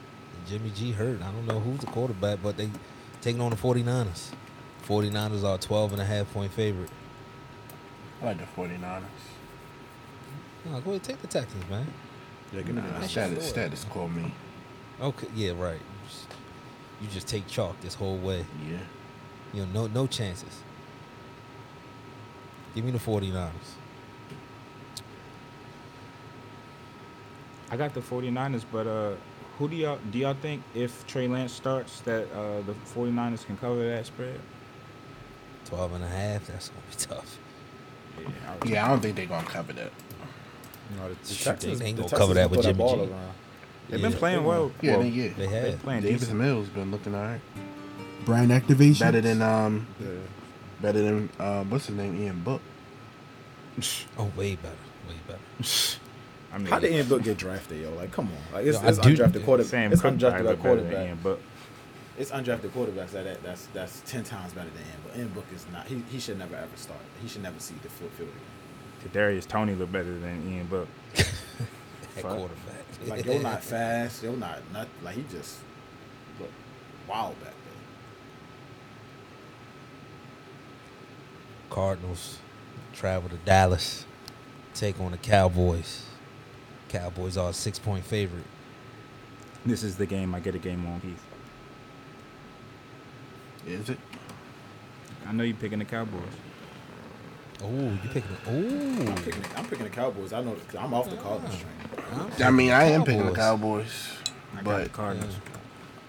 Speaker 1: Jimmy G hurt. I don't know who's the quarterback, but they taking on the 49ers. 49ers are a 12 and a half point favorite.
Speaker 4: I like the 49ers.
Speaker 1: No, go ahead, take the Texans, man.
Speaker 2: Yeah, good
Speaker 4: Nah,
Speaker 2: night.
Speaker 4: status, status call me.
Speaker 1: Okay, yeah, right. You just, you just take chalk this whole way.
Speaker 4: Yeah.
Speaker 1: You know, no, no chances. Give me the 49ers.
Speaker 3: I got the 49ers, but uh, who do y'all do y'all think if Trey Lance starts that uh, the 49ers can cover that spread?
Speaker 1: 12 and a half, that's going to be [LAUGHS] tough.
Speaker 3: Yeah, I would-
Speaker 4: Yeah, I don't think they're gonna cover that.
Speaker 3: you know, the-
Speaker 2: The
Speaker 1: Shoot,
Speaker 2: Texans-
Speaker 1: they ain't
Speaker 2: the
Speaker 1: gonna cover
Speaker 2: Texans
Speaker 1: that with
Speaker 2: put
Speaker 1: Jimmy
Speaker 2: ball
Speaker 1: G.
Speaker 2: around.
Speaker 3: they've
Speaker 1: Yeah.
Speaker 3: been playing well.
Speaker 4: Yeah,
Speaker 3: well,
Speaker 4: they, yeah.
Speaker 1: They
Speaker 3: They
Speaker 1: have.
Speaker 3: playing
Speaker 4: Davis
Speaker 3: decent.
Speaker 4: Mills been looking alright.
Speaker 5: Brain activation.
Speaker 4: Better than um,
Speaker 2: Yeah.
Speaker 4: better than uh, what's his name, Ian Book.
Speaker 1: Oh, way better. Way better.
Speaker 3: I mean,
Speaker 2: How did Ian Book get drafted, yo? Like, come on. Like, it's,
Speaker 1: Yo, I
Speaker 2: it's
Speaker 1: do-
Speaker 2: undrafted quarterback.
Speaker 3: Sam
Speaker 2: it's
Speaker 3: Cook probably
Speaker 2: undrafted
Speaker 3: look
Speaker 2: like
Speaker 3: better than
Speaker 2: quarterback.
Speaker 3: Ian, but
Speaker 2: It's undrafted quarterbacks like that. That's that's ten times better than Ian Book. Ian Book is not. He, he should never ever start. He should never see the field field again.
Speaker 3: Kadarius Tony look better than Ian Book.
Speaker 1: At
Speaker 3: Fuck.
Speaker 1: quarterback. [LAUGHS]
Speaker 2: Like you're not fast. You're not not like he just look wild back there.
Speaker 1: Cardinals travel to Dallas, take on the Cowboys. Cowboys are a six point favorite.
Speaker 3: This is the game I get a game on Keith.
Speaker 4: Is it?
Speaker 3: I know you picking the Cowboys.
Speaker 1: Oh, you picking? Oh,
Speaker 2: I'm picking, the- I'm picking the Cowboys. I know because I'm off the college train.
Speaker 4: I mean, I am picking the Cowboys,
Speaker 3: I got the
Speaker 4: but
Speaker 3: Cardinals.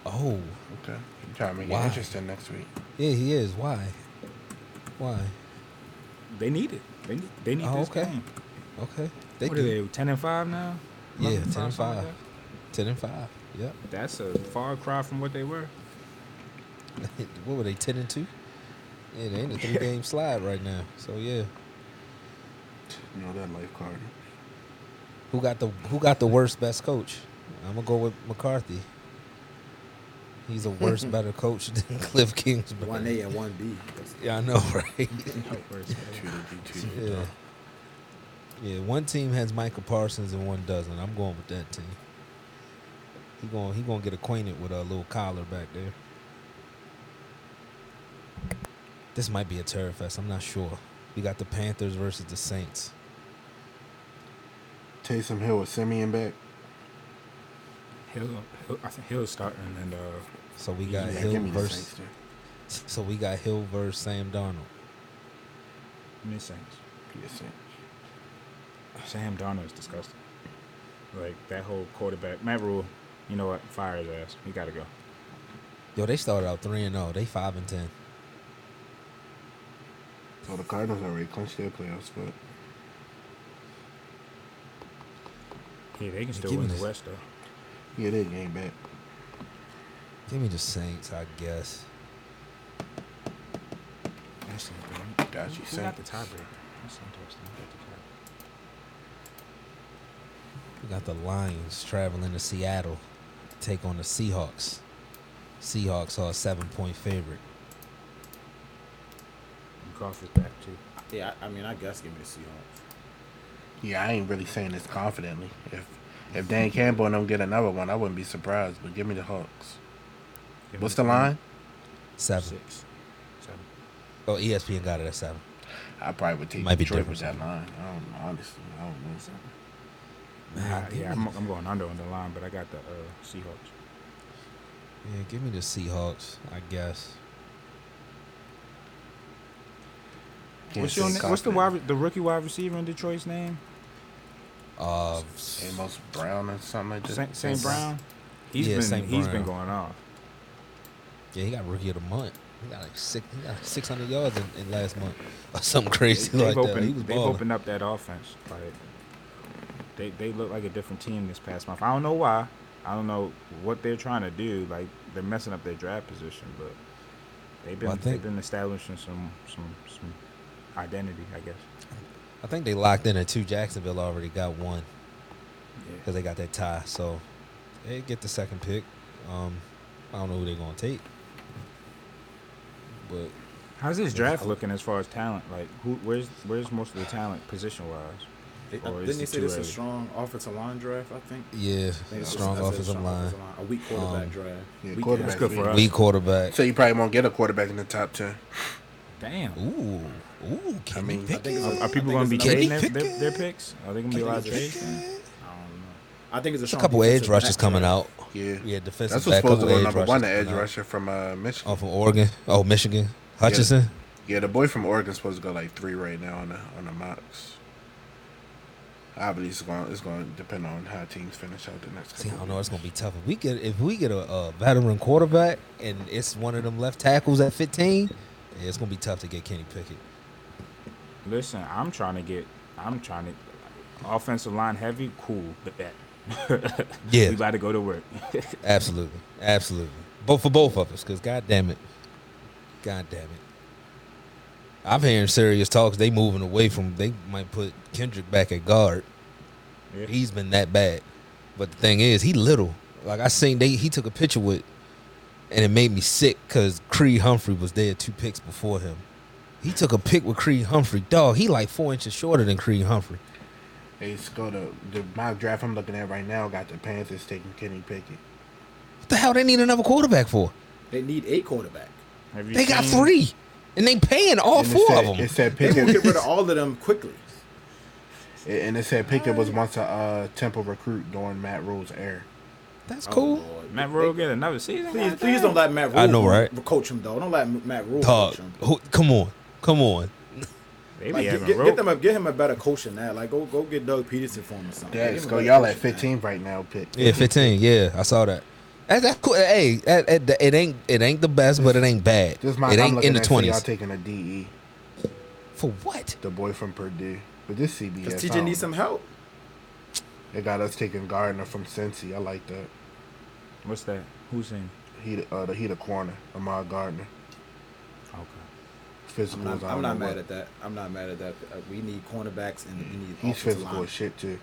Speaker 1: Oh,
Speaker 4: okay, I'm trying to make
Speaker 1: Why?
Speaker 4: it interesting next week.
Speaker 1: yeah, he is. Why? Why?
Speaker 3: They need it. They need. They need
Speaker 1: Oh,
Speaker 3: this
Speaker 1: okay.
Speaker 3: game.
Speaker 1: Okay, they
Speaker 3: what
Speaker 1: do.
Speaker 3: are they? Ten and five now.
Speaker 1: Yeah,
Speaker 3: 11
Speaker 1: ten and
Speaker 3: something
Speaker 1: five.
Speaker 3: like
Speaker 1: Ten and five. Yep.
Speaker 3: that? That's a far cry from what they were.
Speaker 1: [LAUGHS] what were they? Ten and two. Yeah, they in a three game slide right now. So yeah,
Speaker 4: You know that life card.
Speaker 1: who got the who got the worst best coach? I'm gonna go with McCarthy. He's a
Speaker 2: [LAUGHS]
Speaker 1: worse better coach than [LAUGHS] Cliff Kingsbury.
Speaker 2: One A and one
Speaker 1: [LAUGHS]
Speaker 2: B.
Speaker 1: Yeah, I know, right? yeah. Yeah, one team has Michael Parsons and one doesn't. I'm going with that team. He going he going to get acquainted with a little collar back there. This might be a terror fest. I'm not sure. We got the Panthers versus the Saints.
Speaker 4: Taysom Hill with Simeon back.
Speaker 3: Hill, Hill, I think Hill's starting, and uh,
Speaker 1: So we got
Speaker 4: Yeah,
Speaker 1: Hill
Speaker 4: give me the Saints
Speaker 1: versus
Speaker 4: then.
Speaker 1: so we got Hill versus Sam Darnold.
Speaker 3: Miss Saints.
Speaker 4: Give me the Saints.
Speaker 3: Sam Darnold is disgusting. Like that whole quarterback, Matt Rule. You know what? Fire his ass. He got to go.
Speaker 1: Yo, they started out three and zero. They five and ten.
Speaker 4: So the Cardinals already clinched their playoff spot.
Speaker 3: Yeah, they can still
Speaker 1: give me
Speaker 3: win the
Speaker 1: this.
Speaker 3: West though.
Speaker 4: Yeah, they game back.
Speaker 1: Give me the Saints, I guess.
Speaker 3: That's interesting.
Speaker 4: Got you,
Speaker 3: Who got the
Speaker 4: Saints.
Speaker 3: tiebreaker? That's interesting. Who got the tiebreaker?
Speaker 1: We got the Lions traveling to Seattle to take on the Seahawks. Seahawks are a seven point favorite.
Speaker 3: And Goff is back too.
Speaker 2: Yeah, I, I mean, I guess give me the Seahawks.
Speaker 4: Yeah, I ain't really saying this confidently. If if Dan Campbell and them get another one, I wouldn't be surprised. But give me the Hawks.
Speaker 3: Give
Speaker 4: What's the
Speaker 3: him
Speaker 4: line?
Speaker 1: Seven.
Speaker 3: Six. Seven.
Speaker 1: Oh, ESPN got it at seven.
Speaker 4: I probably would take
Speaker 1: Might be
Speaker 4: Detroit with that
Speaker 1: different.
Speaker 4: line. I don't know, honestly. I don't know.
Speaker 1: Man,
Speaker 3: Nah,
Speaker 1: give
Speaker 3: yeah,
Speaker 1: me-
Speaker 3: I'm, I'm going under on the line, but I got the uh, Seahawks.
Speaker 1: yeah, give me the Seahawks, I guess.
Speaker 4: Can't
Speaker 3: what's your
Speaker 4: say
Speaker 3: name? What's the
Speaker 4: confident.
Speaker 3: wide, re- the rookie wide receiver in Detroit's name?
Speaker 1: Uh,
Speaker 4: Amos Brown or something like that.
Speaker 3: Saint, Saint Brown. He's
Speaker 1: Yeah,
Speaker 3: been
Speaker 1: Saint
Speaker 3: he's been
Speaker 1: Brown. [LAUGHS]
Speaker 3: going off.
Speaker 1: yeah, he got rookie of the month. He got like six, he got like six hundred yards in, in last month or something crazy like
Speaker 3: They've
Speaker 1: that. He was
Speaker 3: opened they've
Speaker 1: balling.
Speaker 3: opened up that offense. Like they they look like a different team this past month. I don't know why. I don't know what they're trying to do. Like they're messing up their draft position, but they've been
Speaker 1: Well, I
Speaker 3: they've
Speaker 1: think-
Speaker 3: been establishing some some some identity, I guess.
Speaker 1: I think they locked in at two. Jacksonville already got one because they got that tie, so they get the second pick. Um, I don't know who they're gonna take, but
Speaker 3: How's this
Speaker 1: Yeah.
Speaker 3: draft looking as far as talent? Like who where's where's most of the talent position wise?
Speaker 2: They, uh,
Speaker 3: Or is
Speaker 2: didn't
Speaker 3: it
Speaker 2: they say
Speaker 3: too
Speaker 2: this is a
Speaker 3: early?
Speaker 2: strong offensive line draft? I think.
Speaker 1: Yeah,
Speaker 2: I think it's
Speaker 1: strong
Speaker 2: that's a
Speaker 1: offensive
Speaker 2: strong
Speaker 1: line.
Speaker 2: offensive A weak quarterback
Speaker 1: Um,
Speaker 2: draft.
Speaker 4: Yeah,
Speaker 2: Weak
Speaker 4: quarterback.
Speaker 3: That's good for
Speaker 4: yeah.
Speaker 3: us.
Speaker 1: Weak quarterback.
Speaker 4: So you probably won't get a quarterback in the top ten.
Speaker 3: Damn.
Speaker 1: Ooh, ooh, Kenny
Speaker 4: mean, I think
Speaker 1: Pickett.
Speaker 2: it's
Speaker 3: Are, are people
Speaker 2: I
Speaker 3: going to be
Speaker 2: think
Speaker 1: it's
Speaker 3: trading
Speaker 1: another-
Speaker 3: their,
Speaker 1: Kenny
Speaker 3: their, their
Speaker 1: Pickett.
Speaker 3: picks? Are they going to be a
Speaker 2: Kenny
Speaker 3: lot of
Speaker 2: Pickett.
Speaker 3: trades? now?
Speaker 2: I think it's a,
Speaker 1: A
Speaker 2: Sean
Speaker 1: couple
Speaker 2: Payton
Speaker 1: edge
Speaker 2: to
Speaker 1: rushes
Speaker 2: back
Speaker 1: coming
Speaker 2: there.
Speaker 1: out.
Speaker 4: Yeah.
Speaker 1: Yeah, defensive
Speaker 4: That's what's
Speaker 1: back.
Speaker 4: supposed to
Speaker 1: couple
Speaker 4: go
Speaker 1: edge
Speaker 4: number
Speaker 1: rushers
Speaker 4: one, the edge
Speaker 1: coming out.
Speaker 4: rusher from uh, Michigan.
Speaker 1: Oh, from Oregon. Oh, Michigan. Hutchinson.
Speaker 4: Yeah, the boy from Oregon's supposed to go like three right now on the on the mocks. Obviously, it's going it's going to depend on how teams finish out the next.
Speaker 1: See, I
Speaker 4: couple
Speaker 1: don't know. It's
Speaker 4: weeks.
Speaker 1: gonna be tough. If we get if we get a, a veteran quarterback and it's one of them left tackles at 15, yeah, it's gonna be tough to get Kenny Pickett.
Speaker 3: Listen, I'm trying to get. I'm trying to. Offensive line heavy, cool, but that. [LAUGHS]
Speaker 1: Yeah.
Speaker 3: we got to go to work.
Speaker 1: Absolutely, absolutely. Both for both of us, because God damn it, God damn it. I'm hearing serious talks. They moving away from. They might put Kendrick back at guard.
Speaker 3: Yeah.
Speaker 1: He's been that bad, but the thing is, he little. Like I seen, they he took a picture with, and it made me sick because Creed Humphrey was there two picks before him. He took a pick with Creed Humphrey. Dog, he like four inches shorter than Creed Humphrey.
Speaker 4: They go to the mock draft I'm looking at right now. Got the Panthers taking Kenny Pickett.
Speaker 1: What the hell they need another quarterback for?
Speaker 2: They need a quarterback.
Speaker 3: Have you
Speaker 1: They got
Speaker 3: seen-
Speaker 1: three, and they paying all
Speaker 4: And it
Speaker 1: Oh, four
Speaker 4: said,
Speaker 1: of them.
Speaker 4: It said
Speaker 2: They will get rid
Speaker 4: Pickett,
Speaker 2: of all of them quickly.
Speaker 4: and it said Pickett was once a uh, Temple recruit during Matt Rule's era.
Speaker 1: That's
Speaker 2: Oh,
Speaker 1: cool.
Speaker 2: Lord.
Speaker 3: Matt Rowe get another season.
Speaker 2: Please,
Speaker 3: God
Speaker 2: please
Speaker 3: damn.
Speaker 2: don't let Matt Rule
Speaker 1: I know, right?
Speaker 2: coach him though. Don't let M- Matt Rule
Speaker 1: Dog,
Speaker 2: coach him.
Speaker 1: who, come on, come on.
Speaker 3: They
Speaker 2: Like,
Speaker 3: be
Speaker 2: get,
Speaker 3: having
Speaker 2: get,
Speaker 3: Rowe.
Speaker 2: get them a get him a better coach than that. Like go go get Doug Peterson for him or something.
Speaker 4: That's
Speaker 2: Give him a
Speaker 4: go.
Speaker 2: better
Speaker 4: Y'all
Speaker 2: coach
Speaker 4: at
Speaker 2: than that.
Speaker 4: 15 right now. Pick.
Speaker 1: Yeah, fifteen. Yeah, I saw that. That, that's cool. Hey, that, that- it ain't it ain't the best, but it ain't bad.
Speaker 4: This mock
Speaker 1: it
Speaker 4: I'm
Speaker 1: ain't
Speaker 4: looking
Speaker 1: in the
Speaker 4: at say y'all
Speaker 1: twenties.
Speaker 4: taking a DE,
Speaker 1: For what?
Speaker 4: the boy from Purdue. But this CBS.
Speaker 2: Cause
Speaker 4: I
Speaker 2: TJ
Speaker 4: don't
Speaker 2: needs some help.
Speaker 4: They got us taking Gardner from Cincy. I like that.
Speaker 3: What's that? Who's in?
Speaker 4: He the- uh, the he the corner, Amar Gardner.
Speaker 3: Okay.
Speaker 4: Physical.
Speaker 2: I'm not,
Speaker 4: as I
Speaker 2: I'm
Speaker 4: don't
Speaker 2: not
Speaker 4: know
Speaker 2: mad
Speaker 4: what.
Speaker 2: at that. I'm not mad at that. Uh, we need cornerbacks and we need
Speaker 4: He's
Speaker 2: offensive
Speaker 4: physical
Speaker 2: line.
Speaker 4: as shit too.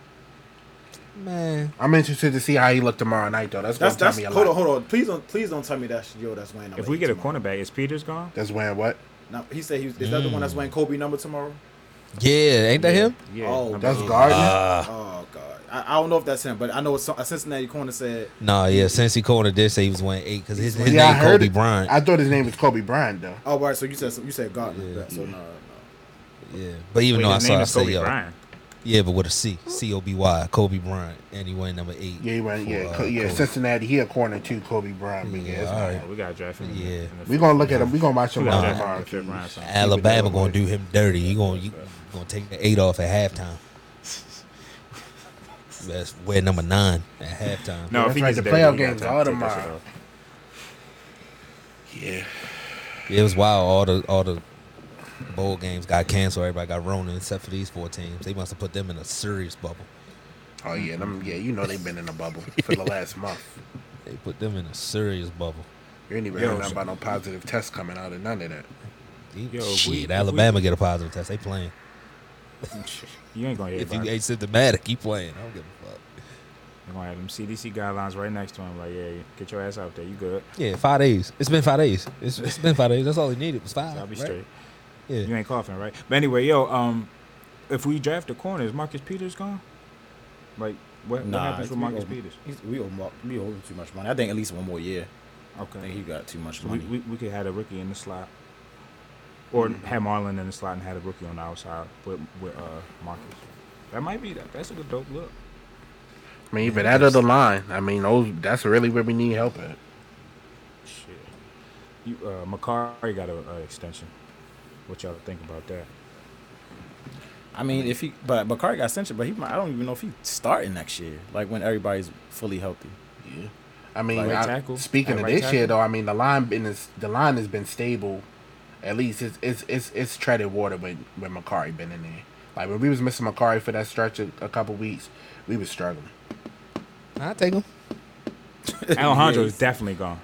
Speaker 1: Man,
Speaker 4: I'm interested to see how he look tomorrow night though. That's,
Speaker 2: That's
Speaker 4: gonna
Speaker 2: that's
Speaker 4: tell me a
Speaker 2: hold
Speaker 4: lot.
Speaker 2: on hold on. Please don't please don't tell me that's yo that's Wayne. number
Speaker 3: If we
Speaker 2: eight
Speaker 3: get a
Speaker 2: tomorrow.
Speaker 3: cornerback, is Peters gone?
Speaker 4: That's when what?
Speaker 2: now he said he was, is that the one that's
Speaker 4: Mm.
Speaker 2: Wayne Kobe number tomorrow?
Speaker 1: yeah, ain't that him?
Speaker 3: Yeah.
Speaker 2: Oh,
Speaker 3: number
Speaker 4: That's
Speaker 3: eight.
Speaker 4: Gardner.
Speaker 2: oh god, I, I don't know if that's him, but I know it's some, a Cincinnati corner said
Speaker 1: Nah, yeah. Since he corner did say he was one eight because his, his
Speaker 4: yeah, I
Speaker 1: name
Speaker 4: heard
Speaker 1: Kobe
Speaker 4: it.
Speaker 1: Bryant.
Speaker 4: I thought his name was Kobe Bryant though.
Speaker 2: Oh, right. So you said you said God.
Speaker 1: Yeah. Mm-hmm.
Speaker 2: So no, no.
Speaker 1: yeah, but even
Speaker 3: Wait,
Speaker 1: though I
Speaker 3: his name
Speaker 1: saw, I
Speaker 3: is
Speaker 1: say
Speaker 3: Kobe
Speaker 1: yo,
Speaker 3: Bryant.
Speaker 1: yeah, but with a C, C O B Y, Kobe Bryant, and he went number eight.
Speaker 4: Yeah, he went.
Speaker 1: for,
Speaker 4: Yeah,
Speaker 1: uh,
Speaker 4: Co- yeah.
Speaker 1: Kobe.
Speaker 4: Cincinnati. He a corner too. Kobe Bryant. But
Speaker 1: Yeah,
Speaker 4: yeah, it's
Speaker 1: all right.
Speaker 3: Yeah, Oh, we got to draft him. in the-
Speaker 1: Yeah.
Speaker 3: in the
Speaker 4: We
Speaker 3: fifth
Speaker 4: gonna look at
Speaker 3: round.
Speaker 4: him. We gonna watch
Speaker 3: We
Speaker 4: him
Speaker 3: gotta
Speaker 4: watch
Speaker 3: draft him in
Speaker 4: tomorrow.
Speaker 3: the fifth round, so.
Speaker 1: Alabama gonna do him dirty. You gonna you gonna take the eight off at halftime. That's where number nine at halftime.
Speaker 3: No,
Speaker 4: That's
Speaker 3: if he
Speaker 4: right,
Speaker 3: gets
Speaker 4: the
Speaker 3: there,
Speaker 4: playoff
Speaker 3: we got
Speaker 4: games
Speaker 3: time
Speaker 4: are
Speaker 3: to take that shit
Speaker 4: tomorrow.
Speaker 3: off.
Speaker 4: Yeah,
Speaker 1: It was wild. All the all the bowl games got canceled. Everybody got Rona except for these four teams. They must have put them in a serious bubble.
Speaker 4: oh yeah, them, yeah. You know they've been in a bubble for the last month.
Speaker 1: They put them in a serious bubble.
Speaker 4: You ain't even
Speaker 3: Yo,
Speaker 4: heard nothing
Speaker 3: so-
Speaker 4: about no positive tests coming out of none of that.
Speaker 1: They-
Speaker 3: Yo, if we-
Speaker 1: Shit,
Speaker 3: if we-
Speaker 1: Alabama get a positive test. They playing.
Speaker 3: [LAUGHS] You ain't gonna hear
Speaker 1: If you
Speaker 3: about it.
Speaker 1: asymptomatic, you playing. I don't give a fuck.
Speaker 3: You're gonna have them CDC guidelines right next to him. Like, yeah, get your ass out there. You good?
Speaker 1: Yeah, five days. It's been five days. It's, it's been five days. That's all he needed was five.
Speaker 3: So I'll be
Speaker 1: Ah, right?
Speaker 3: straight.
Speaker 1: Yeah.
Speaker 3: You ain't coughing, right? But anyway, yo, um, if we draft the corner, is Marcus Peters gone? Like, what, what happens with Marcus Peters?
Speaker 2: He's, we owe Mar- we owe him too much money. I think at least one more year. I think
Speaker 3: Okay,
Speaker 2: he got too much
Speaker 3: so we,
Speaker 2: money.
Speaker 3: we we could have a rookie in the slot, or have Marlon in the slot and had a rookie on the outside with with uh Marcus. That might be that. That's a good dope look.
Speaker 4: I mean, even out of the line. I mean, those, that's really where we need help at.
Speaker 3: Shit, you uh, Macari got a, a extension. What y'all think about that?
Speaker 2: I mean, if he but Bakari got censored, but he might, I don't even know if he's starting next year. Like when everybody's fully healthy.
Speaker 4: Yeah. I mean,
Speaker 3: Like right
Speaker 4: I-
Speaker 3: tackle?
Speaker 4: speaking
Speaker 3: Like
Speaker 4: of
Speaker 3: right
Speaker 4: this year,
Speaker 3: tackle?
Speaker 4: though, I mean the line been is, the line has been stable. At least it's it's it's, it's treaded water with with Macari been in there. Like when we was missing Macari for that stretch of a couple weeks, we was struggling.
Speaker 1: I take him.
Speaker 3: Alejandro
Speaker 2: Yeah.
Speaker 3: is definitely gone.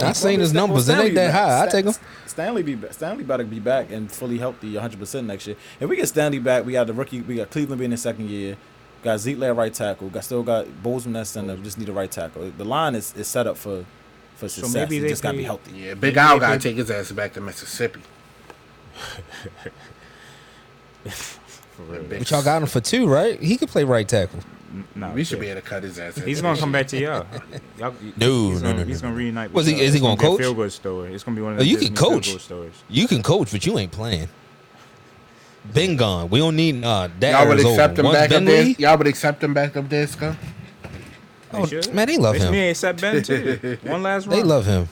Speaker 1: I seen his numbers. It ain't that high. I take him.
Speaker 2: Stanley be ba- Stanley better be back and fully healthy 100 percent next year. If we get Stanley back, we got the rookie. We got Cleveland being the second year. Got Zeke at right tackle. Got still got Bozeman at center. We just need a right tackle. The line is, is set up for for success.
Speaker 3: maybe
Speaker 2: It
Speaker 3: they
Speaker 2: just gotta be
Speaker 3: pay-
Speaker 2: healthy.
Speaker 4: Yeah, Big Al gotta take his ass back to Mississippi.
Speaker 3: For real.
Speaker 4: Big- [LAUGHS]
Speaker 1: But y'all got him for two, right? He could play right tackle.
Speaker 3: N-
Speaker 4: [LAUGHS]
Speaker 3: No,
Speaker 4: we should be
Speaker 3: yeah.
Speaker 4: able to cut his ass.
Speaker 3: He's gonna come back to
Speaker 1: [LAUGHS]
Speaker 3: y'all. y'all
Speaker 1: No,
Speaker 3: he's
Speaker 1: no,
Speaker 3: gonna,
Speaker 1: no,
Speaker 3: He's
Speaker 1: no,
Speaker 3: gonna
Speaker 1: no.
Speaker 3: reunite.
Speaker 1: Was he-
Speaker 3: with y'all.
Speaker 1: is he
Speaker 3: It's
Speaker 1: gonna
Speaker 3: be a
Speaker 1: coach?
Speaker 3: Field goal story. It's gonna be one of
Speaker 1: Oh,
Speaker 3: the
Speaker 1: you can coach.
Speaker 3: stories.
Speaker 1: You can coach, but you ain't playing. Ben gone. We don't need uh, that.
Speaker 4: Y'all would
Speaker 1: era's
Speaker 4: accept
Speaker 1: over.
Speaker 4: him
Speaker 1: Once
Speaker 4: back up
Speaker 1: ben
Speaker 4: there.
Speaker 1: leave-
Speaker 4: Y'all would accept him back up there, [LAUGHS] Scum.
Speaker 3: They
Speaker 1: Oh,
Speaker 3: should.
Speaker 1: man, they love
Speaker 3: They should-
Speaker 1: him.
Speaker 3: Yeah, except Ben too. One last
Speaker 1: [LAUGHS]
Speaker 3: run.
Speaker 1: They love him.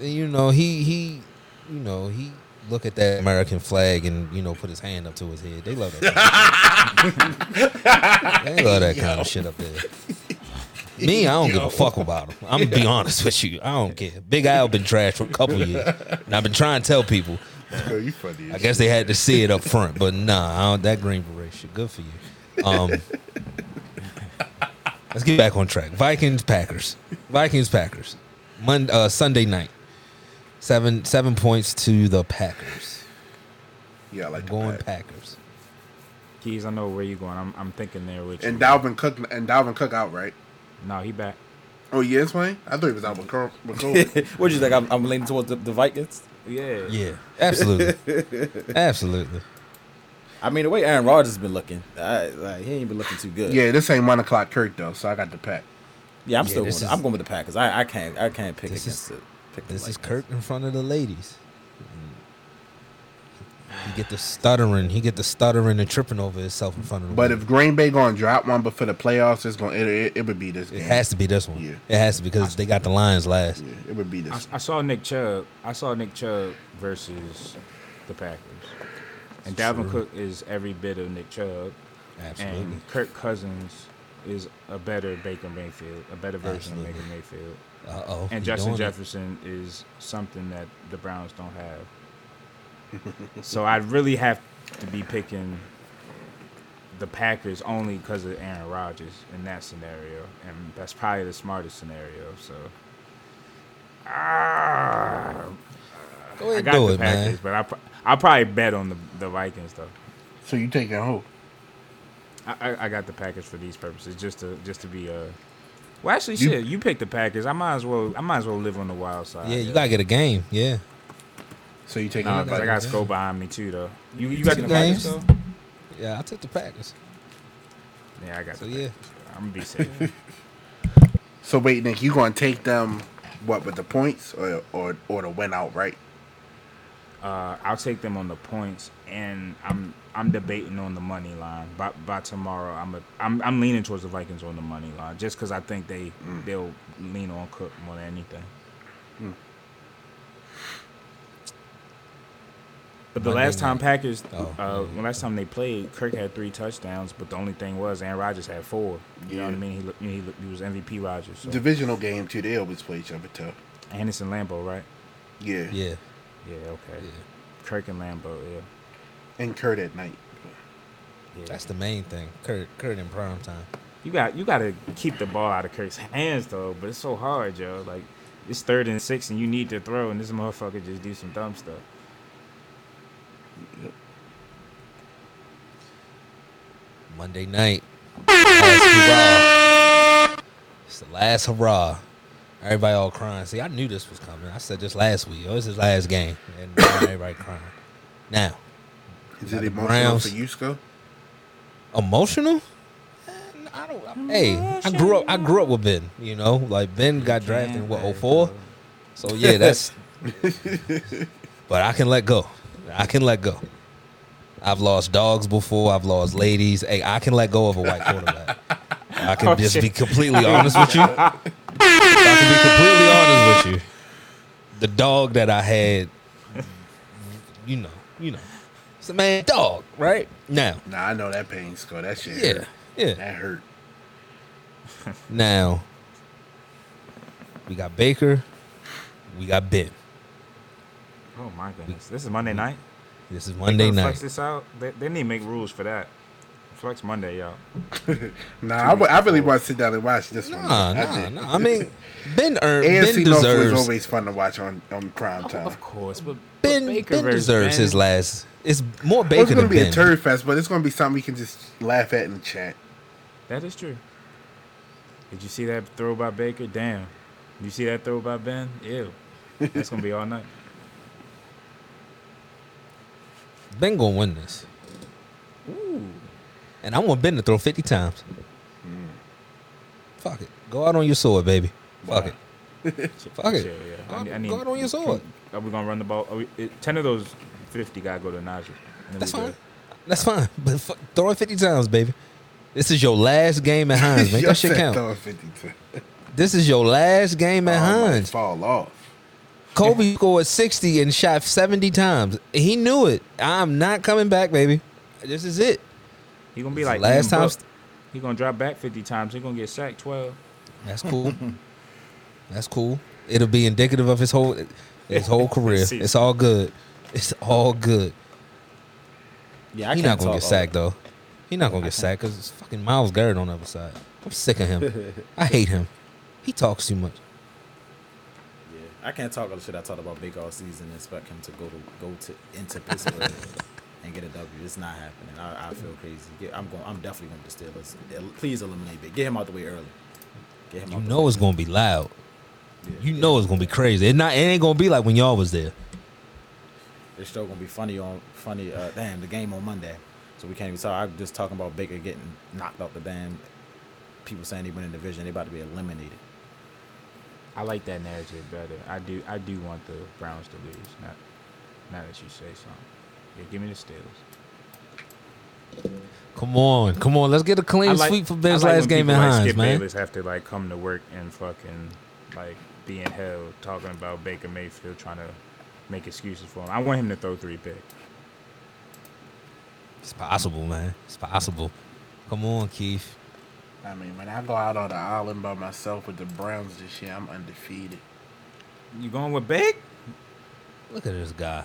Speaker 1: You know he he, you know he look at that American flag and you know put his hand up to his head. They love that. they love that kind of shit up there. Me, I don't give a fuck about him. I'm gonna be honest with you. I don't care. Big Al been trash for a couple years, and I've been trying to tell people.
Speaker 4: Yo, you funny.
Speaker 1: I guess they had to see it up front, but nah, I don't, that Green Beret shit, good for you. Um, let's get back on track. Vikings Packers. Vikings Packers. Monday, uh, Sunday night. Seven seven points to the Packers.
Speaker 4: Yeah, I like the
Speaker 1: Going
Speaker 4: Pack.
Speaker 1: Packers.
Speaker 3: Keys, I know where you going. I'm, I'm thinking there with you.
Speaker 4: And Dalvin Cook and Dalvin Cook out, right?
Speaker 3: No, he back.
Speaker 4: Oh, yes, Wayne. I thought he was out with Cor-
Speaker 1: [LAUGHS]
Speaker 4: with COVID.
Speaker 2: [LAUGHS] what you think? I'm, I'm leaning towards the, the Vikings.
Speaker 3: Yeah.
Speaker 1: Yeah, absolutely, absolutely.
Speaker 2: I mean, the way Aaron Rodgers has been looking, I, like, he ain't been looking too good.
Speaker 4: yeah, this ain't one o'clock Kirk though, so I got the pack.
Speaker 2: yeah. I'm
Speaker 1: Yeah,
Speaker 2: still going.
Speaker 1: this is-
Speaker 2: I'm going with the Packers. I, I can't. I can't pick
Speaker 1: This
Speaker 2: against
Speaker 1: is-
Speaker 2: it. Pick them
Speaker 1: This
Speaker 2: like
Speaker 1: is Kirk in front of the ladies. He get the stuttering. He get the stuttering and tripping over himself in front of the.
Speaker 4: But
Speaker 1: women.
Speaker 4: if Green Bay gonna drop one, but for the playoffs, it's gonna it, it, it would be this game.
Speaker 1: it has to be this one,
Speaker 4: Yeah.
Speaker 1: it has to because they got the Lions last.
Speaker 4: Yeah, it would be
Speaker 3: I,
Speaker 4: this.
Speaker 3: I saw Nick Chubb. I saw Nick Chubb versus the Packers. And Dalvin Cook is every bit of Nick Chubb.
Speaker 1: Absolutely.
Speaker 3: And Kirk Cousins is a better Baker Mayfield, a better version
Speaker 1: Absolutely.
Speaker 3: of Baker Mayfield.
Speaker 1: Uh oh.
Speaker 3: And Justin Jefferson is something that the Browns don't have. [LAUGHS] so I really have to be picking the Packers only because of Aaron Rodgers in that scenario, and that's probably the smartest scenario. So. Ah,
Speaker 1: Go
Speaker 3: I
Speaker 1: ahead,
Speaker 3: got
Speaker 1: do
Speaker 3: the
Speaker 1: it,
Speaker 3: Packers,
Speaker 1: man.
Speaker 3: but I pro- I probably bet on the, the Vikings though.
Speaker 4: So you taking who?
Speaker 3: I, I, I got the Packers for these purposes, just to just to be uh. Well, actually, shit, you picked the Packers. I might as well. I might as well live on the wild side.
Speaker 1: Yeah, you gotta get a game. Yeah.
Speaker 4: So you taking
Speaker 3: Nah,
Speaker 4: the
Speaker 3: 'cause I got
Speaker 4: Vikings?
Speaker 3: Sko behind me too, though. You you
Speaker 1: You
Speaker 3: got
Speaker 1: took
Speaker 3: the
Speaker 1: the
Speaker 3: Packers
Speaker 1: Packers?
Speaker 3: though?
Speaker 1: Yeah, I took the Packers.
Speaker 3: Yeah, I got.
Speaker 1: So,
Speaker 3: the
Speaker 1: yeah.
Speaker 3: Packers.
Speaker 1: [LAUGHS]
Speaker 3: I'm gonna be safe.
Speaker 4: So wait, Nick, you gonna take them what with the points or or or the win outright?
Speaker 3: uh, I'll take them on the points, and I'm I'm debating on the money line. By by tomorrow, I'm a, I'm I'm leaning towards the Vikings on the money line, just because I think they
Speaker 1: Hmm.
Speaker 3: they'll lean on Cook more than anything. But the
Speaker 1: Monday
Speaker 3: last time
Speaker 1: night.
Speaker 3: Packers,
Speaker 1: Oh,
Speaker 3: uh, when last time they played, Kirk had three touchdowns, but the only thing was Aaron Rodgers had four. You know what I
Speaker 4: Yeah.
Speaker 3: mean? He looked, he, looked, he was MVP Rodgers. So.
Speaker 4: Divisional game too. They always play each other tough.
Speaker 3: Anderson Lambo, right?
Speaker 4: Yeah.
Speaker 1: Yeah.
Speaker 3: Yeah, okay.
Speaker 1: Yeah.
Speaker 3: Kirk and Lambo, yeah.
Speaker 4: And Kurt at night.
Speaker 3: yeah.
Speaker 1: That's the main thing. Kurt Kurt in prime time.
Speaker 3: You got you got to keep the ball out of Kirk's hands though, but it's so hard, yo. Like it's third and six, and you need to throw, and this motherfucker just do some dumb stuff.
Speaker 1: Monday night. Last hurrah. It's the last hurrah. Everybody all crying. See, I knew this was coming. I said this last week. Oh, it's his last game. And now everybody crying. Now,
Speaker 4: Is
Speaker 1: Got
Speaker 4: it
Speaker 1: the
Speaker 4: emotional
Speaker 1: Browns.
Speaker 4: for you, Sko?
Speaker 1: emotional? Eh, I don't. I- Hey, I grew up. I grew up with Ben. You know, like Ben got drafted in what 04? So yeah, that's. but I can let go. I can let go. I've lost dogs before. I've lost ladies. Hey, I can let go of a white quarterback. I can
Speaker 3: Oh,
Speaker 1: just
Speaker 3: shit.
Speaker 1: be completely honest with you. I can be completely honest with you. The dog that I had, you know, you know, it's a man dog, right? Now,
Speaker 4: Nah, I know that pain, Sko. That shit.
Speaker 1: yeah,
Speaker 4: Hurt.
Speaker 1: yeah.
Speaker 4: That hurt.
Speaker 1: Now, we got Baker, we got Ben.
Speaker 3: Oh my goodness, this is Monday night.
Speaker 1: This is Monday
Speaker 3: Gonna Flex
Speaker 1: night.
Speaker 3: this out. They, they need to make rules for that. Flex Monday, y'all.
Speaker 4: Nah, I, w- I really want to sit down and watch this one.
Speaker 1: Nah,
Speaker 4: I
Speaker 1: nah,
Speaker 4: did.
Speaker 1: nah. I
Speaker 4: [LAUGHS]
Speaker 1: mean, Ben earned, Ben
Speaker 4: AFC North was
Speaker 1: deserves,
Speaker 4: always fun to watch on on prime time.
Speaker 3: Of course, but
Speaker 1: Ben, ben deserves his last. It's more
Speaker 4: Well, Oh, it's
Speaker 1: Baker
Speaker 4: gonna
Speaker 1: than
Speaker 4: be a
Speaker 1: Ben.
Speaker 4: turd fest, but it's gonna be something we can just laugh at in the chat.
Speaker 3: That is true. Did you see that throw by Baker? Damn. You see that throw by Ben? Ew. That's gonna be all night.
Speaker 1: ben gonna win this,
Speaker 3: Ooh.
Speaker 1: and I want Ben to throw fifty times.
Speaker 4: Hmm.
Speaker 1: Go out on your sword, baby. Fuck
Speaker 3: Nah.
Speaker 1: it.
Speaker 4: [LAUGHS]
Speaker 1: Fuck it.
Speaker 3: Yeah, yeah.
Speaker 1: Go out- go out on your sword.
Speaker 3: Are we gonna run the ball? Are we, it, Ten of those fifty gotta go to Najee. and then
Speaker 1: That's
Speaker 3: we
Speaker 1: fine.
Speaker 3: good.
Speaker 1: That's fine. But fuck, throw it 50 times, baby. This is your last game
Speaker 2: [LAUGHS]
Speaker 1: at Hines, man.
Speaker 4: [LAUGHS] Y'all
Speaker 1: That shit
Speaker 4: said
Speaker 1: count.
Speaker 4: throwing 52.
Speaker 1: This is your last game at
Speaker 4: Oh, I might
Speaker 1: Hines.
Speaker 4: Fall off.
Speaker 1: Kobe scored 60 and shot 70 times. He knew it. I'm not coming back, baby. This is it.
Speaker 3: He gonna be
Speaker 1: It's
Speaker 3: like
Speaker 1: the last time-
Speaker 3: last time. He gonna drop back fifty times. He gonna get sacked twelve.
Speaker 1: That's
Speaker 2: [LAUGHS]
Speaker 1: cool. That's cool. It'll be indicative of his whole his
Speaker 2: [LAUGHS]
Speaker 1: whole career.
Speaker 3: See.
Speaker 1: It's all good. It's all good.
Speaker 2: Yeah, I
Speaker 1: He's not
Speaker 2: can't
Speaker 1: gonna
Speaker 2: talk
Speaker 1: get
Speaker 2: all
Speaker 1: sacked though. He's not gonna get sacked because it's fucking Miles Garrett on the other side. I'm sick of him.
Speaker 2: [LAUGHS]
Speaker 1: I hate him. He talks too much.
Speaker 2: Yeah, I can't talk all the shit I talked about Big all season and expect him to go to go to
Speaker 1: [LAUGHS]
Speaker 2: into Pittsburgh and get a W. It's not happening. I, I feel crazy. Yeah, I'm going. I'm definitely going to the Steelers. El- Please eliminate Big. Get him out the way early. Get him
Speaker 1: You
Speaker 2: out.
Speaker 1: know it's gonna be loud.
Speaker 2: the way. Yeah.
Speaker 1: You know it's gonna be crazy. It not. It ain't gonna be like when y'all was there.
Speaker 2: It's still gonna be funny on funny. Uh, damn, the game on Monday, so we can't even talk. I'm just talking about Baker getting knocked out the damn. People saying they win the division. They about to be eliminated.
Speaker 3: I like that narrative better. I do. I do want the Browns to lose. Not, now that you say something. Yeah, give me the Steelers.
Speaker 1: Come on, come on. Let's get a
Speaker 3: I
Speaker 1: clean
Speaker 3: like-
Speaker 1: sweep for
Speaker 3: I
Speaker 1: Ben's
Speaker 3: like
Speaker 1: last
Speaker 3: when
Speaker 1: game
Speaker 3: people
Speaker 1: in
Speaker 3: like
Speaker 1: Hines,
Speaker 3: Skip
Speaker 1: man.
Speaker 3: Bayless have to like come to work and fucking like being held talking about Baker Mayfield trying to make excuses for him. I want him to throw three picks.
Speaker 1: It's possible, man. It's possible. Come on, Keith.
Speaker 4: I mean, when I go out on the island by myself with the Browns this year, I'm undefeated.
Speaker 3: You going with Big?
Speaker 1: Look at this guy.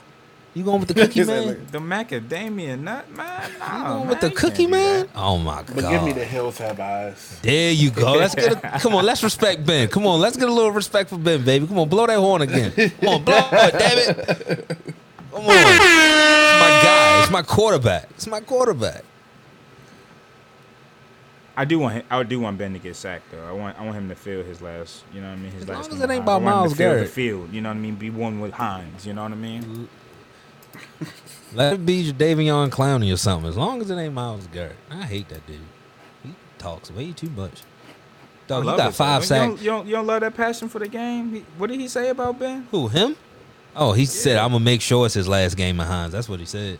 Speaker 1: You going with
Speaker 3: [LAUGHS]
Speaker 1: the [LAUGHS] cookie man?
Speaker 3: The macadamia nut man.
Speaker 1: You
Speaker 3: No,
Speaker 1: going
Speaker 3: man,
Speaker 1: with the
Speaker 3: you
Speaker 1: cookie
Speaker 3: can't do that.
Speaker 1: man? Oh my god.
Speaker 4: But give me the hills have eyes.
Speaker 1: There you go. Let's get
Speaker 3: [LAUGHS]
Speaker 1: a, come on. Let's respect Ben. Come on. Let's get a little respect for Ben, baby. Come on, blow that horn again. Come on, blow it,
Speaker 3: [LAUGHS]
Speaker 1: damn it. Come on. It's my guy. It's my quarterback. It's my quarterback.
Speaker 3: I do want him, I do want Ben to get sacked though. I want I want him to feel his last. You know what I mean? His
Speaker 1: As
Speaker 3: last
Speaker 1: long as
Speaker 3: game
Speaker 1: it
Speaker 3: with
Speaker 1: ain't
Speaker 3: Hines.
Speaker 1: by
Speaker 3: I want him to
Speaker 1: Myles
Speaker 3: feel
Speaker 1: Garrett.
Speaker 3: The field. You know what I mean? Be one with Hines. You know what I mean?
Speaker 1: Let it be Davion Clowney or something. As long as it ain't Miles Garrett. I hate that dude. He talks way too much. Dog, you
Speaker 3: Love it,
Speaker 1: got
Speaker 3: though.
Speaker 1: five
Speaker 3: You
Speaker 1: sacks.
Speaker 3: don't, you, don't, you don't love that passion for the game. He, what did he say about Ben?
Speaker 1: Who him? Oh, he said I'm gonna make sure it's his last game at Hines. That's what he said.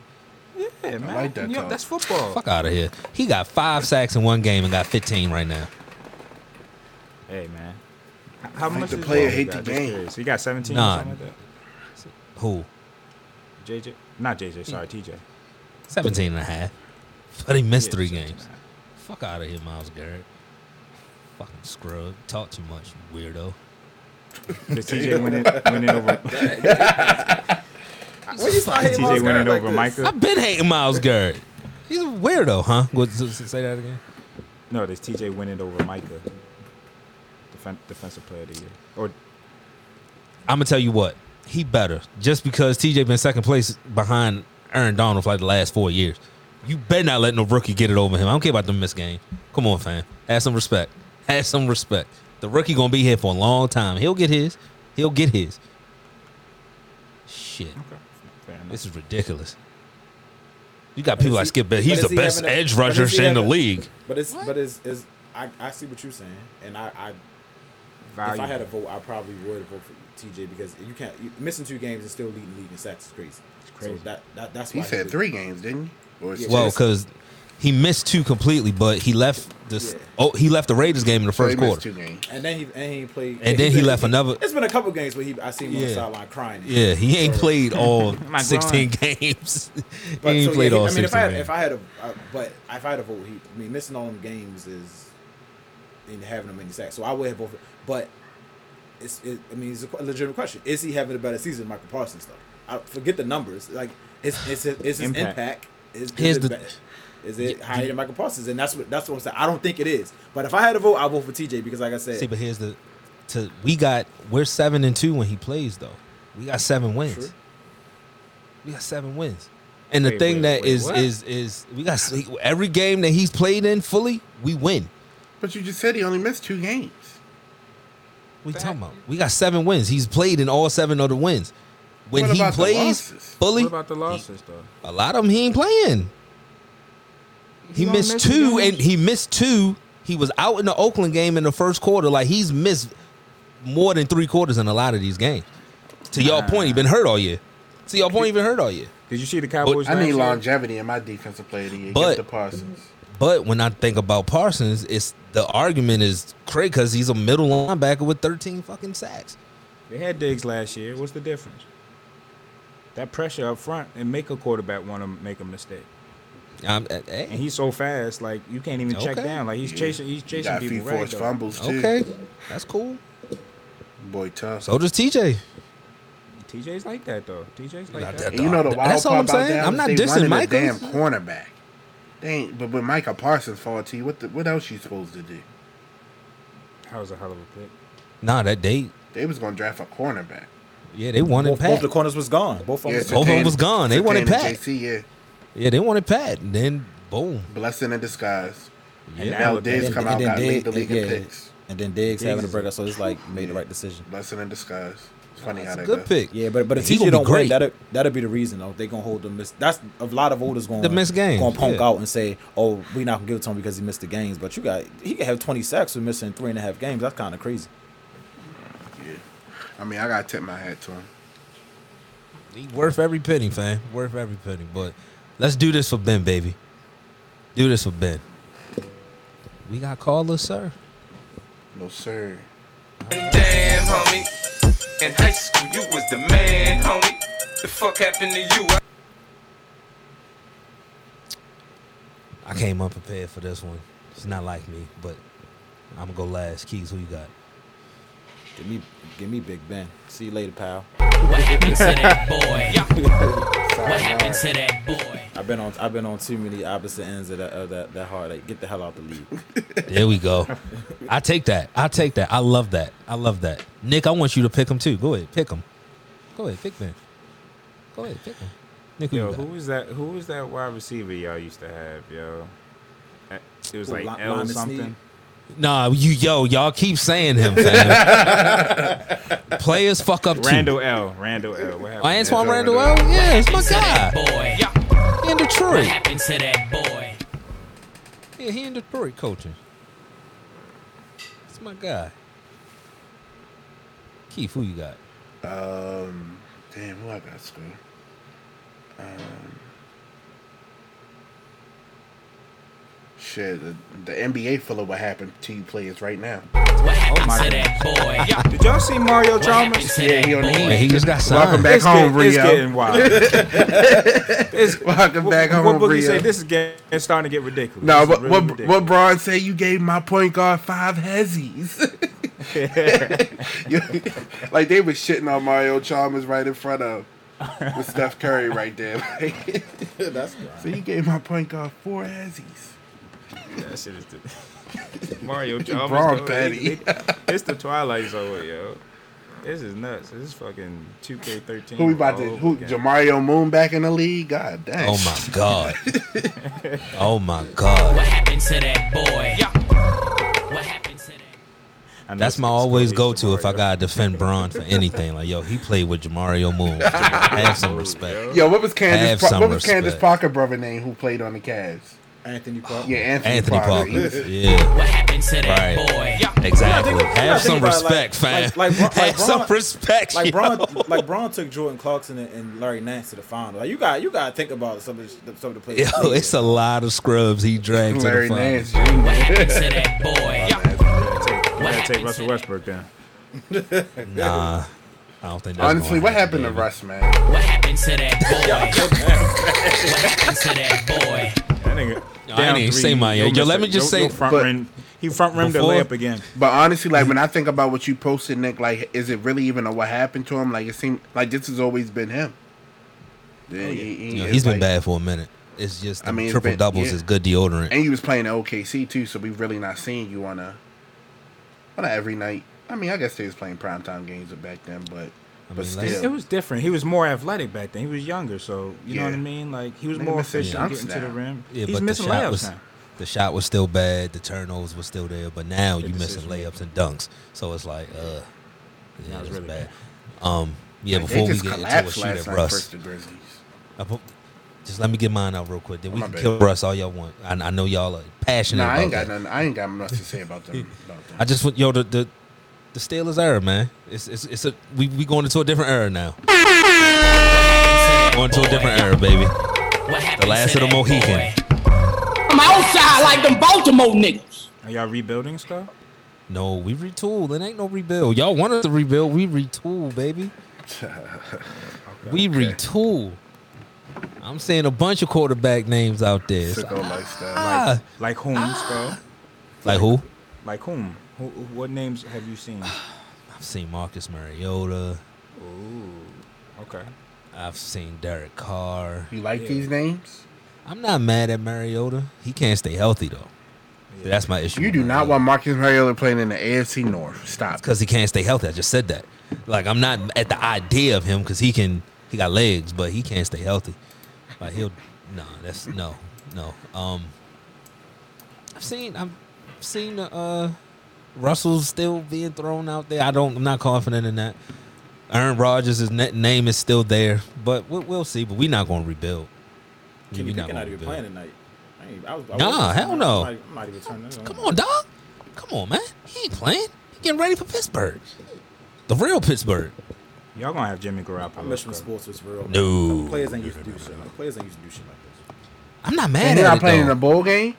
Speaker 3: Yeah, man.
Speaker 4: like that
Speaker 3: You know,
Speaker 4: talk.
Speaker 3: that's football.
Speaker 1: Fuck out of here. He got five sacks in one game and got 15 right now.
Speaker 3: Hey man, H- how
Speaker 4: Make
Speaker 3: much
Speaker 4: the
Speaker 3: is
Speaker 4: player
Speaker 3: Wall
Speaker 4: hate
Speaker 3: got?
Speaker 4: the
Speaker 3: Just
Speaker 4: game.
Speaker 3: curious. He got 17
Speaker 1: Nah.
Speaker 3: or something like
Speaker 1: Who?
Speaker 3: that. JJ, not JJ. Sorry, TJ.
Speaker 1: 17 and a half. But he missed
Speaker 3: Yeah,
Speaker 1: three
Speaker 3: 17.
Speaker 1: games. Fuck out of here, Miles Garrett. Fucking scrub. Talk too much, you weirdo.
Speaker 3: Did TJ win it? Win it over?
Speaker 1: He's a fucking-
Speaker 3: TJ winning over Micah?
Speaker 1: I've been hating Miles Garrett. He's a weirdo, huh? What, s- s- say that again.
Speaker 3: No, this TJ winning over Micah, Defen- defensive player of the year. Or
Speaker 1: I'm gonna tell you what. He better just because TJ been second place behind Aaron Donald for like the last four years. You better not let no rookie get it over him. I don't care about the missed game. Come on, fam. Have some respect. [LAUGHS] Have some respect. The rookie gonna be here for a long time. He'll get his. He'll get his. Shit,
Speaker 3: okay, fair enough.
Speaker 1: this is ridiculous. You got people
Speaker 2: is
Speaker 1: like
Speaker 2: he-
Speaker 1: Skip Bayless.
Speaker 2: but
Speaker 1: He's
Speaker 2: is
Speaker 1: the
Speaker 2: he
Speaker 1: best
Speaker 2: having a-
Speaker 1: edge
Speaker 2: but is
Speaker 1: rusher
Speaker 2: he
Speaker 1: in the
Speaker 2: having-
Speaker 1: league.
Speaker 2: But it's but it's is I, I see what you're saying, and I, I if I had a vote, I probably would vote for TJ because you can't you, missing two games and still leading the league in sacks is crazy.
Speaker 3: crazy.
Speaker 2: So that, that that's why
Speaker 4: He said
Speaker 2: was-
Speaker 4: three games, didn't he? Or
Speaker 2: Yeah.
Speaker 1: Well,
Speaker 2: Yes.
Speaker 1: because he missed two completely, but he left the
Speaker 2: Yeah.
Speaker 1: oh he left the Raiders game in the
Speaker 4: so he
Speaker 1: first
Speaker 4: missed
Speaker 1: quarter.
Speaker 4: Two games.
Speaker 2: And then he and he ain't played.
Speaker 1: And then he left another-
Speaker 2: It's been a couple games where he I seen him on the
Speaker 1: Yeah.
Speaker 2: sideline crying.
Speaker 1: Yeah, he ain't played all
Speaker 3: My
Speaker 1: 16 games. [LAUGHS] he
Speaker 2: But,
Speaker 1: ain't
Speaker 2: so,
Speaker 1: played
Speaker 2: yeah, he-
Speaker 1: all
Speaker 2: I mean,
Speaker 1: 16
Speaker 2: if I had,
Speaker 1: games.
Speaker 2: if I had a, uh, but if I had a vote, he, I mean, missing all them games is, and having them in the sack. So I would have voted. But it's, it, I mean, it's a qu- legitimate question. Is he having a better season, than Michael Parsons? Though I forget the numbers. Like, it's it's it's his
Speaker 3: Impact.
Speaker 2: impact. Is, is
Speaker 1: Here's
Speaker 2: it
Speaker 1: the-
Speaker 2: ba- Is it higher than Michael Parsons? And that's what that's what I'm saying. I don't think it is. But if I had a vote, I would vote for TJ because, like I said,
Speaker 1: See, but here's the to we got we're seven and two when he plays though. We got seven wins.
Speaker 2: True.
Speaker 1: We got seven wins. And the
Speaker 3: Wait,
Speaker 1: thing
Speaker 3: wait,
Speaker 1: that
Speaker 3: wait,
Speaker 1: is
Speaker 3: what?
Speaker 1: is is we got every game that he's played in fully, we win.
Speaker 4: But you just said he only missed two games.
Speaker 1: We talking about we got seven wins. He's played in all seven of the wins. When
Speaker 4: What
Speaker 1: he
Speaker 4: about the
Speaker 1: plays
Speaker 4: losses?
Speaker 1: fully,
Speaker 3: What about the losses though?
Speaker 1: a lot of them he ain't playing. He
Speaker 3: You gonna
Speaker 1: missed
Speaker 3: miss
Speaker 1: two,
Speaker 3: again?
Speaker 1: and he missed two He was out in the Oakland game in the first quarter. Like he's missed more than three quarters in a lot of these games. To y'all point, he been hurt all year. To y'all point, he been hurt all year.
Speaker 3: Did you see the Cowboys?
Speaker 4: I
Speaker 3: last
Speaker 4: need
Speaker 3: year?
Speaker 4: longevity in my defensive player of the year.
Speaker 1: But-
Speaker 4: Get the Parsons.
Speaker 1: But when I think about Parsons, it's the argument is crazy because he's a middle linebacker with 13 fucking sacks.
Speaker 3: They had Diggs last year. What's the difference? That pressure up front and make a quarterback want to make a mistake.
Speaker 1: I'm, uh, hey,
Speaker 3: And he's so fast, like you can't even check
Speaker 1: Okay.
Speaker 3: down. Like he's chasing, he's
Speaker 4: You
Speaker 3: chasing
Speaker 4: got few
Speaker 3: people right
Speaker 4: forced
Speaker 3: though.
Speaker 4: fumbles too.
Speaker 1: okay, that's cool.
Speaker 4: Boy, tough.
Speaker 1: So does TJ.
Speaker 3: TJ's like that though. TJ's like
Speaker 1: Nah,
Speaker 3: that.
Speaker 1: that-
Speaker 4: And you know the
Speaker 1: That's
Speaker 4: wild
Speaker 1: all
Speaker 4: part
Speaker 1: I'm
Speaker 4: about
Speaker 1: saying.
Speaker 4: that
Speaker 1: I'm
Speaker 4: is
Speaker 1: not
Speaker 4: they
Speaker 1: dissing
Speaker 4: wanted a
Speaker 1: Michael.
Speaker 4: damn cornerback. They ain't, but with Micah Parsons fall to you, what the, what else you supposed to do?
Speaker 3: That was a hell of a pick.
Speaker 1: Nah, that they
Speaker 4: They was gonna draft a cornerback.
Speaker 1: yeah they wanted
Speaker 2: Both, both
Speaker 1: Pat.
Speaker 2: the corners was gone. Both of them.
Speaker 4: Yeah,
Speaker 2: was
Speaker 1: Both of them was gone. They wanted
Speaker 4: Sertan and
Speaker 1: Pat.
Speaker 4: JC, yeah,
Speaker 1: yeah, they wanted Pat. And then boom.
Speaker 4: blessing in disguise.
Speaker 3: And
Speaker 1: Yeah.
Speaker 4: Now
Speaker 3: now
Speaker 4: Diggs
Speaker 3: Diggs-
Speaker 4: come out
Speaker 2: and
Speaker 4: got
Speaker 2: then
Speaker 4: lead the
Speaker 2: Diggs-
Speaker 4: league in
Speaker 2: yeah.
Speaker 4: picks.
Speaker 2: And then Diggs,
Speaker 3: Diggs
Speaker 2: having a
Speaker 3: is-
Speaker 2: break. So it's like made the right decision.
Speaker 4: Blessing in disguise. It's funny how
Speaker 1: That's a
Speaker 4: that
Speaker 1: good
Speaker 4: goes.
Speaker 1: pick.
Speaker 2: Yeah, but but if
Speaker 1: He
Speaker 2: TJ
Speaker 1: gonna be
Speaker 2: don't win,
Speaker 1: great.
Speaker 2: that'll that'll be the reason though. They gonna hold them. Miss, that's a lot of voters going
Speaker 1: The missed games,
Speaker 2: Going to punk
Speaker 1: yeah.
Speaker 2: out and say, "Oh, we not gonna give it to him because he missed the games." But you got he can have twenty sacks with missing three and a half games. That's kind of crazy.
Speaker 4: Yeah. I mean, I gotta tip my hat to him.
Speaker 1: He worth every penny, fam. Worth every penny. But let's do this for Ben, baby. Do this for Ben. We got callers, sir.
Speaker 4: No sir.
Speaker 7: Damn, homie. In high school, you was the man, homie. The fuck happened to you? I-
Speaker 1: I came unprepared for this one. It's not like me, but I'm gonna go last. Keys, who you got?
Speaker 2: Give me give me Big Ben. See you later, pal.
Speaker 8: What happened to that boy? What happened to that boy?
Speaker 2: I've been on I've been on too many opposite ends of that of that that heartache. Get the hell out the league.
Speaker 1: There we
Speaker 3: [LAUGHS]
Speaker 1: go. I take that. I take that. I love that. I love that. Nick, I want you to pick him too. Go ahead, pick him. Go ahead, pick Ben. Go ahead, pick him. Nick, who
Speaker 3: Yo,
Speaker 1: you got?
Speaker 3: who was that? Who was that wide receiver y'all used to have? Yo, Uh, it was
Speaker 2: Who,
Speaker 3: like
Speaker 2: Lon-
Speaker 3: L
Speaker 2: Lonnie
Speaker 3: something.
Speaker 2: Snead?
Speaker 1: Nah, you yo, y'all keep saying him, fam.
Speaker 3: [LAUGHS]
Speaker 1: Players fuck up too.
Speaker 3: Randall L. Randall L. What happened?
Speaker 1: Antoine
Speaker 4: Yeah,
Speaker 1: Randall,
Speaker 4: Randall.
Speaker 1: L? yeah, it's my
Speaker 8: To that
Speaker 1: guy.
Speaker 8: boy.
Speaker 1: He in
Speaker 8: What
Speaker 1: Detroit.
Speaker 8: happened to that boy?
Speaker 1: Yeah, he in Detroit coaching. It's my guy. Keith, who you got?
Speaker 4: Um, damn, who I got screwed? Um, shit, the, the NBA full of what happened to you players right [LAUGHS] now.
Speaker 8: What happened
Speaker 3: my
Speaker 8: to that boy?
Speaker 3: Did y'all see Mario
Speaker 8: What happened
Speaker 3: Chalmers?
Speaker 8: to
Speaker 4: Yeah,
Speaker 8: that
Speaker 4: he on the
Speaker 8: boy?
Speaker 1: Man, he just got signed.
Speaker 4: Welcome back
Speaker 3: It's
Speaker 4: home,
Speaker 3: get- It's
Speaker 4: Rio. [LAUGHS]
Speaker 3: getting wild. It's-
Speaker 4: Welcome
Speaker 3: what-
Speaker 4: back home,
Speaker 3: What Boogie
Speaker 4: Rio.
Speaker 3: say? This is getting it's starting to get ridiculous.
Speaker 4: No,
Speaker 3: This is
Speaker 4: what
Speaker 3: really
Speaker 4: what, what
Speaker 3: ridiculous.
Speaker 4: Braun say? You gave my point guard five [LAUGHS]
Speaker 3: [LAUGHS]
Speaker 4: hezzies. like they was shitting on Mario Chalmers right in front of with Steph Curry right there. [LAUGHS]
Speaker 3: [LAUGHS]
Speaker 4: Like,
Speaker 2: That's
Speaker 4: so you gave my point guard four hezzies.
Speaker 3: That shit is the [LAUGHS] Mario Chalmers.
Speaker 4: Braun
Speaker 3: though,
Speaker 4: Petty.
Speaker 3: they- they- It's the Twilight Zone, yo. This is nuts. This is fucking 2K13.
Speaker 4: Who we about to?
Speaker 3: all
Speaker 4: Who
Speaker 3: over again.
Speaker 4: Jamario Moon back in the league? God damn.
Speaker 1: Oh my god. oh my god.
Speaker 8: What happened to that boy? What happened to that
Speaker 3: I know
Speaker 1: That's
Speaker 3: it's-
Speaker 1: my
Speaker 3: it's
Speaker 1: always
Speaker 3: always
Speaker 1: go to if I
Speaker 3: Jamario.
Speaker 1: gotta defend Braun for anything. Like, yo, he played with Jamario Moon. Have some respect.
Speaker 4: Yo, what was
Speaker 1: Have
Speaker 4: Candace? Pa-
Speaker 1: some
Speaker 4: what was Candace
Speaker 1: respect.
Speaker 4: Parker brother name who played on the Cavs?
Speaker 2: Anthony Parker.
Speaker 4: Yeah, Anthony,
Speaker 1: Anthony
Speaker 4: Parker.
Speaker 1: Parker.
Speaker 4: He [LAUGHS] was-
Speaker 1: Yeah.
Speaker 8: What happened to that
Speaker 1: Right.
Speaker 8: boy?
Speaker 1: Exactly.
Speaker 2: You gotta think- you
Speaker 1: Have
Speaker 2: gotta think
Speaker 1: some
Speaker 2: about it, like-
Speaker 1: respect, fam.
Speaker 2: like- like Bron- like
Speaker 1: Have some
Speaker 2: Bron-
Speaker 1: respect.
Speaker 3: [LAUGHS]
Speaker 2: Like
Speaker 1: yo.
Speaker 2: Braun, like Braun took Jordan Clarkson and, and Larry Nance to the final. Like you got, you got to think about some of the, some of the players.
Speaker 1: Yo, it's a lot of scrubs he dragged to the
Speaker 4: Larry
Speaker 1: finals.
Speaker 4: Nance Jr.
Speaker 8: What happened to that boy?
Speaker 3: You
Speaker 8: What
Speaker 3: gotta take
Speaker 8: happened
Speaker 3: Russell
Speaker 8: to-
Speaker 3: Westbrook down.
Speaker 1: Nah, I don't think. That's
Speaker 4: Honestly,
Speaker 1: gonna
Speaker 4: what
Speaker 1: happen,
Speaker 4: happened to
Speaker 1: baby.
Speaker 4: Russ, man?
Speaker 8: What happened to that boy? What happened to that boy?
Speaker 3: That nigga.
Speaker 1: I didn't even say mine yet.
Speaker 3: yo,
Speaker 1: Yo, let me just
Speaker 3: yo,
Speaker 1: say-
Speaker 3: yo, front
Speaker 4: But-
Speaker 3: rim, he front rimmed the
Speaker 1: Before-
Speaker 3: layup again.
Speaker 4: But honestly, like when I think about what you posted, Nick, like is it really even a what happened to him? Like it seemed like this has always been him. Oh, Yeah, he, he
Speaker 1: You know,
Speaker 4: is,
Speaker 1: he's been
Speaker 4: like-
Speaker 1: bad for a minute. It's just
Speaker 4: I mean, it's
Speaker 1: triple
Speaker 4: been-
Speaker 1: doubles
Speaker 4: yeah.
Speaker 1: is good deodorant.
Speaker 4: and he was playing at OKC too, so we really not seeing you on a on a every night. I mean, I guess they was playing primetime games back then, but
Speaker 1: I
Speaker 4: but
Speaker 1: mean,
Speaker 4: still,
Speaker 1: let's-
Speaker 3: It was different. He was more athletic back then. He was younger, so you know
Speaker 4: Yeah.
Speaker 3: what I mean. Like he was
Speaker 4: Nigga
Speaker 3: more
Speaker 4: missing
Speaker 3: efficient
Speaker 4: dunks
Speaker 3: getting to the
Speaker 4: now.
Speaker 3: rim.
Speaker 1: yeah,
Speaker 3: He's
Speaker 1: but the
Speaker 3: missing
Speaker 1: shot
Speaker 3: layups
Speaker 1: was
Speaker 3: now.
Speaker 1: the shot was still bad. The turnovers were still there, but now you missing
Speaker 3: decision.
Speaker 1: layups and dunks. So it's like, uh, yeah,
Speaker 3: That
Speaker 1: it's
Speaker 3: was really
Speaker 1: bad. Um, yeah,
Speaker 4: Like,
Speaker 1: before
Speaker 4: they
Speaker 1: we
Speaker 4: just
Speaker 1: get into a
Speaker 4: collapsed
Speaker 1: shoot
Speaker 4: last
Speaker 1: at
Speaker 4: night versus
Speaker 1: Russ,
Speaker 4: the Grizzlies.
Speaker 1: I put- Just let me get mine out real quick. Then we
Speaker 4: Oh, My
Speaker 1: can
Speaker 4: bad.
Speaker 1: kill Russ all y'all want. I, I know y'all are passionate
Speaker 4: Nah, I
Speaker 1: about
Speaker 4: ain't
Speaker 1: that.
Speaker 4: got nothing. I ain't got much to say about them. About them.
Speaker 1: I just want yo the the, the Steelers era, man. It's it's it's a we we going into a different era now. Going into a different era, baby.
Speaker 8: The
Speaker 1: last of the Mohican.
Speaker 9: I'm outside like them Baltimore niggas.
Speaker 3: Are y'all rebuilding stuff?
Speaker 1: No, we retool. It ain't no rebuild. Y'all want us to rebuild. We retool, baby. we retool. I'm seeing a bunch of quarterback names out there. It's
Speaker 4: Sick
Speaker 1: like,
Speaker 4: on lifestyle.
Speaker 1: ah.
Speaker 3: Like whom, Skull?
Speaker 1: Like who?
Speaker 3: Like whom? Who, who- what names have you seen?
Speaker 1: I've seen Marcus Mariota.
Speaker 3: Okay.
Speaker 1: I've seen Derek Carr.
Speaker 4: you like these names?
Speaker 1: I'm not mad at Mariota. He can't stay healthy though. That's my issue.
Speaker 4: You
Speaker 1: with
Speaker 4: do not
Speaker 1: Mariota.
Speaker 4: want Marcus Mariota playing in the AFC North. Stop.
Speaker 1: because he can't stay healthy. I just said that. Like I'm not at the idea of him because he can. He got legs, but he can't stay healthy. Like he'll. No, that's no, no. Um, I've seen. I've seen. Uh, Russell still being thrown out there. I don't. I'm not confident in that. Aaron Rodgers' na- name is still there, but we'll, we'll see. But we're not going to rebuild.
Speaker 2: Kenny
Speaker 1: We not gonna
Speaker 2: Pickett not even
Speaker 1: rebuild.
Speaker 2: playing tonight. I ain't, I was, I
Speaker 1: Nah,
Speaker 2: wasn't-
Speaker 1: hell no.
Speaker 2: I'm not, I'm not even turning that
Speaker 1: Come on, dog. Come on, man. He ain't playing. He getting ready for Pittsburgh. The real Pittsburgh.
Speaker 3: Y'all gonna have Jimmy Garoppolo.
Speaker 2: I miss when
Speaker 3: Skull.
Speaker 2: sports was real.
Speaker 1: No.
Speaker 2: Like, players ain't used to do shit. Like, players ain't used to do shit like this.
Speaker 1: I'm not mad
Speaker 4: And they're
Speaker 1: at
Speaker 4: not
Speaker 1: it,
Speaker 4: playing in
Speaker 1: though.
Speaker 4: a bowl game.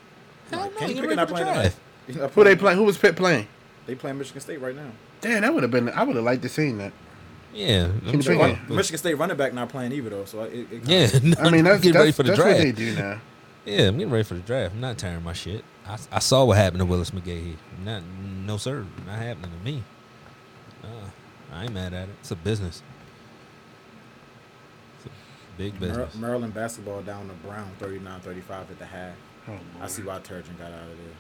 Speaker 1: Hell no,
Speaker 2: Kenny
Speaker 1: you
Speaker 2: Pickett
Speaker 1: ready
Speaker 2: not
Speaker 1: for the
Speaker 2: playing
Speaker 1: draft.
Speaker 2: tonight. He's not
Speaker 4: Who they
Speaker 2: playing.
Speaker 4: play? Who was Pitt playing?
Speaker 2: They playing Michigan State right now.
Speaker 4: Damn, that would have been. I would have liked to seen that.
Speaker 1: Yeah.
Speaker 4: Kenny
Speaker 1: sure.
Speaker 4: Pickett.
Speaker 1: But-
Speaker 2: Michigan State running back not playing either though. So I- it, it
Speaker 1: Yeah. [LAUGHS]
Speaker 4: I mean, that's,
Speaker 1: getting
Speaker 4: that's,
Speaker 1: ready for the
Speaker 4: that's what they
Speaker 1: draft.
Speaker 4: do now.
Speaker 1: Yeah, I'm getting ready for the draft. I'm not tearing my shit. I, I saw what happened to Willis McGahee. Not, no sir, not happening to me. Uh, I ain't mad at it. It's a business. It's a big
Speaker 2: Mar-
Speaker 1: business.
Speaker 2: Maryland basketball down to Brown 39-35 at the half.
Speaker 4: Oh,
Speaker 2: I see why Turgeon got out of there.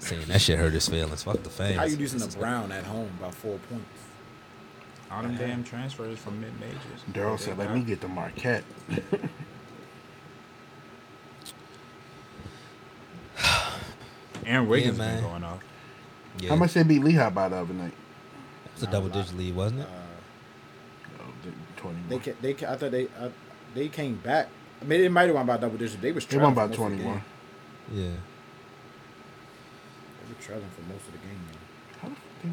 Speaker 1: Saying that shit hurt his feelings. Fuck the fans.
Speaker 2: How you losing to Brown at home by four points?
Speaker 3: All them damn transfers from mid majors.
Speaker 4: Daryl said, "Let me get the Marquette."
Speaker 3: Aaron Wiggins
Speaker 1: Yeah,
Speaker 3: been
Speaker 1: man.
Speaker 3: going off.
Speaker 1: Yeah,
Speaker 4: How much they beat Lehigh by the other night?
Speaker 1: it was a double digit lead, wasn't it?
Speaker 4: Oh, they- Twenty.
Speaker 2: They
Speaker 4: They,
Speaker 2: ca- they ca- I thought they uh, they came back. I mean, they might have won by double digits. They was
Speaker 4: they
Speaker 2: trailing
Speaker 4: won
Speaker 2: for most of
Speaker 4: by
Speaker 2: the
Speaker 4: twenty-one.
Speaker 2: game.
Speaker 1: Yeah.
Speaker 2: They were trailing for most of the game. man.
Speaker 4: How the fuck they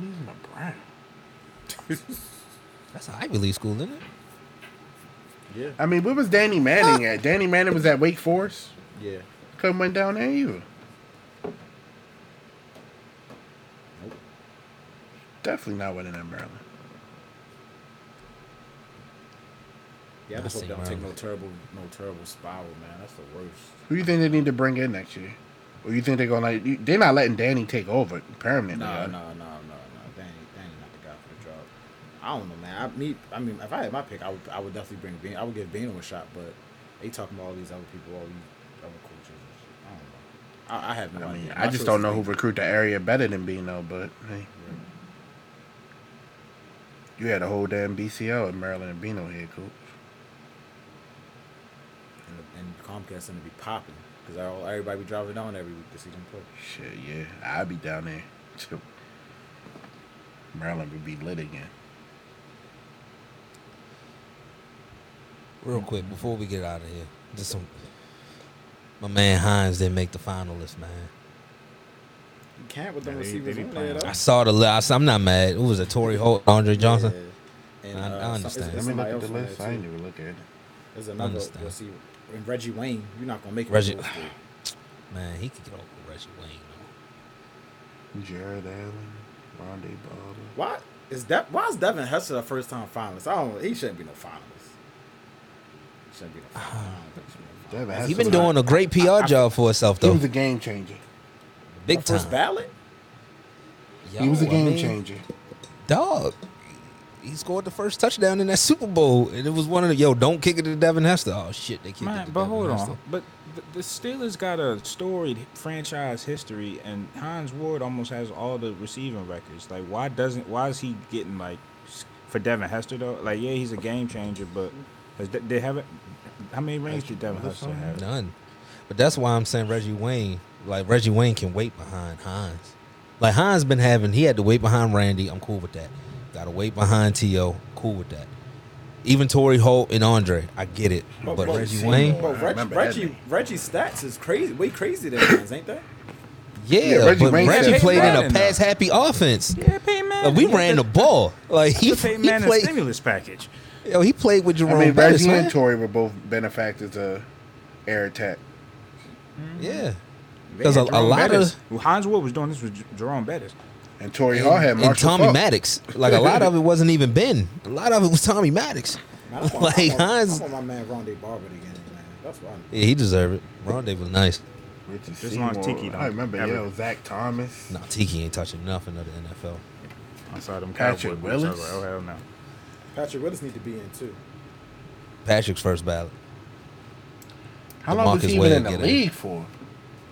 Speaker 4: losing to Brown?
Speaker 1: That's an Ivy League school, isn't it?
Speaker 4: I mean, where was Danny Manning at? Danny Manning was at Wake Forest.
Speaker 2: Yeah.
Speaker 4: Couldn't went down there either. Definitely not winning at Maryland.
Speaker 2: Yeah, I
Speaker 1: I
Speaker 2: just hope
Speaker 1: see
Speaker 2: they don't take no
Speaker 1: Maryland.
Speaker 2: terrible, no terrible spiral, man. That's the worst.
Speaker 4: Who you think they need to bring in next year? Or you think they're gonna like? you- They're not letting Danny take over permanently.
Speaker 2: Nah,
Speaker 4: are
Speaker 2: nah, nah,
Speaker 4: they?
Speaker 2: nah, nah. Danny, Danny, not the guy for the job. I don't know, man. I me, I mean, if I had my pick, I would, I would definitely bring Bean. I would give Beano a shot, but they talking about all these other people, all these other coaches. And shit. I don't know. I, I have no
Speaker 4: I
Speaker 2: idea.
Speaker 4: mean,
Speaker 2: My
Speaker 4: I just
Speaker 2: choice
Speaker 4: don't
Speaker 2: is
Speaker 4: know who
Speaker 2: Bean.
Speaker 4: recruit the area better than Bino, but hey. You had a whole damn BCL at Maryland and Bino here, cool.
Speaker 2: And, and Comcast going to be popping because everybody be driving down every week to see them play.
Speaker 4: Shit, yeah. I'd be down there. [LAUGHS] too. Maryland would be lit again.
Speaker 1: Real quick, before we get out of here, just some. My man Hines didn't make the finalists, man.
Speaker 2: You can't with them
Speaker 3: Yeah, they-
Speaker 2: receivers
Speaker 3: they be
Speaker 2: on there,
Speaker 3: playing.
Speaker 2: though.
Speaker 1: I saw the list. I'm not mad. It was a Tory Holt, Andre Johnson.
Speaker 2: Yeah. And, uh,
Speaker 1: I- I
Speaker 2: some- it's-
Speaker 1: understand.
Speaker 2: it's
Speaker 4: Let me look
Speaker 2: somebody
Speaker 4: at the
Speaker 2: else on
Speaker 4: list.
Speaker 2: there,
Speaker 4: I ain't
Speaker 2: too.
Speaker 4: even look at it.
Speaker 2: There's another
Speaker 1: Understand.
Speaker 2: receiver. And Reggie Wayne, you're not going to make it.
Speaker 1: Reggie-
Speaker 2: with those
Speaker 1: [SIGHS]
Speaker 2: three.
Speaker 1: Man, he could get over Reggie Wayne. though.
Speaker 4: Jared Allen, Rondé Barber.
Speaker 2: Why is that? Why is Devin Hester the first time finalist? I don't. He shouldn't be no finalist. He Shouldn't be no finalist. I don't think he should be no finalist.
Speaker 4: Devin Hester
Speaker 1: He Uh-huh. been
Speaker 4: was-
Speaker 1: doing a great PR job for himself
Speaker 4: He
Speaker 1: though,
Speaker 4: was a game changer.
Speaker 1: big time.
Speaker 2: First ballot.
Speaker 4: he was a
Speaker 1: Yo, I
Speaker 4: game
Speaker 1: mean,
Speaker 4: changer.
Speaker 1: Dog, he scored the first touchdown in that Super Bowl, and it was one of the yo. Don't kick it to Devin Hester. Oh shit, they kicked it
Speaker 3: Man,
Speaker 1: to
Speaker 3: but
Speaker 1: Devin
Speaker 3: hold
Speaker 1: Hester.
Speaker 3: on. But the, the Steelers got a storied franchise history, and Heinz Ward almost has all the receiving records. Like, why doesn't? Why is he getting like s- for Devin Hester though? Like, yeah, he's a game changer, but has, De- they haven't. How many rings did Devin Hester have?
Speaker 1: None. But that's why I'm saying Reggie Wayne. Like Reggie Wayne can wait behind Hines. Like Hines been having, he had to wait behind Randy. I'm cool with that. Got to wait behind To. Cool with that. Even Tory Holt and Andre, I get it. But, Reggie Wayne,
Speaker 2: But Reg,
Speaker 4: remember that
Speaker 2: Reggie,
Speaker 4: name.
Speaker 2: Reggie's stats is crazy, way crazy than mine, ain't they?
Speaker 1: yeah,
Speaker 4: Yeah, Reggie
Speaker 1: but
Speaker 4: Wayne
Speaker 1: Reggie
Speaker 4: said-
Speaker 1: played in a
Speaker 3: Peyton Manning,
Speaker 1: pass happy offense.
Speaker 3: Yeah, Peyton Manning.
Speaker 1: Like, we ran the ball. Like he, he
Speaker 3: He, Peyton Manning
Speaker 1: played.
Speaker 3: stimulus package.
Speaker 1: Yo, he played with Jerome
Speaker 4: I mean,
Speaker 1: Bettis,
Speaker 4: Reggie and
Speaker 1: man.
Speaker 4: Tory were both benefactors of air attack.
Speaker 1: Yeah,
Speaker 3: They
Speaker 1: There's
Speaker 3: had
Speaker 1: a- a
Speaker 3: Jerome
Speaker 1: lot
Speaker 3: Bettis.
Speaker 1: of-
Speaker 3: Well, Hans Wood was doing this with J- Jerome Bettis.
Speaker 4: And Tory Hall had Marshall
Speaker 1: and Tommy
Speaker 4: Falk.
Speaker 1: Maddox. Like a lot of it wasn't even Ben. A lot of it was Tommy Maddox.
Speaker 2: Man,
Speaker 1: [LAUGHS]
Speaker 2: I want,
Speaker 1: Like,
Speaker 2: I want,
Speaker 1: Hans-
Speaker 2: I want my man Rondé Barber to get it, man. That's why.
Speaker 1: Yeah, he deserved it. Rondé was nice.
Speaker 4: Richard
Speaker 3: Just long as
Speaker 4: Seymour.
Speaker 3: Tiki don't
Speaker 4: I remember,
Speaker 3: ever-
Speaker 4: yo, Zach Thomas.
Speaker 1: Nah, Tiki ain't touching nothing of the NFL.
Speaker 3: I saw them
Speaker 4: Patrick
Speaker 3: Cowboy boots. I was
Speaker 4: Willis?
Speaker 3: like, oh hell no.
Speaker 2: Patrick Willis need to be in too.
Speaker 1: Patrick's first ballot,
Speaker 4: How long was
Speaker 1: DeMarcus
Speaker 4: he even
Speaker 1: Ware
Speaker 4: in the
Speaker 1: get it.
Speaker 4: league for?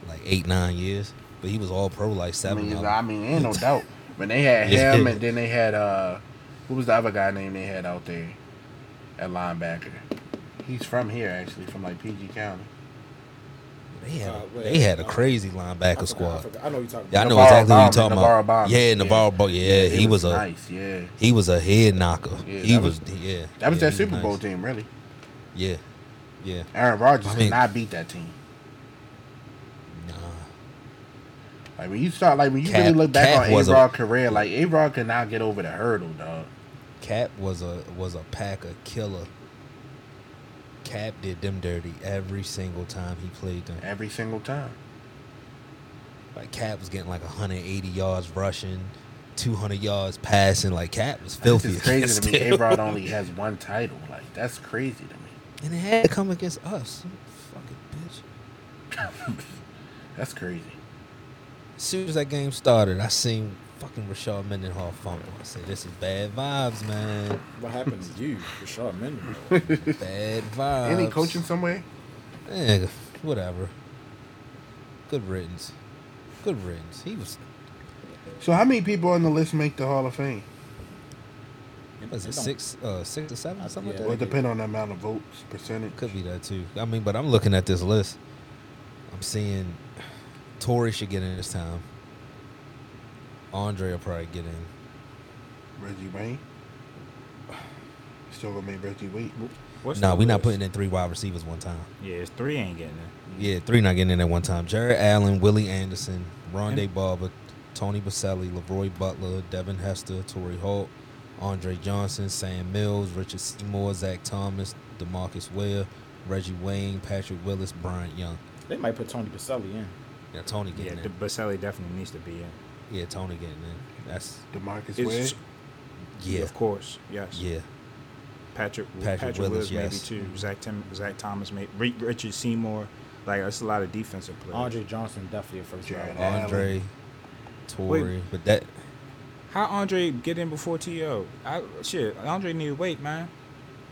Speaker 1: like eight nine years, but he was all pro like
Speaker 4: I
Speaker 1: seven.
Speaker 4: mean,
Speaker 1: of them.
Speaker 4: I
Speaker 1: [LAUGHS]
Speaker 4: mean, ain't no doubt. When they had
Speaker 1: Yeah.
Speaker 4: him, and then they had uh, who was the other guy name they had out there at linebacker? He's from here actually, from like PG County.
Speaker 1: They had,
Speaker 2: Uh,
Speaker 1: a
Speaker 2: wait,
Speaker 1: they had a
Speaker 2: uh,
Speaker 1: crazy
Speaker 2: I,
Speaker 1: linebacker
Speaker 2: forgot, I,
Speaker 1: squad.
Speaker 2: forgot. I know you're talking
Speaker 1: Yeah, I
Speaker 2: about.
Speaker 1: know
Speaker 4: Navarro
Speaker 1: exactly who you're
Speaker 4: Bowman,
Speaker 1: talking
Speaker 4: Navarro
Speaker 1: about.
Speaker 4: Bowman,
Speaker 1: Yeah,
Speaker 4: yeah.
Speaker 1: Navarro Bowman. Yeah,
Speaker 4: Yeah,
Speaker 1: he was, a
Speaker 4: nice, yeah.
Speaker 1: he was a head knocker.
Speaker 4: Yeah,
Speaker 1: he
Speaker 4: that
Speaker 1: was,
Speaker 4: was-
Speaker 1: yeah.
Speaker 4: That was
Speaker 1: yeah,
Speaker 4: that
Speaker 1: he
Speaker 4: Super Bowl
Speaker 1: nice.
Speaker 4: team, really.
Speaker 1: Yeah, yeah.
Speaker 4: Aaron Rodgers
Speaker 1: I
Speaker 4: could
Speaker 1: mean-
Speaker 4: not beat that team.
Speaker 1: Nah,
Speaker 4: Like when you start, like when you
Speaker 1: Cap-
Speaker 4: really look back
Speaker 1: Cap
Speaker 4: on
Speaker 1: was
Speaker 4: A
Speaker 1: a-
Speaker 4: Rod's career, like A Rod could not get over the hurdle, dog.
Speaker 1: Cap was a was a packer killer. Cap did them dirty every single time he played them.
Speaker 4: Every single time.
Speaker 1: Like Cap was getting like 180 yards rushing, 200 yards passing. Like Cap was filthy.
Speaker 4: It's crazy to me.
Speaker 1: still. [LAUGHS]
Speaker 4: A Rod only has one title. Like that's crazy to me.
Speaker 1: And it had to come against us. Fucking bitch.
Speaker 4: That's crazy.
Speaker 1: As soon as that game started, I seen fucking Rashad Mendenhall fumble. I said, "This is bad vibes, man.
Speaker 2: What happened to you, Rashad
Speaker 1: [LAUGHS]
Speaker 2: Mendenhall?
Speaker 4: [LAUGHS]
Speaker 1: Bad vibes."
Speaker 4: Any coaching somewhere?
Speaker 1: Eh, whatever. Good riddance. Good riddance. He was.
Speaker 4: So how many people on the list make the Hall of Fame?
Speaker 1: Was it six, uh, six or seven, or something
Speaker 4: Well,
Speaker 1: like
Speaker 4: it
Speaker 1: that?
Speaker 4: depends on the amount of votes percentage.
Speaker 1: Could be that too. I mean, but I'm looking at this list. I'm seeing Tory should get in this time. Andre will probably get in.
Speaker 4: Reggie Wayne. Still gonna make Reggie Wayne.
Speaker 3: What's
Speaker 1: nah,
Speaker 3: the
Speaker 1: we not
Speaker 3: list? Mm.
Speaker 1: putting in three wide receivers one time.
Speaker 3: Yeah, it's three ain't getting it.
Speaker 1: Yeah, three not getting in at one time. Jared Allen, Willie Anderson, Rondé Barber, Tony Baselli, Leroy Butler, Devin Hester, Torrey Holt, Andre Johnson, Sam Mills, Richard Seymour, Zach Thomas, Demarcus Ware, Reggie Wayne, Patrick Willis, Brian Young.
Speaker 2: They might put Tony Baselli in.
Speaker 1: Yeah, Tony
Speaker 3: Yeah,
Speaker 1: getting
Speaker 3: the
Speaker 1: in.
Speaker 3: Baselli definitely needs to be in.
Speaker 1: yeah, Tony getting in. That's
Speaker 4: Demarcus Ware.
Speaker 3: It's-
Speaker 1: yeah,
Speaker 3: Of course, yes.
Speaker 1: yeah.
Speaker 3: Patrick
Speaker 1: Patrick
Speaker 3: Patrick,
Speaker 1: Willis,
Speaker 3: Willis,
Speaker 1: yes.
Speaker 3: maybe too. Zach Tim, Zach Thomas, maybe Richard Seymour. Like that's a lot of defensive players.
Speaker 2: Andre Johnson definitely a first
Speaker 4: Jared
Speaker 2: round.
Speaker 4: Allen.
Speaker 1: Andre, Torrey, but that
Speaker 3: How Andre get in before To? I, shit, Andre need to wait, man.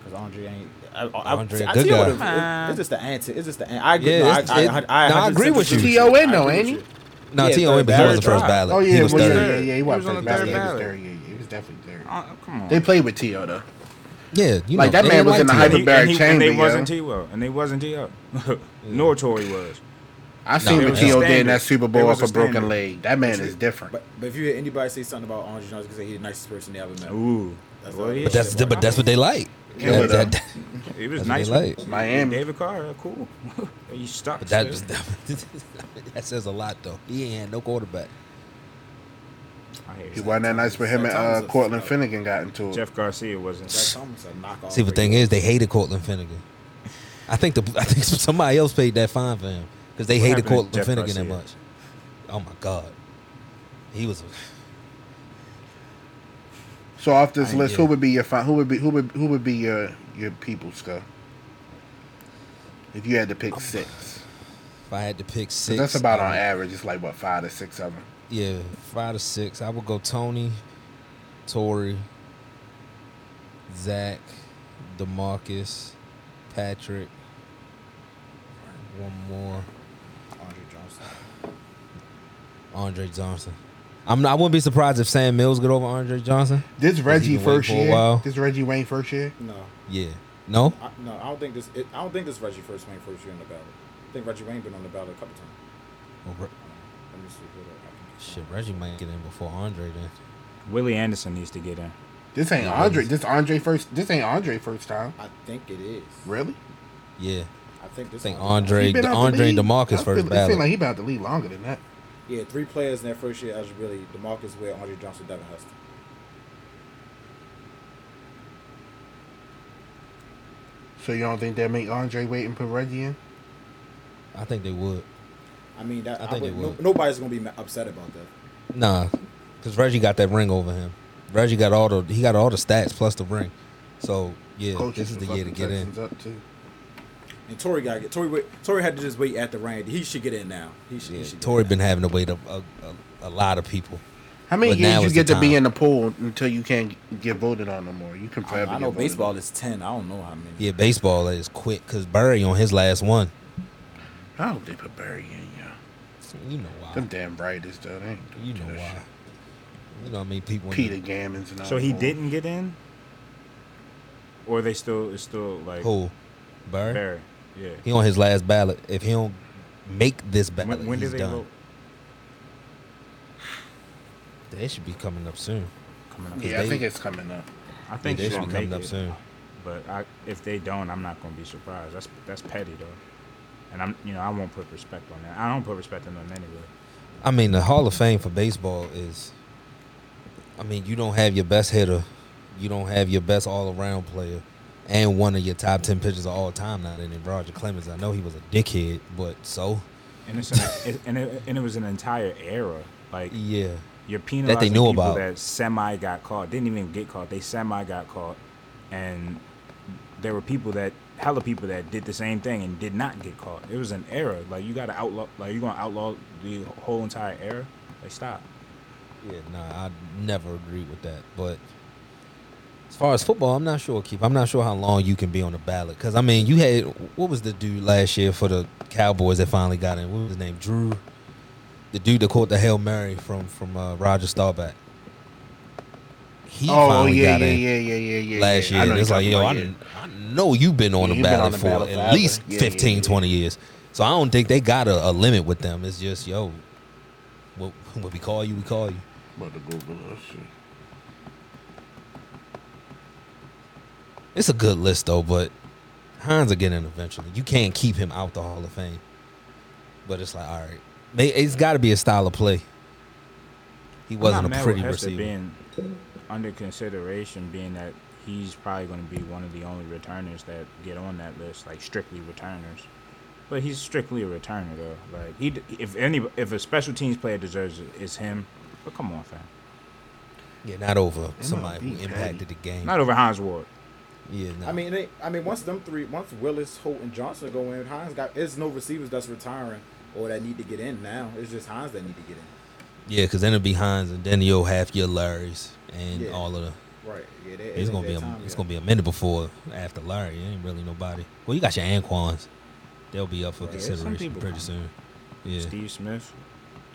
Speaker 2: Because Andre ain't. I, I,
Speaker 1: Andre a
Speaker 2: I, I
Speaker 1: good
Speaker 2: tell you what,
Speaker 1: guy.
Speaker 2: it- it- It's just the answer. It's just the answer. I agree.
Speaker 1: Yeah,
Speaker 2: no,
Speaker 1: it's-
Speaker 2: I,
Speaker 1: it-
Speaker 2: I, I,
Speaker 1: no, I
Speaker 2: 100%
Speaker 1: agree with you.
Speaker 2: agree
Speaker 4: T.O. in
Speaker 2: I
Speaker 4: though,
Speaker 2: agree
Speaker 4: ain't
Speaker 2: with
Speaker 4: he?
Speaker 2: you.
Speaker 1: no,
Speaker 2: Yeah,
Speaker 1: T.O. Ain't, but he
Speaker 2: third
Speaker 1: was the first
Speaker 3: drive.
Speaker 1: ballot.
Speaker 4: Oh yeah,
Speaker 1: he
Speaker 4: he
Speaker 1: was
Speaker 4: well, yeah,
Speaker 1: third.
Speaker 4: yeah, yeah, he
Speaker 3: He
Speaker 4: was,
Speaker 3: was on
Speaker 4: first
Speaker 3: the
Speaker 4: ballot. Yeah,
Speaker 3: third
Speaker 4: he was
Speaker 3: ballot.
Speaker 4: third. Yeah, yeah, he was definitely third.
Speaker 3: Uh, come on.
Speaker 4: They played with T.O. though.
Speaker 1: Yeah, you
Speaker 4: Like,
Speaker 1: know,
Speaker 4: that man was
Speaker 1: ain't
Speaker 4: in the
Speaker 1: like
Speaker 4: hyper-
Speaker 1: T.O.
Speaker 4: Barrett
Speaker 3: and, he, and
Speaker 4: Chamber,
Speaker 3: they
Speaker 4: yo.
Speaker 3: wasn't T-Will. And they wasn't [LAUGHS] T.O. Nor Tory was.
Speaker 4: I seen
Speaker 1: it
Speaker 4: what
Speaker 1: was
Speaker 4: T.O.
Speaker 3: a
Speaker 4: did in that
Speaker 3: standard.
Speaker 4: Super
Speaker 3: It
Speaker 4: Bowl
Speaker 3: was
Speaker 4: off
Speaker 3: a
Speaker 4: a broken
Speaker 3: standard.
Speaker 4: leg. That man is different.
Speaker 2: But, but if you hear anybody say something about Andre Johnson, you can say he's the nicest person they ever met.
Speaker 3: Ooh.
Speaker 2: That's
Speaker 3: Well,
Speaker 2: all.
Speaker 3: yeah.
Speaker 1: But that's but that's what they like.
Speaker 4: Yeah,
Speaker 1: That-
Speaker 4: but, uh,
Speaker 1: that-
Speaker 3: It was
Speaker 1: That's
Speaker 3: nice.
Speaker 1: what they like.
Speaker 3: with-
Speaker 4: Miami.
Speaker 3: David Carr, cool. [LAUGHS] you stuck.
Speaker 1: But that,
Speaker 3: still.
Speaker 1: [LAUGHS] that says a lot, though. He ain't had no quarterback.
Speaker 3: I hear
Speaker 4: He
Speaker 3: you.
Speaker 4: wasn't that nice with him and uh,
Speaker 2: Sometimes it's-
Speaker 4: Cortland Finnegan got into it.
Speaker 3: Jeff Garcia wasn't.
Speaker 2: Zach Thomas a knockoff.
Speaker 1: See, the
Speaker 2: for
Speaker 1: thing
Speaker 2: you.
Speaker 1: is, they hated Cortland Finnegan. I think the I think [LAUGHS] somebody else paid that fine for him because they
Speaker 3: What
Speaker 1: hated
Speaker 3: happened to
Speaker 1: Cortland
Speaker 3: Jeff
Speaker 1: Finnegan that much.
Speaker 3: Garcia?
Speaker 1: Oh my God, he was.
Speaker 4: So off this
Speaker 1: I-
Speaker 4: list,
Speaker 1: yeah.
Speaker 4: who would be your fi- who would be who would who would be your your people, Scott? If you had to pick six,
Speaker 1: If I had to pick six, um,
Speaker 4: that's about
Speaker 1: I
Speaker 4: on
Speaker 1: would-
Speaker 4: average. It's like what five to six of them.
Speaker 1: Yeah, five to six. I would go Tony, Tori, Zach, Demarcus, Patrick. One more.
Speaker 2: Andre Johnson.
Speaker 1: Andre Johnson. I'm not, I wouldn't be surprised if Sam Mills get over Andre Johnson.
Speaker 4: This Reggie
Speaker 1: been waiting
Speaker 4: first
Speaker 1: for a
Speaker 4: year.
Speaker 1: while?
Speaker 4: This Reggie Wayne first year.
Speaker 2: No,
Speaker 1: Yeah. No?
Speaker 2: I, no, I don't think this. It, I don't think this Reggie first Wayne first year on the ballot. I think Reggie Wayne been on the ballot a couple times.
Speaker 1: Well, Re-
Speaker 2: Let me see. What I can
Speaker 1: Shit, Reggie might get in before Andre then.
Speaker 3: Willie Anderson needs to get in.
Speaker 4: This ain't
Speaker 1: Yeah,
Speaker 4: Andre.
Speaker 1: it is.
Speaker 4: This Andre first. This ain't Andre first time.
Speaker 2: I think it is.
Speaker 4: Really?
Speaker 1: Yeah,
Speaker 2: I think
Speaker 1: I
Speaker 2: this
Speaker 1: think
Speaker 2: one-
Speaker 1: Andre,
Speaker 4: He been out the
Speaker 1: Andre and
Speaker 4: league. I
Speaker 1: Demarcus
Speaker 4: feel-
Speaker 1: first
Speaker 4: It seems
Speaker 1: battle.
Speaker 4: like he been out the league longer than that.
Speaker 2: Yeah, three players in that first year eligibility: Demarcus Ware, Andre Johnson, Devin Huston.
Speaker 4: So you don't think that make Andre wait and put Reggie in?
Speaker 1: I think they would.
Speaker 2: I mean, that,
Speaker 1: I
Speaker 2: I
Speaker 1: think
Speaker 2: would,
Speaker 1: they
Speaker 2: no,
Speaker 1: would.
Speaker 2: nobody's gonna be ma- upset about that.
Speaker 1: Nah, because Reggie got that ring over him. Reggie got all the he got all the stats plus the ring. So yeah, this is
Speaker 4: was
Speaker 1: the year to
Speaker 4: fucking
Speaker 1: get in.
Speaker 4: Texans Up too.
Speaker 2: And Tory got to get Tory. wait- Tory had to just wait at the range. He should get in now. He should.
Speaker 1: Yeah,
Speaker 2: he should get
Speaker 1: Tory
Speaker 2: in
Speaker 1: been
Speaker 2: now.
Speaker 1: having to wait a, a, a, a lot of people.
Speaker 4: How many
Speaker 1: But now
Speaker 4: years you
Speaker 1: is the
Speaker 4: get to be
Speaker 1: time.
Speaker 4: in the pool until you can't get voted on no more? You can
Speaker 2: I,
Speaker 4: forever.
Speaker 2: I
Speaker 4: get
Speaker 2: know
Speaker 4: voted
Speaker 2: baseball
Speaker 4: on.
Speaker 2: is ten. I don't know how many.
Speaker 1: Yeah, baseball is quick because Barry on his last one.
Speaker 4: How did they put Barry in? Yeah,
Speaker 1: You know why?
Speaker 4: them damn brightest though. They ain't doing
Speaker 1: You know
Speaker 4: that
Speaker 1: why?
Speaker 4: shit.
Speaker 1: You know how many people? in
Speaker 4: Peter Gammons and all.
Speaker 3: So he
Speaker 4: them.
Speaker 3: didn't get in, or they still it's still
Speaker 1: [LAUGHS]
Speaker 3: like
Speaker 1: the- Who? Barry.
Speaker 3: Barry. Yeah.
Speaker 1: He on his last ballot. If he don't make this ballot,
Speaker 3: When, when
Speaker 1: he's
Speaker 3: did they
Speaker 1: done.
Speaker 3: vote?
Speaker 1: They should be coming up soon.
Speaker 3: Coming up.
Speaker 4: Yeah, I
Speaker 1: they-
Speaker 4: think it's coming up.
Speaker 3: I think
Speaker 1: they
Speaker 3: she's
Speaker 1: should be
Speaker 3: gonna make
Speaker 1: coming up
Speaker 3: it.
Speaker 1: soon.
Speaker 3: But I, if they don't, I'm not gonna be surprised. That's that's petty though, and I'm you know I won't put respect on that. I don't put respect on them anyway.
Speaker 1: I mean, the Hall of Fame for baseball is. I mean, you don't have your best hitter, you don't have your best all-around player, and one of your top ten pitchers of all time not in it, Roger Clemens. I know he was a dickhead, but so
Speaker 3: And it's an, [LAUGHS] it, and it, and it was an entire era. Like
Speaker 1: yeah,
Speaker 3: you're penalizing
Speaker 1: knew
Speaker 3: people
Speaker 1: about.
Speaker 3: that semi got caught. Didn't even get caught. They semi got caught, and there were people that hella people that did the same thing and did not get caught. It was an era. Like you got to outlaw. Like you're gonna outlaw the whole entire era. Like stop.
Speaker 1: yeah. Nah, I never agree with that. But as far as football, I'm not sure. Keep. I'm not sure how long you can be on the ballot. Cause I mean, you had what was the dude last year for the Cowboys that finally got in? What was his name? Drew, the dude that caught the hail mary from from uh, Roger Staubach. He
Speaker 4: Oh
Speaker 1: finally
Speaker 4: yeah,
Speaker 1: got
Speaker 4: yeah,
Speaker 1: in.
Speaker 4: yeah, yeah, yeah, yeah.
Speaker 1: last
Speaker 4: yeah. I know
Speaker 1: year. It's
Speaker 4: you're
Speaker 1: like, yo, I,
Speaker 4: talking about,
Speaker 1: I know you've been on
Speaker 4: Yeah,
Speaker 1: the
Speaker 4: you've been
Speaker 1: ballot
Speaker 4: on the
Speaker 1: for
Speaker 4: ballot
Speaker 1: at
Speaker 4: forever.
Speaker 1: least
Speaker 4: Yeah, yeah,
Speaker 1: 15,
Speaker 4: yeah.
Speaker 1: 20 years. So I don't think they got a, a limit with them. It's just, yo, what, what we call you, we call you.
Speaker 4: yeah. About to Google that shit.
Speaker 1: It's a good list, though, but Hines will get in eventually. You can't keep him out the Hall of Fame. But it's like, all right. May- It's got to be a style of play. He
Speaker 3: I'm
Speaker 1: wasn't
Speaker 3: not mad
Speaker 1: a
Speaker 3: with
Speaker 1: pretty
Speaker 3: Hester
Speaker 1: receiver.
Speaker 3: Being under consideration, being that he's probably going to be one of the only returners that get on that list, like strictly returners. But he's strictly a returner though. Like he, d- if any, if a special teams player deserves it, it's him. But come on, fam.
Speaker 1: Yeah, not over somebody who
Speaker 4: MLB,
Speaker 1: impacted the game.
Speaker 3: Not over Hines Ward.
Speaker 1: yeah, no.
Speaker 2: I mean, they, I mean, once them three, once Willis, Holt, and Johnson go in, Hines got. There's no receivers that's retiring or that need to get in now. It's just Hines that need to get in.
Speaker 1: yeah, because then it'll be Hines, and then you'll have your Larrys and
Speaker 2: Yeah.
Speaker 1: all of the.
Speaker 2: Right. Yeah. They,
Speaker 1: It's gonna be a, it's gonna be a minute before after Larry. It ain't really nobody. Well, you got your Anquans. They'll be up for
Speaker 2: Right, yeah, some
Speaker 1: consideration
Speaker 3: people
Speaker 1: pretty
Speaker 3: come.
Speaker 1: soon. Yeah,
Speaker 3: Steve Smith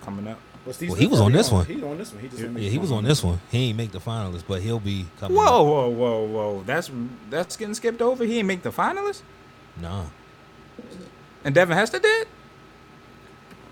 Speaker 3: coming up.
Speaker 2: Well, Steve
Speaker 1: Well, he
Speaker 2: Smith
Speaker 1: was on
Speaker 2: already
Speaker 1: this one.
Speaker 2: He on this one. He just
Speaker 1: yeah. He was on this one. He ain't make the finalists, but he'll be coming.
Speaker 3: Whoa,
Speaker 1: up.
Speaker 3: whoa, whoa, whoa! That's that's getting skipped over. He didn't make the finalists,
Speaker 1: Nah.
Speaker 3: and Devin Hester did.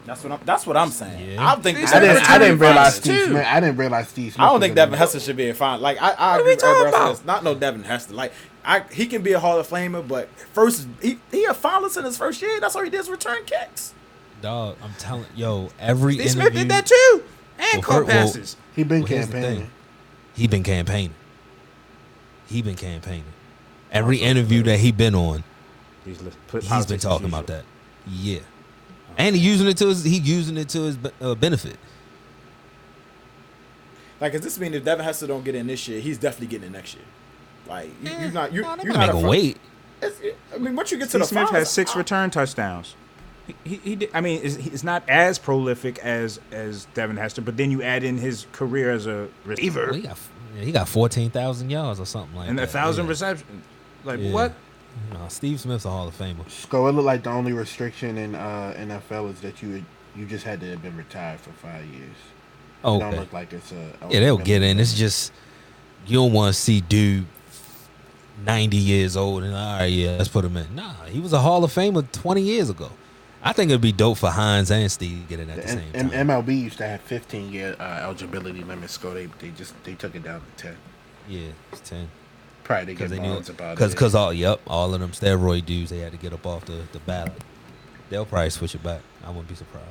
Speaker 2: That's what I'm. That's what I'm saying.
Speaker 1: Yeah.
Speaker 2: I don't think.
Speaker 3: Steve
Speaker 4: I
Speaker 3: Smith
Speaker 4: didn't, I didn't
Speaker 3: returning
Speaker 4: realize
Speaker 3: finalists,
Speaker 4: Steve
Speaker 3: too.
Speaker 4: Smith. I didn't realize Steve Smith.
Speaker 2: I don't
Speaker 4: was
Speaker 2: think
Speaker 4: in
Speaker 2: Devin
Speaker 4: there.
Speaker 2: Hester should be in fine. Like I, I
Speaker 3: What are
Speaker 2: agree
Speaker 3: we
Speaker 2: with everybody
Speaker 3: talking
Speaker 2: else. Not no Devin Hester. Like I, he can be a Hall of Famer, but first he he a finalist in his first year. That's all he did is return kicks.
Speaker 1: Dog, I'm telling yo, every
Speaker 3: Steve
Speaker 1: interview
Speaker 3: Smith did that too,
Speaker 1: Well,
Speaker 3: and caught
Speaker 1: fir- well,
Speaker 3: passes.
Speaker 4: He been
Speaker 1: Well, here's the
Speaker 4: campaigning.
Speaker 1: thing. he been campaigning. He been campaigning. Every interview that he been on,
Speaker 3: He's,
Speaker 1: he's been talking about that. Yeah, and he using it to his he using it to his be- uh, benefit.
Speaker 2: Like, does this mean if Devin Hester don't get in this year, he's definitely getting in next year? Like, you,
Speaker 1: Mm,
Speaker 2: you're not. You're,
Speaker 1: Nah, they
Speaker 2: you're
Speaker 1: gonna
Speaker 2: not
Speaker 1: make
Speaker 2: fi-
Speaker 1: a wait.
Speaker 2: It's, it, I mean, once you get to
Speaker 3: Steve
Speaker 2: the
Speaker 3: Smith
Speaker 2: finals,
Speaker 3: has six
Speaker 2: I-
Speaker 3: return touchdowns. He, he, he did, I mean, it's, it's not as prolific as as Devin Hester, but then you add in his career as a
Speaker 1: Well,
Speaker 3: receiver
Speaker 1: he got he got fourteen thousand yards or something like
Speaker 3: and
Speaker 1: that.
Speaker 3: a thousand
Speaker 1: yeah.
Speaker 3: receptions. Like
Speaker 1: Yeah.
Speaker 3: what?
Speaker 1: No, Steve Smith's a Hall of Famer.
Speaker 4: Sko, it looked like the only restriction in uh, NFL is that you would, you just had to have been retired for five years. It don't
Speaker 1: Okay.
Speaker 4: look like it's a.
Speaker 1: Yeah, they'll get in. It's just you don't want to see dude ninety years old and all right, yeah, let's put him in. Nah, he was a Hall of Famer twenty years ago. I think it'd be dope for Hines and Steve to get in at the
Speaker 4: The
Speaker 1: same
Speaker 4: M-
Speaker 1: time.
Speaker 4: MLB used to have 15 year uh, eligibility limit. Sko, they, they just they took it down to 10.
Speaker 1: Yeah, it's ten.
Speaker 4: Probably to
Speaker 1: Because
Speaker 4: get
Speaker 1: they knew,
Speaker 4: bonds about it.
Speaker 1: because because all yep, all of them steroid dudes they had to get up off the the ballot. They'll probably switch it back. I wouldn't be surprised.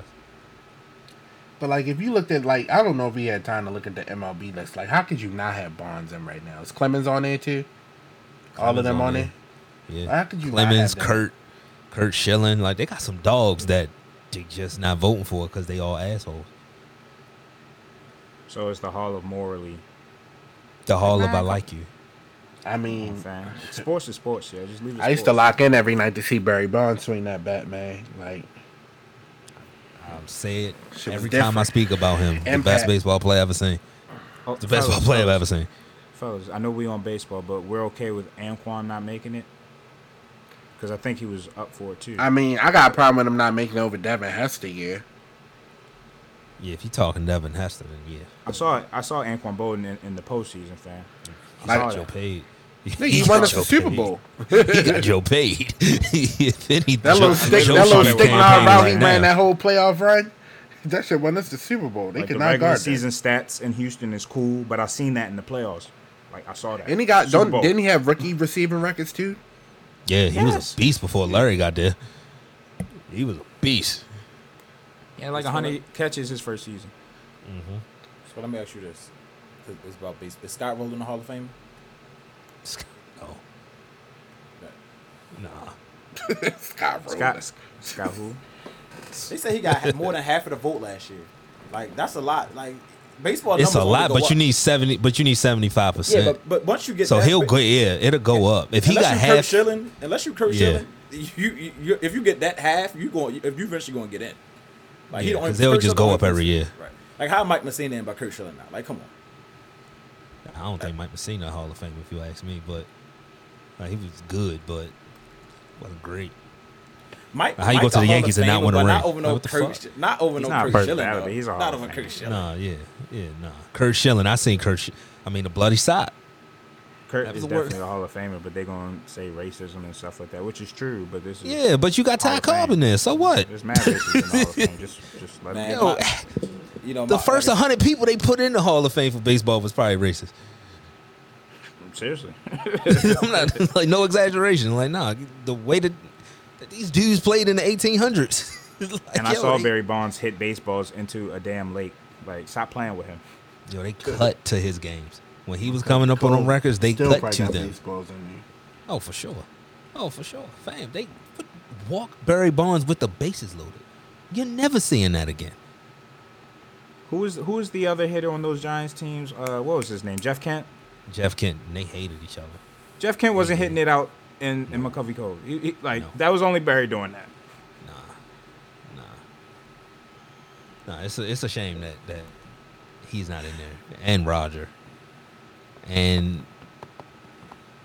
Speaker 4: But like, if you looked at like, I don't know if we had time to look at the MLB list. Like, how could you not have Bonds in right now? Is Clemens on there too? All
Speaker 1: Clemens
Speaker 4: of them
Speaker 1: on
Speaker 4: on
Speaker 1: there.
Speaker 4: there.
Speaker 1: Yeah,
Speaker 4: How could you? not
Speaker 1: Clemens,
Speaker 4: have them?
Speaker 1: Kurt, Kurt Schilling, like they got some dogs that they just not voting for because they all assholes.
Speaker 3: So it's the Hall of Morally.
Speaker 1: The Hall of I Like You.
Speaker 4: I mean,
Speaker 3: Fan. Sports is sports, yeah. Just leave it.
Speaker 4: I used to
Speaker 3: sports.
Speaker 4: lock in every night to see Barry Bonds swing that bat, man. Like,
Speaker 1: I'm say it
Speaker 4: Shit was
Speaker 1: every time I
Speaker 4: different.
Speaker 1: speak about him. The
Speaker 4: Impact.
Speaker 1: best baseball player I've ever seen.
Speaker 3: Oh,
Speaker 1: The best
Speaker 3: fellas,
Speaker 1: baseball player I've
Speaker 3: fellas,
Speaker 1: ever seen.
Speaker 3: Fellas, I know we on baseball, but we're okay with Anquan not making it because I think he was up for it too.
Speaker 4: I mean, I got a problem with him not making it over Devin Hester. Yeah,
Speaker 1: Yeah, if you're talking Devin Hester, then yeah,
Speaker 3: I saw I saw Anquan Bolden in, in the postseason, fan.
Speaker 1: he
Speaker 4: Like-
Speaker 1: got Joe paid. [LAUGHS]
Speaker 4: Nigga, he won us the Super Bowl.
Speaker 1: He got Joe [LAUGHS] paid. if anything,
Speaker 4: That
Speaker 1: Joe,
Speaker 4: little stick,
Speaker 1: Joe
Speaker 4: that little
Speaker 1: should be
Speaker 4: stick
Speaker 1: campaigning
Speaker 4: line route he
Speaker 1: right
Speaker 4: ran
Speaker 1: now.
Speaker 4: that whole playoff run. That shit won us the Super Bowl. They
Speaker 3: Like
Speaker 4: could
Speaker 3: the
Speaker 4: not
Speaker 3: regular
Speaker 4: guard
Speaker 3: season
Speaker 4: that.
Speaker 3: stats in Houston is cool, but I seen that in the playoffs. Like I saw that.
Speaker 4: And he got
Speaker 3: Super
Speaker 4: don't,
Speaker 3: Bowl.
Speaker 4: didn't he have rookie receiving records too?
Speaker 1: Yeah, he was
Speaker 3: Yes.
Speaker 1: a beast before Larry got there. He was a beast.
Speaker 3: Yeah, like hundred catches his first season.
Speaker 2: So let me ask you this: 'Cause It's about baseball. Is Scott Rowland in the Hall of Fame?
Speaker 1: No, nah.
Speaker 4: Scott Rowland.
Speaker 3: Scott, Scott who?
Speaker 2: They say he got more than half of the vote last year. Like that's a lot. Like baseball.
Speaker 1: It's a
Speaker 2: numbers only
Speaker 1: lot,
Speaker 2: go
Speaker 1: but you
Speaker 2: up.
Speaker 1: need seventy. But you need seventy five
Speaker 2: Yeah,
Speaker 1: percent.
Speaker 2: but, but once you get
Speaker 1: So
Speaker 2: past-
Speaker 1: he'll go. Yeah, it'll go up if he
Speaker 2: unless
Speaker 1: got
Speaker 2: you Kurt
Speaker 1: half.
Speaker 2: Schilling, unless you Kurt
Speaker 1: Yeah.
Speaker 2: Schilling, you, you, you if you get that half, you going if you eventually going to get in. Like
Speaker 1: Yeah,
Speaker 2: the only-
Speaker 1: 'cause they'll
Speaker 2: Kurt
Speaker 1: just
Speaker 2: Schilling
Speaker 1: go
Speaker 2: the
Speaker 1: up
Speaker 2: only
Speaker 1: every
Speaker 2: person-
Speaker 1: year.
Speaker 2: Right. Like how Mike Messina in by Kurt Schilling now? Like come on.
Speaker 1: I don't think Mike Messina Hall of Fame, if you ask me, but like, he was good, but wasn't great.
Speaker 2: Mike,
Speaker 1: How you
Speaker 2: Mike
Speaker 1: go to
Speaker 2: the
Speaker 1: the
Speaker 2: Hall of
Speaker 1: Yankees and not
Speaker 2: Famer,
Speaker 1: win a
Speaker 2: but
Speaker 1: ring?
Speaker 2: Not over no
Speaker 1: Like, what the
Speaker 2: Kurt,
Speaker 1: fuck?
Speaker 2: Sh- not over no
Speaker 3: not a
Speaker 2: Kurt Schilling.
Speaker 3: personality,
Speaker 2: though.
Speaker 3: he's a Hall
Speaker 2: not
Speaker 3: of
Speaker 2: over
Speaker 3: Famer.
Speaker 2: Kurt Schilling.
Speaker 1: Nah, yeah, yeah, nah. Kurt Schilling, I seen Kurt. Sch- I mean, the bloody sock.
Speaker 3: Kurt
Speaker 1: That
Speaker 3: is
Speaker 1: was the worst.
Speaker 3: definitely a Hall of Famer, but they're gonna say racism and stuff like that, which is true. But this is
Speaker 1: Yeah, but you got
Speaker 3: Hall
Speaker 1: Ty
Speaker 3: of Fame.
Speaker 1: Cobb in there, so what?
Speaker 3: There's mad racism in the Hall of Fame. Just, just let
Speaker 2: Man,
Speaker 3: it
Speaker 1: Yo, [LAUGHS]
Speaker 2: my- you know
Speaker 1: the
Speaker 2: my-
Speaker 1: first
Speaker 2: like,
Speaker 1: hundred people they put in the Hall of Fame for baseball was probably racist. [LAUGHS]
Speaker 3: go. Seriously,
Speaker 1: I'm not [LAUGHS] like no exaggeration. Like, nah, the way that, that these dudes played in the 1800s. [LAUGHS] Like,
Speaker 3: and I
Speaker 1: yo,
Speaker 3: saw
Speaker 1: they-
Speaker 3: Barry Bonds hit baseballs into a damn lake. Like, stop playing with him.
Speaker 1: Yo, they cut to his games when he was coming up on them records. They
Speaker 4: Still
Speaker 1: cut
Speaker 4: probably
Speaker 1: to
Speaker 4: got
Speaker 1: them.
Speaker 4: baseballs in there.
Speaker 1: Oh, for sure. Oh, for sure. Fam, they would walk Barry Bonds with the bases loaded. You're never seeing that again.
Speaker 3: Who is who is the other hitter on those Giants teams? Uh, what was his name? Jeff Kent.
Speaker 1: Jeff Kent, and they hated each other.
Speaker 3: Jeff Kent wasn't hitting it out in in McCovey Cove. He, he, like
Speaker 1: No.
Speaker 3: that was only Barry doing that.
Speaker 1: Nah, nah, nah. It's a, it's a shame that that he's not in there, and Roger, and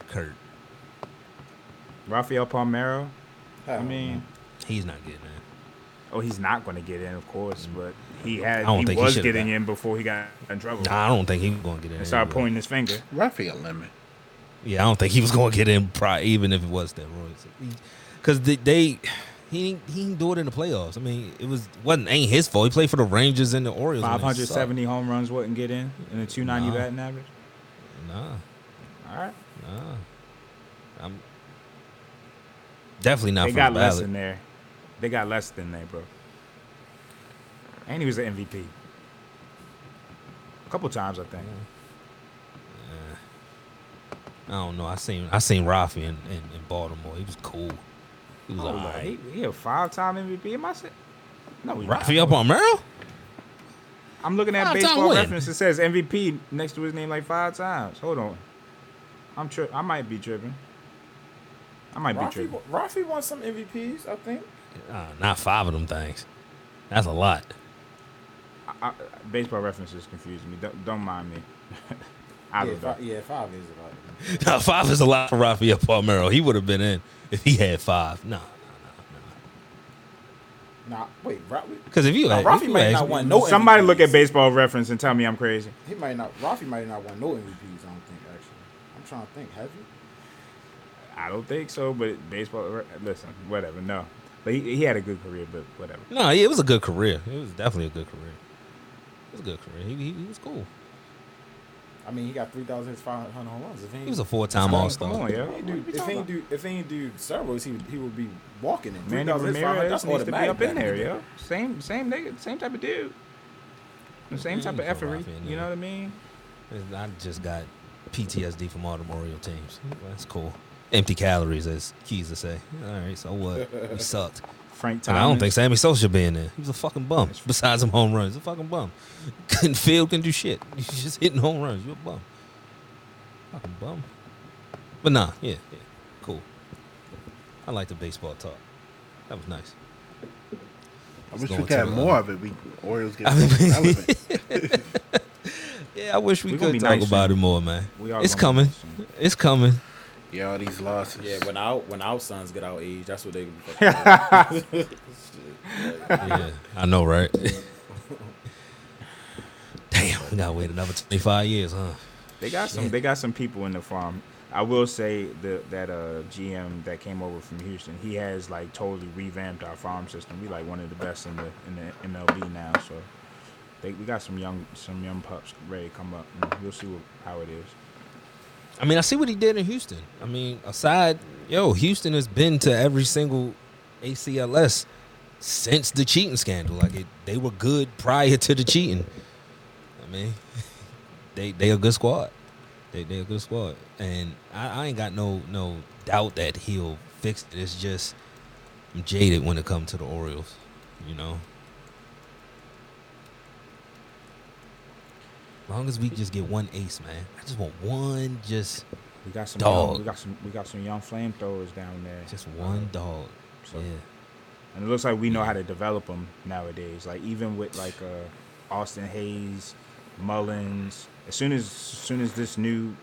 Speaker 1: Kurt.
Speaker 3: Rafael Palmero. I
Speaker 2: don't
Speaker 3: mean,
Speaker 1: He's not getting in.
Speaker 3: oh, he's not going to get in, of course, but he had.
Speaker 1: Mm. I don't
Speaker 3: He
Speaker 1: think he
Speaker 3: was
Speaker 1: should've
Speaker 3: getting
Speaker 1: got-
Speaker 3: in before he got in trouble.
Speaker 1: Nah, I don't think he was gonna get in.
Speaker 3: and started
Speaker 1: anyway.
Speaker 3: pointing his finger.
Speaker 4: Raphael Lemon.
Speaker 1: Yeah, I don't think he was gonna get in, probably, even if it was that Royce, because they, they he didn't- he didn't do it in the playoffs. I mean, it was wasn't ain't his fault. He played for the Rangers and the Orioles. when they
Speaker 3: Five hundred seventy home runs wouldn't get in, and a two ninety
Speaker 1: Nah.
Speaker 3: batting average.
Speaker 1: sucked. Nah,
Speaker 3: All right,
Speaker 1: nah, I'm definitely not.
Speaker 3: they
Speaker 1: for
Speaker 3: got
Speaker 1: the
Speaker 3: less
Speaker 1: ballot.
Speaker 3: than there. They got less than there, bro. And he was an MVP. A couple times, I think.
Speaker 1: I don't know. I seen I seen Rafi in, in, in Baltimore. He was cool. He was
Speaker 3: Oh,
Speaker 1: all
Speaker 3: Lord,
Speaker 1: right.
Speaker 3: he, he a five-time MVP. Am I? sa- No, he's not.
Speaker 1: Rafi up on Merrill?
Speaker 3: I'm looking at
Speaker 1: Five-time
Speaker 3: baseball
Speaker 1: win.
Speaker 3: reference. It says MVP next to his name like five times. Hold on, I'm tri- I might be tripping. I might be
Speaker 2: Rafi,
Speaker 3: tripping.
Speaker 2: won- Rafi won some MVPs, I think.
Speaker 1: Uh, not five of them things. That's a lot. [LAUGHS]
Speaker 3: I, I, baseball reference is confusing me. Don't, don't mind me. [LAUGHS] I
Speaker 2: Yeah,
Speaker 3: don't know.
Speaker 2: five, yeah, five is about it.
Speaker 1: Nah, five is a lot for Rafi up on Merrill. He would have been in if he had five. No.
Speaker 2: Nah, wait, Rafi.
Speaker 1: Because if you
Speaker 2: Nah,
Speaker 1: had if
Speaker 2: Rafi
Speaker 1: you
Speaker 2: might
Speaker 1: asked
Speaker 2: not
Speaker 1: me-
Speaker 2: won no.
Speaker 3: Somebody look at
Speaker 2: MVPs.
Speaker 3: baseball reference and tell me I'm crazy.
Speaker 2: He might not. Rafi might not won no MVPs. I don't think actually. I'm trying to think. Have you?
Speaker 3: I don't think so, but baseball. re- Listen, whatever. No, but he, he had a good career, but whatever.
Speaker 1: No, yeah, it was a good career. It was definitely a good career. It was a good career. He, he, he was cool.
Speaker 2: I mean, he got 3,500 home runs. If he, ain't-
Speaker 1: He was a four-time
Speaker 3: Come on,
Speaker 1: All-Star.
Speaker 3: Come on, yeah.
Speaker 2: if he ain't do- if he ain't do if he ain't do steroids, he he would be walking in.
Speaker 3: Manny
Speaker 2: 3,500,
Speaker 3: Ramirez
Speaker 2: that's
Speaker 3: needs to be
Speaker 2: automatic
Speaker 3: up in
Speaker 2: back
Speaker 3: there,
Speaker 2: the day.
Speaker 3: yo. Same, same nigga, same type of dude. The same type of
Speaker 1: He's a
Speaker 3: effery.
Speaker 1: ruffian,
Speaker 3: You know
Speaker 1: nigga.
Speaker 3: what I mean?
Speaker 1: And I just got PTSD from all the Mario teams. That's cool. Empty calories, as Keys would say. All right, so
Speaker 3: [LAUGHS]
Speaker 1: what? We sucked.
Speaker 3: Frank
Speaker 1: And
Speaker 3: Thomas.
Speaker 1: I don't think Sammy Sosa should be in there. He was a fucking bum.
Speaker 3: That's-
Speaker 1: Besides them home runs, he's a fucking bum. [LAUGHS] Couldn't field, couldn't do shit. [LAUGHS] You just hitting home runs. You're a bum. Fucking bum. But nah, yeah, yeah, cool. I like the baseball talk. That was nice.
Speaker 4: I wish we
Speaker 1: going
Speaker 4: could have
Speaker 1: to, uh,
Speaker 4: more of it. We Orioles
Speaker 1: [LAUGHS]
Speaker 4: get
Speaker 1: I mean-
Speaker 4: so relevant.
Speaker 1: Yeah, I wish we
Speaker 3: We gonna
Speaker 1: could
Speaker 3: be
Speaker 1: talk
Speaker 3: nice
Speaker 1: about
Speaker 3: soon.
Speaker 1: it more, man.
Speaker 3: We are
Speaker 1: It's
Speaker 3: gonna be
Speaker 1: coming.
Speaker 3: nice soon.
Speaker 1: It's coming.
Speaker 4: Yeah, all these losses.
Speaker 2: Yeah,
Speaker 4: [LAUGHS]
Speaker 2: when our when our sons get our age, that's what they. Fucking
Speaker 1: yeah, I know, right? Damn, we gotta wait another twenty five years, huh?
Speaker 3: They got some. They got some people in the farm. I will say the, that uh, GM that came over from Houston, he has like totally revamped our farm system. We like one of the best in the in the MLB now. So they, we got some young some young pups ready to come up. And we'll see what, how it is.
Speaker 1: I mean, I see what he did in Houston. I mean, aside, yo, Houston has been to every single ACLS since the cheating scandal. Like, it, they were good prior to the cheating. I mean, [LAUGHS] they they a good squad. They they a good squad, and I, I ain't got no no doubt that he'll fix it. It's just I'm jaded when it comes to the Orioles, you know. Long as we just get one ace, man. I just want one, just
Speaker 3: We got some.
Speaker 1: Dog.
Speaker 3: Young, we got some. We got some young flamethrowers down there.
Speaker 1: just one dog.
Speaker 3: So-
Speaker 1: Yeah.
Speaker 3: And it looks like we know how to develop them nowadays. Like even with like uh, Austin Hayes, Mullins. As soon as, as soon as this new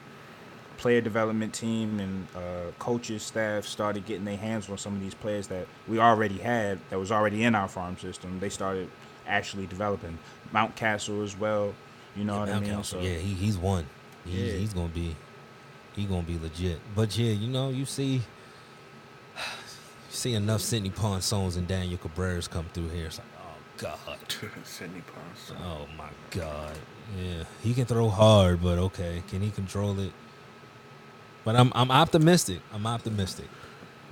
Speaker 3: player development team and uh, coaches staff started getting their hands on some of these players that we already had that was already in our farm system, they started actually developing Mountcastle as well. You know what I
Speaker 1: Mount
Speaker 3: mean?
Speaker 1: Council,
Speaker 3: So
Speaker 1: yeah, he, he's one. He's,
Speaker 3: Yeah.
Speaker 1: he's gonna be he's gonna be legit. But yeah, you know, you see [SIGHS] you see enough Sidney Ponsones and Daniel Cabreras come through here. It's like, oh God.
Speaker 4: Sidney Ponson.
Speaker 1: Oh my God. Yeah. He can throw hard, but okay. Can he control it? But I'm I'm optimistic. I'm optimistic.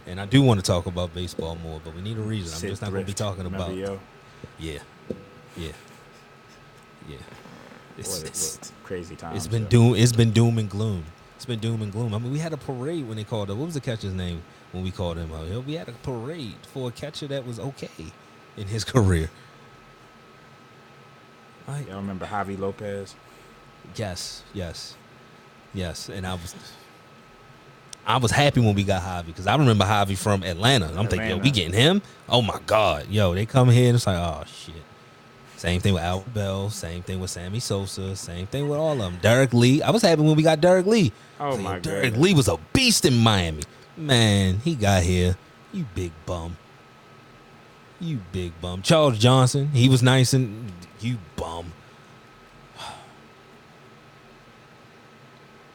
Speaker 1: And I do want to talk about baseball more, but we need a reason. I'm
Speaker 3: Sid
Speaker 1: just not going to be
Speaker 3: Thrift,
Speaker 1: talking
Speaker 3: remember,
Speaker 1: about [LAUGHS]
Speaker 3: yo?
Speaker 1: yeah, yeah, yeah. It's,
Speaker 3: What, a-
Speaker 1: it's,
Speaker 3: what a crazy time.
Speaker 1: it's been doom. It's been doom and gloom. It's been doom and gloom. I mean, we had a parade when they called up. What was the catcher's name when we called him out? here? We had a parade for a catcher that was okay in his [LAUGHS] career. Like,
Speaker 3: Y'all remember Javi Lopez?
Speaker 1: Yes, yes, yes. And I was, I was happy when we got Javi because I remember Javi from Atlanta. I'm thinking, yo,
Speaker 3: Atlanta.
Speaker 1: we getting him? Oh my God, yo, they come here and it's like, oh shit. Same thing with Al Bell. Same thing with Sammy Sosa. Same thing with all of them. Derek Lee. I was happy when we got Derek Lee. I was
Speaker 3: Oh,
Speaker 1: like,
Speaker 3: my
Speaker 1: yo, Derek
Speaker 3: goodness.
Speaker 1: Lee was a beast in Miami. Man, he got here. You big bum. You big bum. Charles Johnson. He was nice and you bum.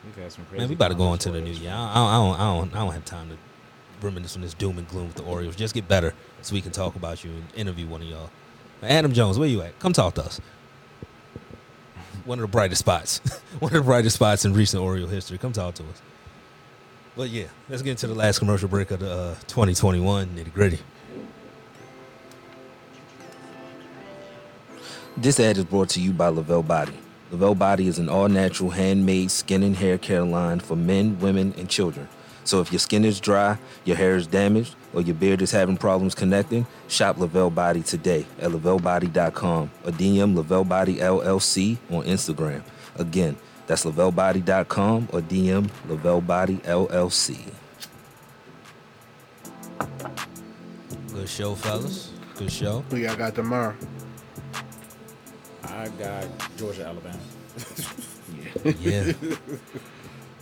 Speaker 3: We've had some crazy.
Speaker 1: Man, we about to go
Speaker 3: times
Speaker 1: into
Speaker 3: for
Speaker 1: the
Speaker 3: us.
Speaker 1: new year. I I don't, I don't, I don't, I don't have time to reminisce on this doom and gloom with the Orioles. Just get better so we can talk about you and interview one of y'all. Adam Jones, where you at? Come talk to us. One of the brightest spots, [LAUGHS] one of the brightest spots in recent Oriole history. Come talk to us. But yeah, let's get into the last commercial break of the uh, 2021 nitty gritty. This ad is brought to you by Lavelle Body. Lavelle Body is an all natural handmade skin and hair care line for men, women, and children. So if your skin is dry, your hair is damaged, or your beard is having problems connecting, shop Lavelle Body today at lavellebody.com or DM Lavelle Body LLC on Instagram. Again, that's lavellebody.com or DM Lavelle Body LLC. Good show, fellas. Good show.
Speaker 4: Who y'all got tomorrow?
Speaker 2: I got Georgia, Alabama.
Speaker 1: Yeah.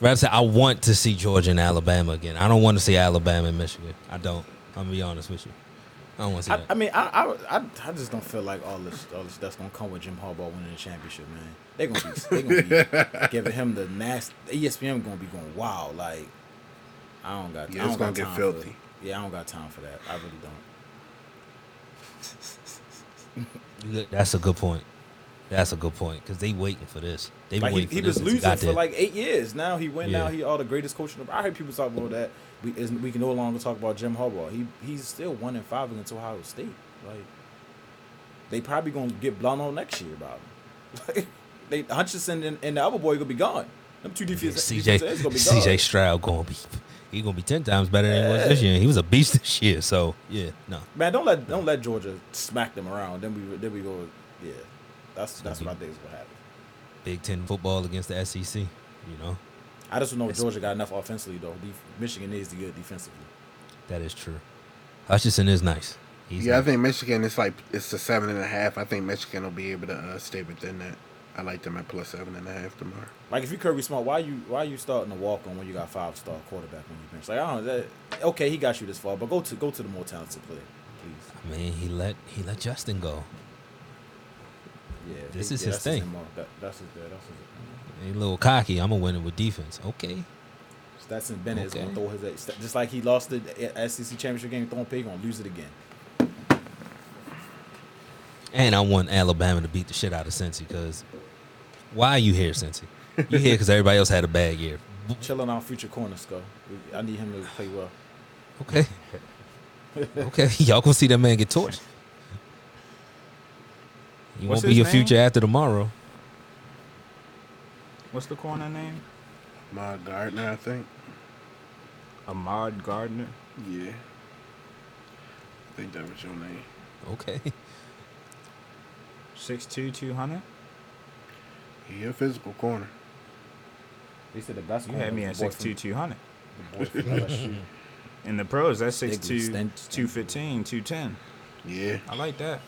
Speaker 1: Rap said, I want to see Georgia and Alabama again. I don't want to see Alabama and Michigan. I don't. I'm gonna be honest with you. I don't want to see
Speaker 2: I,
Speaker 1: that.
Speaker 2: I mean, I, I I I just don't feel like all this all this stuff's gonna come with Jim Harbaugh winning the championship, man. They gonna be they gonna be giving him the nasty. E ESPN gonna be going wild. Like I don't got.
Speaker 4: Yeah,
Speaker 2: I
Speaker 4: it's
Speaker 2: don't got
Speaker 4: gonna get
Speaker 2: time
Speaker 4: filthy.
Speaker 2: For, yeah, I don't got time for that. I really don't.
Speaker 1: You good? That's a good point. That's a good point because they waiting for this. They
Speaker 2: Like he,
Speaker 1: waiting
Speaker 2: he
Speaker 1: for this.
Speaker 2: was
Speaker 1: since he
Speaker 2: losing
Speaker 1: got
Speaker 2: for
Speaker 1: there.
Speaker 2: like eight years. Now he went. Now
Speaker 1: Yeah.
Speaker 2: he all the greatest coach. In the, I heard people talk about that. We is, we can no longer talk about Jim Harbaugh. He he's still one and five against Ohio State. Like they probably gonna get blown out next year about him. [LAUGHS] Like, they Hutchinson and, and the other boy gonna be gone. Them two
Speaker 1: Yeah,
Speaker 2: defense,
Speaker 1: CJ
Speaker 2: defensive
Speaker 1: [LAUGHS]
Speaker 2: ends gonna be gone.
Speaker 1: CJ Stroud gonna be he gonna be ten times better than he was this year. He was a beast this year. So yeah, no.
Speaker 2: Man, don't let don't let Georgia smack them around. Then we then we go. Yeah, that's that's
Speaker 1: Mm-hmm.
Speaker 2: what I think is gonna happen.
Speaker 1: Big Ten football against the SEC. You know
Speaker 2: I just don't know if Georgia got enough offensively though. Def- Michigan is good defensively.
Speaker 1: that is true. Hutchinson is nice. He's
Speaker 4: yeah, I
Speaker 1: nice.
Speaker 4: think Michigan is like it's the seven and a half. I think Michigan will be able to uh, stay within that. I like them at plus seven and a half tomorrow.
Speaker 2: Like if you Kirby Smart, why you why you starting to walk on when you got five star quarterback on your bench? Like I don't know, that okay, he got you this far, but go to go to the more talented player, please.
Speaker 1: I mean, he let he let Justin go.
Speaker 2: Yeah,
Speaker 1: This
Speaker 2: he-
Speaker 1: is
Speaker 2: yeah,
Speaker 1: his
Speaker 2: that's
Speaker 1: thing.
Speaker 2: MO. that, that's his that's his.
Speaker 1: He a little cocky. I'm gonna win it with defense. Okay.
Speaker 2: Stetson Bennett is gonna
Speaker 1: Okay.
Speaker 2: throw his ex- just like he lost the SEC championship game throwing pig, gonna lose it again.
Speaker 1: And I want Alabama to beat the shit out of Cincy because why are you here, Cincy? You here because everybody else had a bad year. B-
Speaker 2: Chilling on future corner, Sco. We- I need him to play well.
Speaker 1: Okay. Okay. [LAUGHS] Y'all gonna see that man get torched. You won't
Speaker 3: What's
Speaker 1: be
Speaker 3: his
Speaker 1: your
Speaker 3: name?
Speaker 1: future after tomorrow.
Speaker 3: What's the corner name?
Speaker 4: My Gardner, I think.
Speaker 3: Ahmad Gardner.
Speaker 4: Yeah. I think that was your name.
Speaker 1: Okay. [LAUGHS]
Speaker 3: 6'2", 200?
Speaker 4: He a physical corner.
Speaker 2: They said the best.
Speaker 3: You
Speaker 2: corner
Speaker 3: had me at
Speaker 2: was Oh, the boy
Speaker 3: 6'2", 200.
Speaker 2: from- the boy from LSU. [LAUGHS]
Speaker 3: In the pros, that's
Speaker 2: Big
Speaker 3: 6'2",
Speaker 2: extent-
Speaker 3: 215, 210.
Speaker 4: Yeah,
Speaker 3: I like that.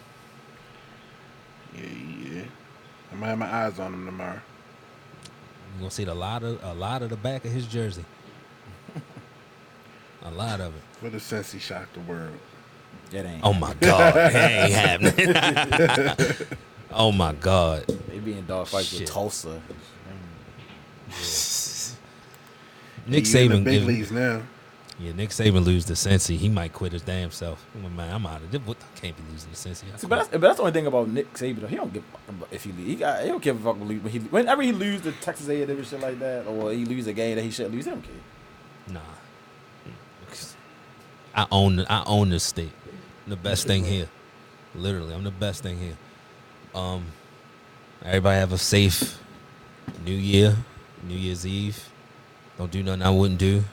Speaker 4: yeah, yeah. I'm gonna have my eyes on him tomorrow.
Speaker 1: You're gonna see a lot of a lot of the back of his jersey. A lot of it.
Speaker 4: What if Cincy shocked the world?
Speaker 2: That ain't.
Speaker 1: Oh my god, that ain't happening. [LAUGHS] oh my god.
Speaker 2: They be in dog fights
Speaker 1: Shit.
Speaker 2: with Tulsa.
Speaker 1: Nick
Speaker 4: He in the
Speaker 1: Saban
Speaker 4: big
Speaker 1: give-
Speaker 4: leagues now.
Speaker 1: Yeah, Nick Saban lose to Cincy. He might quit his damn self. Oh, Man, I'm out of this. What I can't be losing to Cincy. I
Speaker 2: See, but
Speaker 1: quit.
Speaker 2: that's, but that's the only thing about Nick Saban. though. He don't give a fuck about if he lose. He, got, he don't give a fuck when he whenever he lose the Texas A and M shit like that, or he lose a game that he should lose. He don't care.
Speaker 1: Nah. I own I own this state. I'm the best thing here. Literally, I'm the best thing here. Um everybody have a safe New Year, New Year's Eve. Don't do nothing I wouldn't do.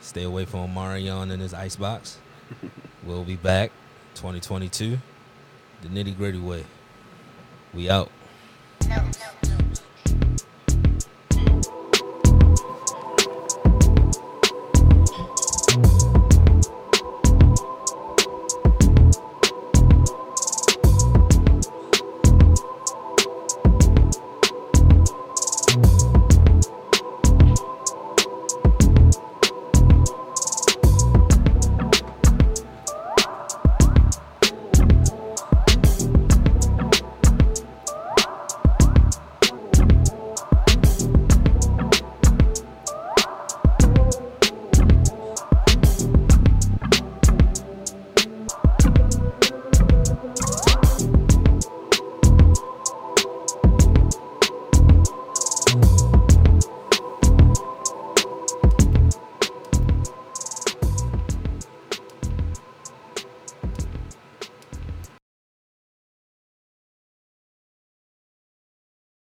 Speaker 1: Stay away from Omarion and his icebox. we'll be back 2022 the nitty-gritty way. We out.
Speaker 10: no, no.